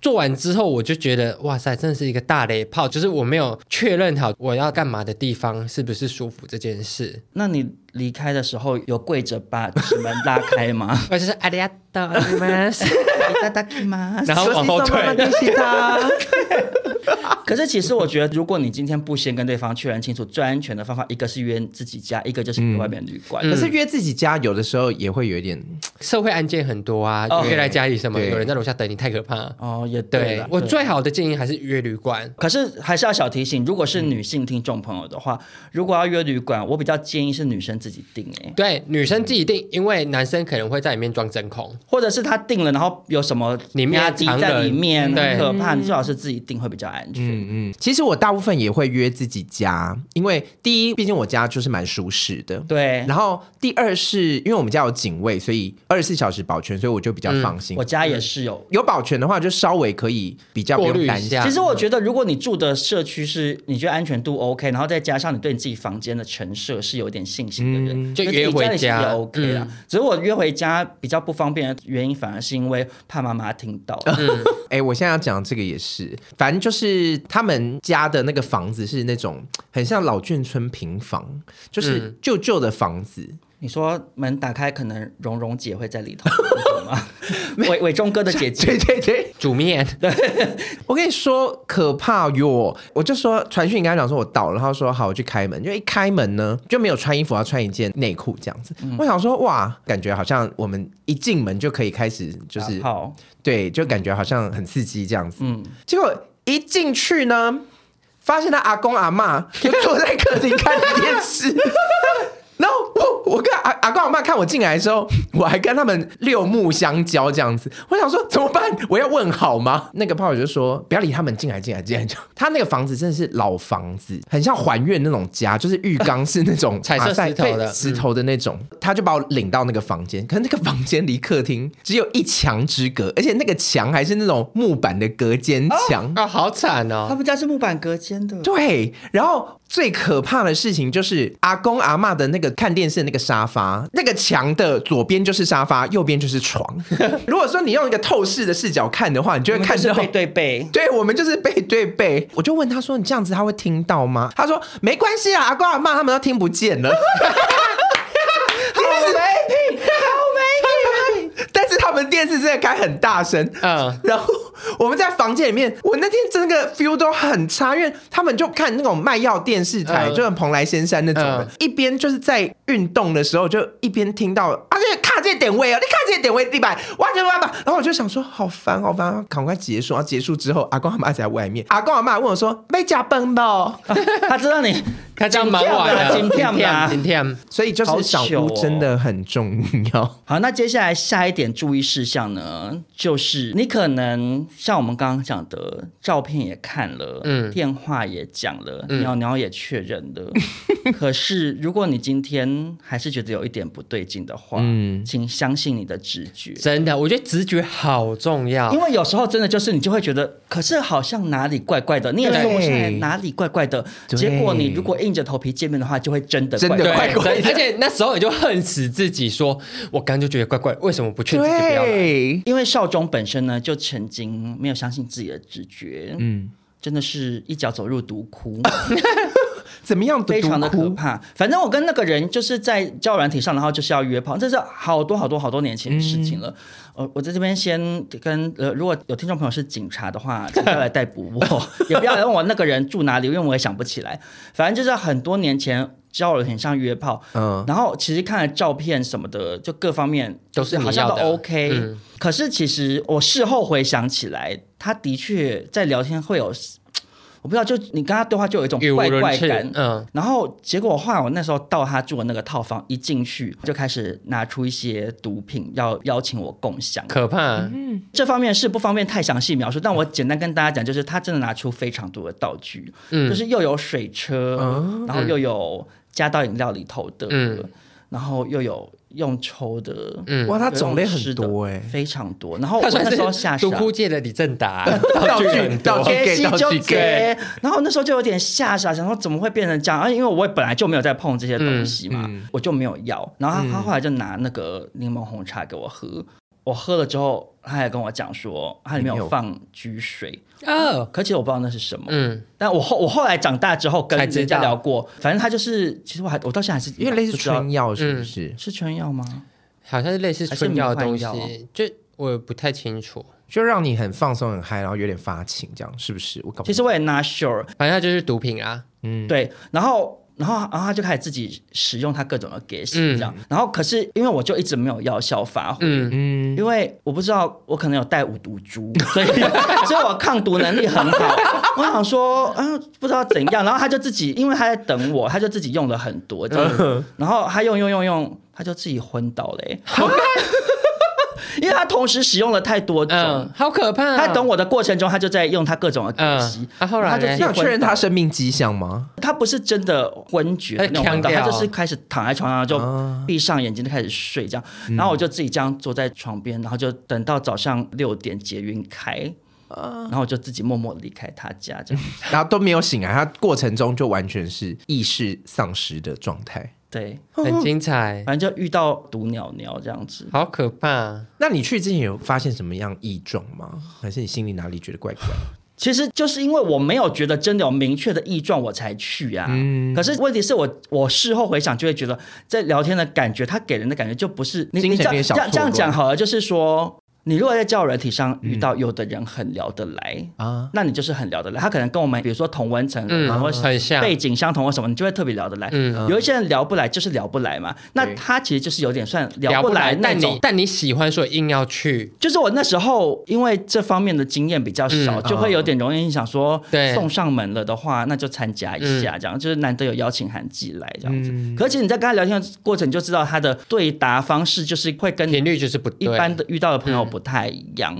[SPEAKER 4] 做完之后，我就觉得哇塞，真的是一个大雷炮，就是我没有确认好我要干嘛的地方是不是舒服这件事，
[SPEAKER 3] 那你离开的时候有跪着把 纸门拉开吗？
[SPEAKER 4] 而且是阿里亚多你们。
[SPEAKER 3] いただきま す
[SPEAKER 4] 然后往后退。
[SPEAKER 3] 可是其实我觉得，如果你今天不先跟对方确认清楚，最安全的方法，一个是约自己家，一个就是约外面旅
[SPEAKER 4] 嗯
[SPEAKER 3] 馆。
[SPEAKER 5] 可是约自己家有的时候也会有一点，
[SPEAKER 4] 社会案件很多啊，
[SPEAKER 3] 哦
[SPEAKER 4] 约来家里什么，
[SPEAKER 5] 对
[SPEAKER 4] 有人在楼下等你，太可怕了。
[SPEAKER 3] 哦，也
[SPEAKER 4] 对
[SPEAKER 3] 对啦
[SPEAKER 4] 我
[SPEAKER 3] 对
[SPEAKER 4] 最好的建议还是约旅馆。
[SPEAKER 3] 可是还是要小提醒，如果是女性听众朋友的话，如果要约旅馆，我比较建议是女生自己订哎、
[SPEAKER 4] 对，女生自己定，因为男生可能会在里面装针孔。
[SPEAKER 3] 或者是她订了，然后有什么
[SPEAKER 4] 里面
[SPEAKER 3] 压低
[SPEAKER 4] 藏
[SPEAKER 3] 在
[SPEAKER 4] 人
[SPEAKER 3] 里面，
[SPEAKER 4] 对嗯
[SPEAKER 3] 很可怕，你最好是自己订会比较安全。
[SPEAKER 5] 嗯嗯。其实我大部分也会约自己家，因为第一，毕竟我家就是蛮舒适的。
[SPEAKER 4] 哎
[SPEAKER 3] 对，
[SPEAKER 5] 然后第二是因为我们家有警卫，所以二十四小时保全，所以我就
[SPEAKER 4] 嗯
[SPEAKER 5] 比较放心。
[SPEAKER 3] 我家也是有
[SPEAKER 5] 有保全的话，就稍微可以比较不
[SPEAKER 4] 过滤
[SPEAKER 5] 用
[SPEAKER 4] 一
[SPEAKER 5] 担心
[SPEAKER 4] 下。
[SPEAKER 3] 其实我觉得，如果你住的社区是你觉得安全度 OK，然后再加上你对你自己房间的陈设是有点信心一个人，
[SPEAKER 4] 嗯就
[SPEAKER 3] 那自己
[SPEAKER 4] 约回
[SPEAKER 3] 里其实
[SPEAKER 4] 家嗯
[SPEAKER 3] 也 OK 啦。只是我约回家比较不方便的原因，反而是因为怕妈妈听到。
[SPEAKER 4] 嗯
[SPEAKER 5] 哎、我现在要讲这个也是，反正就是他们家的那个房子是那种很像老眷村平房，就是
[SPEAKER 4] 嗯
[SPEAKER 5] 旧旧的房子。
[SPEAKER 3] 你说门打开，可能蓉蓉姐会在里头，你懂吗？ 伟伟忠哥的姐姐
[SPEAKER 5] 对对对，
[SPEAKER 4] 煮面，
[SPEAKER 5] 我跟你说可怕哟！我就说传讯跟他讲说我到了，然后说好，我去开门。就一开门呢，就没有穿衣服，要穿一件内裤这样子。我想说哇，感觉好像我们一进门就可以开始，就是
[SPEAKER 3] 好，
[SPEAKER 5] 对，就感觉好像很刺激这样子。
[SPEAKER 3] 嗯，
[SPEAKER 5] 结果一进去呢，发现他阿公阿妈就坐在客厅看电视。 然后我我跟阿阿公阿妈看我进来的时候，我还跟他们六目相交这样子。我想说怎么办？我要问好吗？那个炮友就说不要理他们，进来进来进来。就他那个房子真的是老房子，很像还愿那种家，就是浴缸是那 种
[SPEAKER 4] 彩色
[SPEAKER 5] 马赛
[SPEAKER 4] 石头的
[SPEAKER 5] 对
[SPEAKER 4] 嗯
[SPEAKER 5] 石头的那种。他就把我领到那个房间，可是那个房间离客厅只有一墙之隔，而且那个墙还是那种木板的隔间墙。
[SPEAKER 4] 啊，好惨
[SPEAKER 3] 他
[SPEAKER 4] 哦！
[SPEAKER 3] 们家是木板隔间的，
[SPEAKER 5] 对，然后最可怕的事情就是阿公阿嬷的那个看电视的那个沙发，那个墙的左边就是沙发，右边就是床。如果说你用一个透视的视角看的话，你就会
[SPEAKER 3] 你们
[SPEAKER 5] 看
[SPEAKER 3] 就是
[SPEAKER 5] 到。
[SPEAKER 3] 背 对背。
[SPEAKER 5] 对，我们就是背对背。我就问他说：“你这样子他会听到吗？”他说：“没关系啊，阿公阿嬷他们都听不见 了。”好没品，好没品！ 但是他们电视真的开很大声，
[SPEAKER 4] 嗯，
[SPEAKER 5] 然后我们在房间里面，我那天真的 feel 都很差，因为他们就看那种卖药电视台，
[SPEAKER 4] 嗯
[SPEAKER 5] 就很蓬莱仙山那种的，
[SPEAKER 4] 嗯
[SPEAKER 5] 一边就是在运动的时候，就一边听到啊，这个卡这个点位哦，你卡这个点位地板，哇这哇吧，然后我就想说好烦好烦，赶快结束。然后结束之后，阿公阿妈在外面，阿公阿妈问我说没加崩吧，
[SPEAKER 3] 他知道你，
[SPEAKER 4] 他这样忙完了，
[SPEAKER 3] 今天啦
[SPEAKER 4] 今天
[SPEAKER 5] 所以就
[SPEAKER 3] 好
[SPEAKER 5] 是小
[SPEAKER 3] 糗
[SPEAKER 5] 屋
[SPEAKER 3] 哦
[SPEAKER 5] 真的很重要。
[SPEAKER 3] 好，那接下来下一点注意事项呢，就是你可能像我们刚刚讲的，照片也看了，
[SPEAKER 4] 嗯
[SPEAKER 3] 电话也讲了，
[SPEAKER 5] 嗯
[SPEAKER 3] 鸟鸟也确认 了。可是如果你今天还是觉得有一点不对劲的话，
[SPEAKER 5] 嗯
[SPEAKER 3] 请相信你的直觉。
[SPEAKER 4] 真的，我觉得直觉好重要
[SPEAKER 3] 因。为有时候真的就是你就会觉得，可是好像哪里怪怪的，你也说不出来
[SPEAKER 5] 对
[SPEAKER 3] 哪里怪怪的。
[SPEAKER 5] 对
[SPEAKER 3] 结果你如果硬着头皮见面的话，就会真的怪
[SPEAKER 5] 真
[SPEAKER 3] 怪
[SPEAKER 5] 的怪
[SPEAKER 4] 对，
[SPEAKER 5] 怪的
[SPEAKER 4] 对而且那时候你就恨死自己说，我刚刚就觉得怪怪，为什么不 劝自己不要来？
[SPEAKER 5] 对，
[SPEAKER 3] 因为少中本身呢，就曾经没有相信自己的直觉，嗯，真的是一脚走入毒窟，
[SPEAKER 5] 怎么样
[SPEAKER 3] 非常的
[SPEAKER 5] 独
[SPEAKER 3] 可
[SPEAKER 5] 哭
[SPEAKER 3] 怕。反正我跟那个人就是在交友软体上，然后就是要约炮，这是好多好多好多年前的事情
[SPEAKER 4] 嗯
[SPEAKER 3] 了。呃，我在这边先跟呃，如果有听众朋友是警察 的话，请不要来逮捕我，也不要来问我那个人住哪里，因为我也想不起来。反正就是很多年前。交友软体上约炮，
[SPEAKER 5] 嗯
[SPEAKER 3] 然后其实看了照片什么的，就各方面
[SPEAKER 4] 都是你
[SPEAKER 3] 好像都
[SPEAKER 4] 要的
[SPEAKER 3] OK，、
[SPEAKER 4] 嗯
[SPEAKER 3] 可是其实我事后回想起来，他的确在聊天会有，我不知道，就你跟他对话就有一种
[SPEAKER 4] 语无
[SPEAKER 3] 怪怪
[SPEAKER 4] 伦次
[SPEAKER 3] 感，，
[SPEAKER 4] 嗯，
[SPEAKER 3] 然后结果后来我那时候到他住的那个套房，一进去就开始拿出一些毒品要邀请我共享。
[SPEAKER 4] 可怕。
[SPEAKER 3] 这方面是不方便太详细描述，但我简单跟大家讲，就是他真的拿出非常多的道具，
[SPEAKER 4] 嗯啊
[SPEAKER 3] 就是又有水车，然后又有加到饮料里头的，
[SPEAKER 4] 嗯
[SPEAKER 3] 然后又有用抽的，
[SPEAKER 4] 嗯
[SPEAKER 5] 哇，它种类
[SPEAKER 3] 有
[SPEAKER 5] 很
[SPEAKER 3] 用
[SPEAKER 5] 多
[SPEAKER 3] 吃
[SPEAKER 5] 哎、
[SPEAKER 3] 的非常多。然后我
[SPEAKER 4] 他算
[SPEAKER 3] 那
[SPEAKER 4] 是
[SPEAKER 3] 时候吓傻
[SPEAKER 4] 独
[SPEAKER 3] 了。
[SPEAKER 4] 窟界的李正 达，
[SPEAKER 5] 道具
[SPEAKER 4] 很多
[SPEAKER 5] 道具
[SPEAKER 3] 给
[SPEAKER 5] 给道
[SPEAKER 3] 就
[SPEAKER 5] 具
[SPEAKER 3] 给
[SPEAKER 5] 给，
[SPEAKER 3] 然后那时候就有点吓傻，想说怎么会变成这样？而且啊因为我也本来就没有在碰这些东西嘛，我就没有要。然后他他后来就拿那个柠檬红茶给我喝，我喝了之后，他也跟我讲说它里面
[SPEAKER 5] 里面
[SPEAKER 3] 有
[SPEAKER 5] 有
[SPEAKER 3] 放橘水，
[SPEAKER 4] 哦，
[SPEAKER 3] 可其实我不知道那是什么。
[SPEAKER 4] 嗯，
[SPEAKER 3] 但我后我后来长大之后跟
[SPEAKER 4] 才
[SPEAKER 3] 人
[SPEAKER 4] 知
[SPEAKER 3] 家
[SPEAKER 4] 道
[SPEAKER 3] 聊过，反正他就是，其实我还我到现在还是
[SPEAKER 5] 因为类似嗯
[SPEAKER 3] 不知道
[SPEAKER 5] 春药是不是？
[SPEAKER 3] 是春药吗？
[SPEAKER 4] 好像是类似春药的东
[SPEAKER 3] 还是迷幻
[SPEAKER 4] 西，就我不太清楚。
[SPEAKER 5] 就让你很放松、很嗨，然后有点发情，这样是不是？我搞不
[SPEAKER 3] 其实我也 not sure，
[SPEAKER 4] 反正它就是毒品啊，
[SPEAKER 3] 对，然后。然后，然后他就开始自己使用他各种的 gas
[SPEAKER 4] 嗯
[SPEAKER 3] 这样。然后，可是因为我就一直没有药效发挥，
[SPEAKER 4] 嗯，
[SPEAKER 5] 嗯，
[SPEAKER 3] 因为我不知道我可能有带五毒株， 所以所以我抗毒能力很好。 我想说，嗯，不知道怎样。然后他就自己，因为他在等我，他就自己用了很多这样。然后他用用用用，他就自己昏倒了、欸 因为他同时使用了太多种。
[SPEAKER 4] 嗯，好可怕。
[SPEAKER 3] 他在等，我的过程中，他就在用他各种的东西。
[SPEAKER 4] 嗯啊后来
[SPEAKER 3] 他就
[SPEAKER 4] 嘞
[SPEAKER 3] 自己
[SPEAKER 5] 那有
[SPEAKER 3] 昏
[SPEAKER 5] 确认
[SPEAKER 3] 倒
[SPEAKER 5] 他生命迹象吗？
[SPEAKER 3] 他不是真的昏厥的那种昏倒，
[SPEAKER 4] 他
[SPEAKER 3] 他
[SPEAKER 4] 哎呛掉哦
[SPEAKER 3] 就是开始躺在床上就闭上眼睛就开始睡这样，然后我就自己这样坐在床边，然后就等到早上六点捷运开，
[SPEAKER 4] 啊
[SPEAKER 3] 然后我就自己默默地离开他家这样。
[SPEAKER 5] 然后都没有醒来，他过程中就完全是意识丧失的状态。
[SPEAKER 3] 对，
[SPEAKER 4] 很精彩，
[SPEAKER 3] 反正就遇到毒鸟鸟这样子。
[SPEAKER 4] 好可怕。
[SPEAKER 5] 那你去之前有发现什么样异状吗？还是你心里哪里觉得怪 怪？
[SPEAKER 3] 其实就是因为我没有觉得真的有明确的异状，我才去啊。可是问题是我我事后回想就会觉得，在聊天的感觉，他给人的感觉就不是你
[SPEAKER 5] 精
[SPEAKER 3] 你
[SPEAKER 5] 神
[SPEAKER 3] 这
[SPEAKER 5] 面
[SPEAKER 3] 样
[SPEAKER 5] 小
[SPEAKER 3] 这样
[SPEAKER 5] 错
[SPEAKER 3] 这样
[SPEAKER 5] 乱
[SPEAKER 3] 讲好了，就是说。你如果在交友软体上遇到有的人很聊得来
[SPEAKER 5] 啊
[SPEAKER 3] 啊，那你就是很聊得来。他可能跟我们比如说同温层，
[SPEAKER 4] 嗯
[SPEAKER 3] 然后
[SPEAKER 4] 很像
[SPEAKER 3] 背景相同或什么，你就会特别聊得来。
[SPEAKER 4] 嗯
[SPEAKER 3] 有一些人聊不来就是聊不来嘛，那他其实就是有点算聊
[SPEAKER 4] 不
[SPEAKER 3] 不来那
[SPEAKER 4] 但
[SPEAKER 3] 种
[SPEAKER 4] 你但你喜欢，所以硬要去，
[SPEAKER 3] 就是我那时候因为这方面的经验比较少，
[SPEAKER 4] 嗯
[SPEAKER 3] 就会有点容易想说，
[SPEAKER 4] 对
[SPEAKER 3] 送上门了的话，那就参加一下，这样、就是难得有邀请函寄来这样子。
[SPEAKER 5] 嗯
[SPEAKER 3] 可是其实你在跟他聊天的过程，你就知道他的对答方式就是会跟
[SPEAKER 4] 频
[SPEAKER 3] 你
[SPEAKER 4] 率就是不对。
[SPEAKER 3] 一般的遇到的朋友不太一样。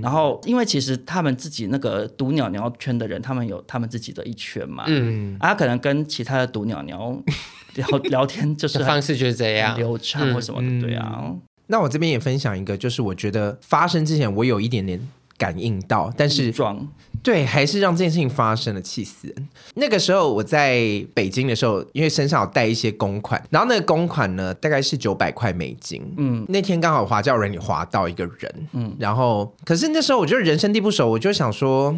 [SPEAKER 3] 然后因为其实他们自己那个毒鸟鸟圈的人，他们有他们自己的一圈嘛，
[SPEAKER 4] 嗯，
[SPEAKER 3] 啊，他可能跟其他的毒鸟鸟 聊聊天就是
[SPEAKER 4] 这
[SPEAKER 3] 很
[SPEAKER 4] 方式就是这样。
[SPEAKER 3] 流畅或什么的，
[SPEAKER 5] 嗯
[SPEAKER 3] 对啊。
[SPEAKER 5] 那我这边也分享一个，就是我觉得发生之前我有一点点感应到，但是
[SPEAKER 3] 装
[SPEAKER 5] 对，还是让这件事情发生了，气死人！那个时候我在北京的时候，因为身上有带一些公款，然后那个公款呢，大概是九百块美金。嗯，那天刚好华教人也划到一个人，嗯，然后可是那时候我就人生地不熟，我就想说，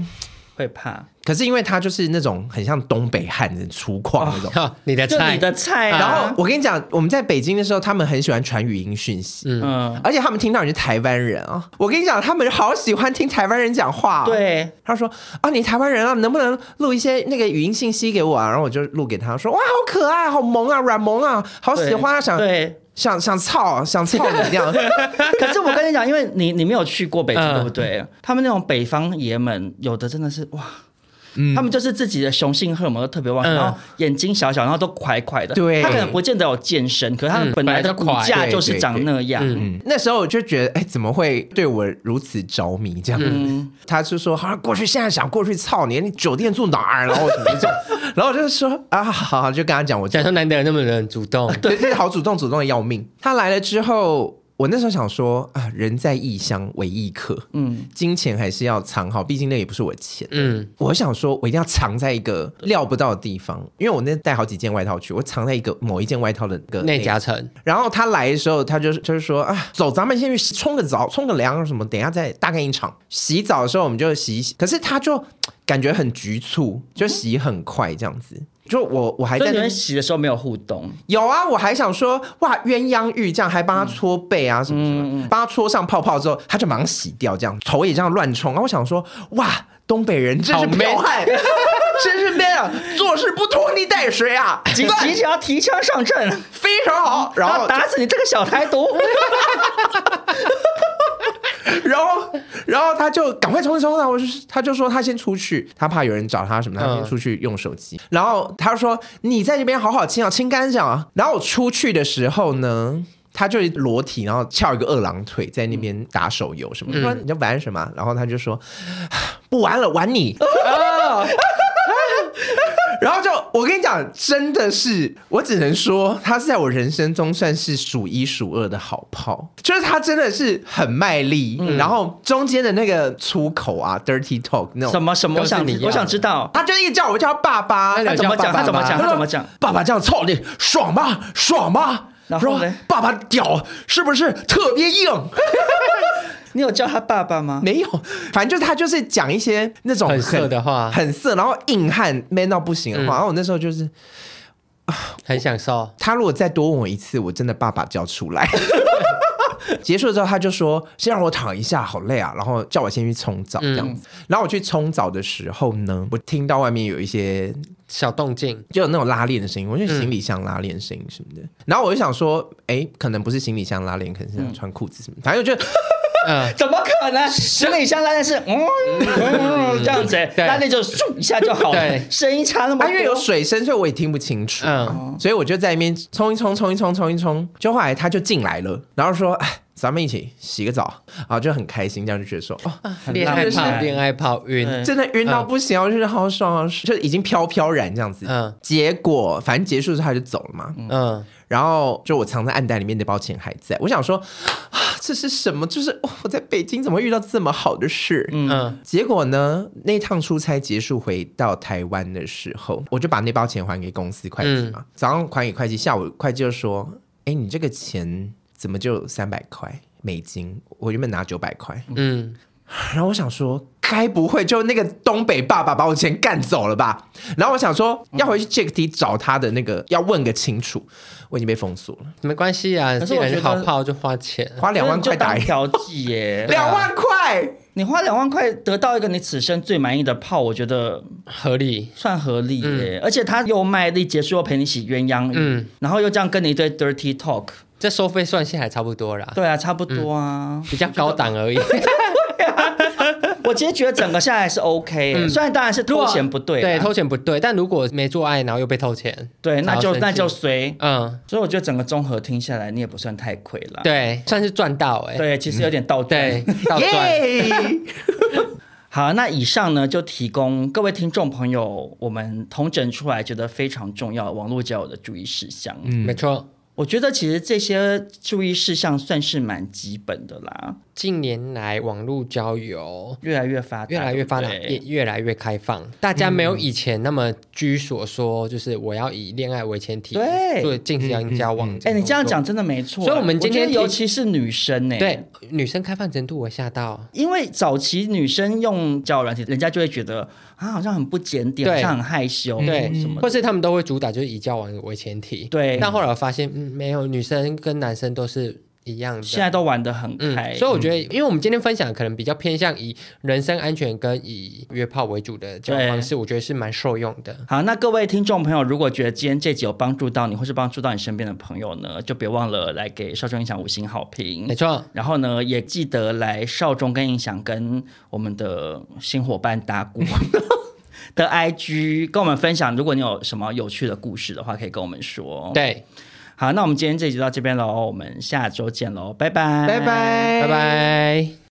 [SPEAKER 3] 会怕，
[SPEAKER 5] 可是因为他就是那种很像东北汉人粗犷那种。
[SPEAKER 4] 哈哦你的
[SPEAKER 3] 就
[SPEAKER 4] 菜
[SPEAKER 3] 你的菜啊、
[SPEAKER 5] 然后我跟你讲，我们在北京的时候，他们很喜欢传语音讯息，
[SPEAKER 3] 嗯，
[SPEAKER 5] 而且他们听到你是台湾人啊、我跟你讲，他们好喜欢听台湾人讲话、哦。
[SPEAKER 3] 对，
[SPEAKER 5] 他说：“啊，你台湾人啊，能不能录一些那个语音信息给我啊？”然后我就录给他说：“哇，好可爱，好萌啊，软萌啊，好喜欢啊，想
[SPEAKER 3] 对。
[SPEAKER 5] 想想操，想操你这样。
[SPEAKER 3] 可是我跟你讲，因为你你没有去过北京，
[SPEAKER 4] 嗯
[SPEAKER 3] 对不对？他们那种北方爷们，有的真的是哇。
[SPEAKER 5] 嗯
[SPEAKER 3] 他们就是自己的雄性荷尔蒙都特别旺，
[SPEAKER 4] 嗯
[SPEAKER 3] 然后眼睛小小，然后都垮垮的。
[SPEAKER 5] 对
[SPEAKER 3] 他可能不见得有健身，可是他们
[SPEAKER 4] 嗯
[SPEAKER 3] 本来的骨
[SPEAKER 4] 本来就
[SPEAKER 5] 垮
[SPEAKER 3] 架就是长那样。
[SPEAKER 5] 嗯”那时候我就觉得，哎，怎么会对我如此着迷这样子？他就说：“好、啊，过去现在想过去操你，你酒店住哪儿？”然后我怎么就， 然后我就说：“啊，好好，好就跟他讲，我这
[SPEAKER 4] 假说难得有那么多人主
[SPEAKER 3] 啊
[SPEAKER 4] 动，
[SPEAKER 5] 对，这好主动，主动的要命。他来了之后，我那时候想说啊，人在异乡为异客，嗯，金钱还是要藏好，毕竟那也不是我的钱。
[SPEAKER 4] 嗯，
[SPEAKER 5] 我想说，我一定要藏在一个料不到的地方，因为我那带好几件外套去，我藏在一个某一件外套的那个
[SPEAKER 4] 内夹。层，
[SPEAKER 5] 然后他来的时候，他就是就是说啊，走，咱们先去冲个澡、冲个凉什么，等一下再大干一场。洗澡的时候我们就洗一洗，可是他就感觉很局促，就洗很快这样子。就我我还
[SPEAKER 3] 所
[SPEAKER 5] 在
[SPEAKER 3] 以你
[SPEAKER 5] 那边
[SPEAKER 3] 们洗的时候没有互 动，
[SPEAKER 5] 有啊，我还想说，哇，鸳鸯浴这样还
[SPEAKER 4] 嗯
[SPEAKER 5] 帮他搓背啊，什么什么，帮他搓上泡泡之后，他就马上洗掉，这样头也这样乱冲。然后我想说，哇，东北人真是
[SPEAKER 4] 好 man
[SPEAKER 5] 彪悍， 真是 man 啊，做事不拖泥带 水啊，
[SPEAKER 3] 急急着要提枪上阵，
[SPEAKER 5] 非常好。然后
[SPEAKER 3] 打死你这个小台 独。
[SPEAKER 5] 然后，然后他就赶快冲一冲啊！我就他就说他先出去，他怕有人找他什么，他先出去用手机。然后他说：“你在这边好好清啊，清干净啊。”然后我出去的时候呢。他就裸体，然后翘一个二郎腿在那边打手游什么的。我说你在玩什么？然后他就说啊不玩了，玩你。
[SPEAKER 3] 哦
[SPEAKER 5] 然后就我跟你讲，真的是，我只能说，他是在我人生中算是数一数二的好炮，就是他真的是很卖力，
[SPEAKER 3] 嗯
[SPEAKER 5] 然后中间的那个粗口啊，dirty talk 那
[SPEAKER 3] 什
[SPEAKER 5] 种。
[SPEAKER 3] 么什么？我想
[SPEAKER 4] 都是你要的
[SPEAKER 3] 我想知道。
[SPEAKER 5] 他就一直叫我叫他爸爸，
[SPEAKER 4] 那
[SPEAKER 3] 他
[SPEAKER 4] 你
[SPEAKER 3] 怎么讲？
[SPEAKER 5] 爸
[SPEAKER 3] 他
[SPEAKER 5] 爸
[SPEAKER 3] 怎么讲？
[SPEAKER 5] 吧
[SPEAKER 3] 他怎么讲？
[SPEAKER 5] 爸爸这样操你，爽吗？爽吗？
[SPEAKER 3] 然后
[SPEAKER 5] 说
[SPEAKER 3] 嘞
[SPEAKER 5] 爸爸屌是不是特别硬？
[SPEAKER 3] 你有叫他爸爸吗？
[SPEAKER 5] 没有，反正就是他就是讲一些那种
[SPEAKER 4] 很色的话嗯
[SPEAKER 5] 很色，然后硬汉 man 到不行的话。然后我那时候就是，
[SPEAKER 4] 很享受。
[SPEAKER 5] 他如果再多问我一次，我真的爸爸叫出来。 结束之后，他就说：“先让我躺一下，好累啊。”然后叫我先去冲澡，这样子。
[SPEAKER 4] 嗯
[SPEAKER 5] 然后我去冲澡的时候呢，我听到外面有一些
[SPEAKER 4] 小动 静，
[SPEAKER 5] 就有那种拉链的声音，我就
[SPEAKER 4] 嗯
[SPEAKER 5] 行李箱拉链声音什么的。然后我就想说，哎，可能不是行李箱拉链，可能是想穿裤子什么的。反正就
[SPEAKER 4] 嗯，
[SPEAKER 3] 怎么可能？行李箱拉链是嗯嗯这样子、
[SPEAKER 4] 对
[SPEAKER 3] 拉链就咻一下就好了
[SPEAKER 4] 对，
[SPEAKER 3] 声音差那么多。
[SPEAKER 5] 啊，因为有水声，所以我也听不清楚。嗯
[SPEAKER 4] 嗯，
[SPEAKER 5] 所以我就在那边冲一冲，冲一冲，冲一冲。就后来他就进来了，然后说：“哎，咱们一起洗个澡啊！”就很开心，这样就觉得说，哦，
[SPEAKER 4] 恋爱
[SPEAKER 5] 浪
[SPEAKER 4] 泡，
[SPEAKER 5] 漫
[SPEAKER 4] 恋爱泡晕，
[SPEAKER 3] 对
[SPEAKER 5] 真的晕到不行，我就觉得好爽，好爽就已经飘飘然这样子。嗯
[SPEAKER 4] 嗯，
[SPEAKER 5] 结果反正结束之后他就走了嘛，
[SPEAKER 4] 嗯，
[SPEAKER 5] 然后就我藏在暗袋里面那包钱还在，我想说啊，这是什么？就是哇我在北京怎么会遇到这么好的事？嗯，
[SPEAKER 4] 嗯，
[SPEAKER 5] 结果呢，那趟出差结束回到台湾的时候，我就把那包钱还给公司会计
[SPEAKER 3] 嗯
[SPEAKER 5] 嘛。早上还给会计，下午会计就说：“哎，你这个钱怎么就三百块美金？我原本拿九百块。
[SPEAKER 4] 嗯，
[SPEAKER 5] 然后我想说，该不会就那个东北爸爸把我钱干走了吧？然后我想说，要回去 Jack T 找他的那个，要问个清楚。我已经被封锁了，
[SPEAKER 4] 没关系啊，
[SPEAKER 3] 可是
[SPEAKER 4] 既
[SPEAKER 3] 我
[SPEAKER 4] 然
[SPEAKER 3] 觉得
[SPEAKER 4] 好泡就花钱，
[SPEAKER 5] 花两万块打
[SPEAKER 3] 那你
[SPEAKER 5] 一
[SPEAKER 3] 就当调剂耶。
[SPEAKER 5] 两万块。
[SPEAKER 3] 你花两万块得到一个你此生最满意的炮，我觉得
[SPEAKER 4] 合理。
[SPEAKER 3] 算合理耶。而且他又卖力，结束又陪你洗鸳鸯浴，
[SPEAKER 4] 嗯
[SPEAKER 3] 然后又这样跟你一堆 dirty talk，
[SPEAKER 4] 这收费算下来差不多 啦，
[SPEAKER 3] 对啊，差不多啊。
[SPEAKER 4] 比较高档 而已。
[SPEAKER 3] 我其实觉得整个下来是 OK，耶、虽然当然是
[SPEAKER 4] 嗯如
[SPEAKER 3] 偷
[SPEAKER 4] 果
[SPEAKER 3] 钱不对啦，
[SPEAKER 4] 对，偷钱不对。但如果没做爱，然后又被偷钱，
[SPEAKER 3] 对，那就
[SPEAKER 4] 然后生气
[SPEAKER 3] 那就随。
[SPEAKER 4] 嗯，
[SPEAKER 3] 所以我觉得整个综合听下来，你也不算太亏啦。
[SPEAKER 4] 对，算是赚到哎、嗯
[SPEAKER 3] 对，其实有点倒赚。
[SPEAKER 4] 对，到 赚。
[SPEAKER 5] 耶！
[SPEAKER 3] 好，那以上呢就提供各位听众朋友我们统整出来觉得非常重要网络交友的注意事项。
[SPEAKER 4] 没错，
[SPEAKER 3] 我觉得其实这些注意事项算是蛮基本的啦，
[SPEAKER 4] 近年来网络交友
[SPEAKER 3] 越来越发达，
[SPEAKER 4] 越来越发达，
[SPEAKER 3] 对不嗯
[SPEAKER 4] 也
[SPEAKER 3] 对
[SPEAKER 4] 越来越开放，大家没有以前那么居所说，就是我要以恋爱为前提，
[SPEAKER 3] 对
[SPEAKER 4] 对，进行交往。
[SPEAKER 3] 哎、你这样讲真的没错。啊
[SPEAKER 4] 所以我们今天
[SPEAKER 3] 觉得尤
[SPEAKER 4] 提
[SPEAKER 3] 其是女生呢、
[SPEAKER 4] 对，女生开放程度我吓到，
[SPEAKER 3] 因为早期女生用交友软体，人家就会觉得啊，好像很不检点，
[SPEAKER 4] 对嗯
[SPEAKER 3] 好像很害羞，
[SPEAKER 4] 对
[SPEAKER 3] 嗯什么，的
[SPEAKER 4] 或是他们都会主打就是以交往为前提，
[SPEAKER 3] 对
[SPEAKER 4] 但后来我发现，嗯，没有，女生跟男生都是一样的，
[SPEAKER 3] 现在都玩得很
[SPEAKER 4] 嗯
[SPEAKER 3] 开，，
[SPEAKER 4] 所以我觉得，因为我们今天分享可能比较偏向以人身安全跟以约炮为主的交往方式，我觉得是蛮受用的。
[SPEAKER 3] 好，那各位听众朋友，如果觉得今天这集有帮助到你，或是帮助到你身边的朋友呢，就别忘了来给少中音响五星好评
[SPEAKER 4] 没。错，
[SPEAKER 3] 然后呢，也记得来少中跟音响跟我们的新伙伴打鼓 的 IG 跟我们分享，如果你有什么有趣的故事的话，可以跟我们说。，
[SPEAKER 4] 对，
[SPEAKER 3] 好，那我们今天这集就到这边喽，我们下周见喽，拜拜，
[SPEAKER 5] 拜拜，
[SPEAKER 4] 拜。拜。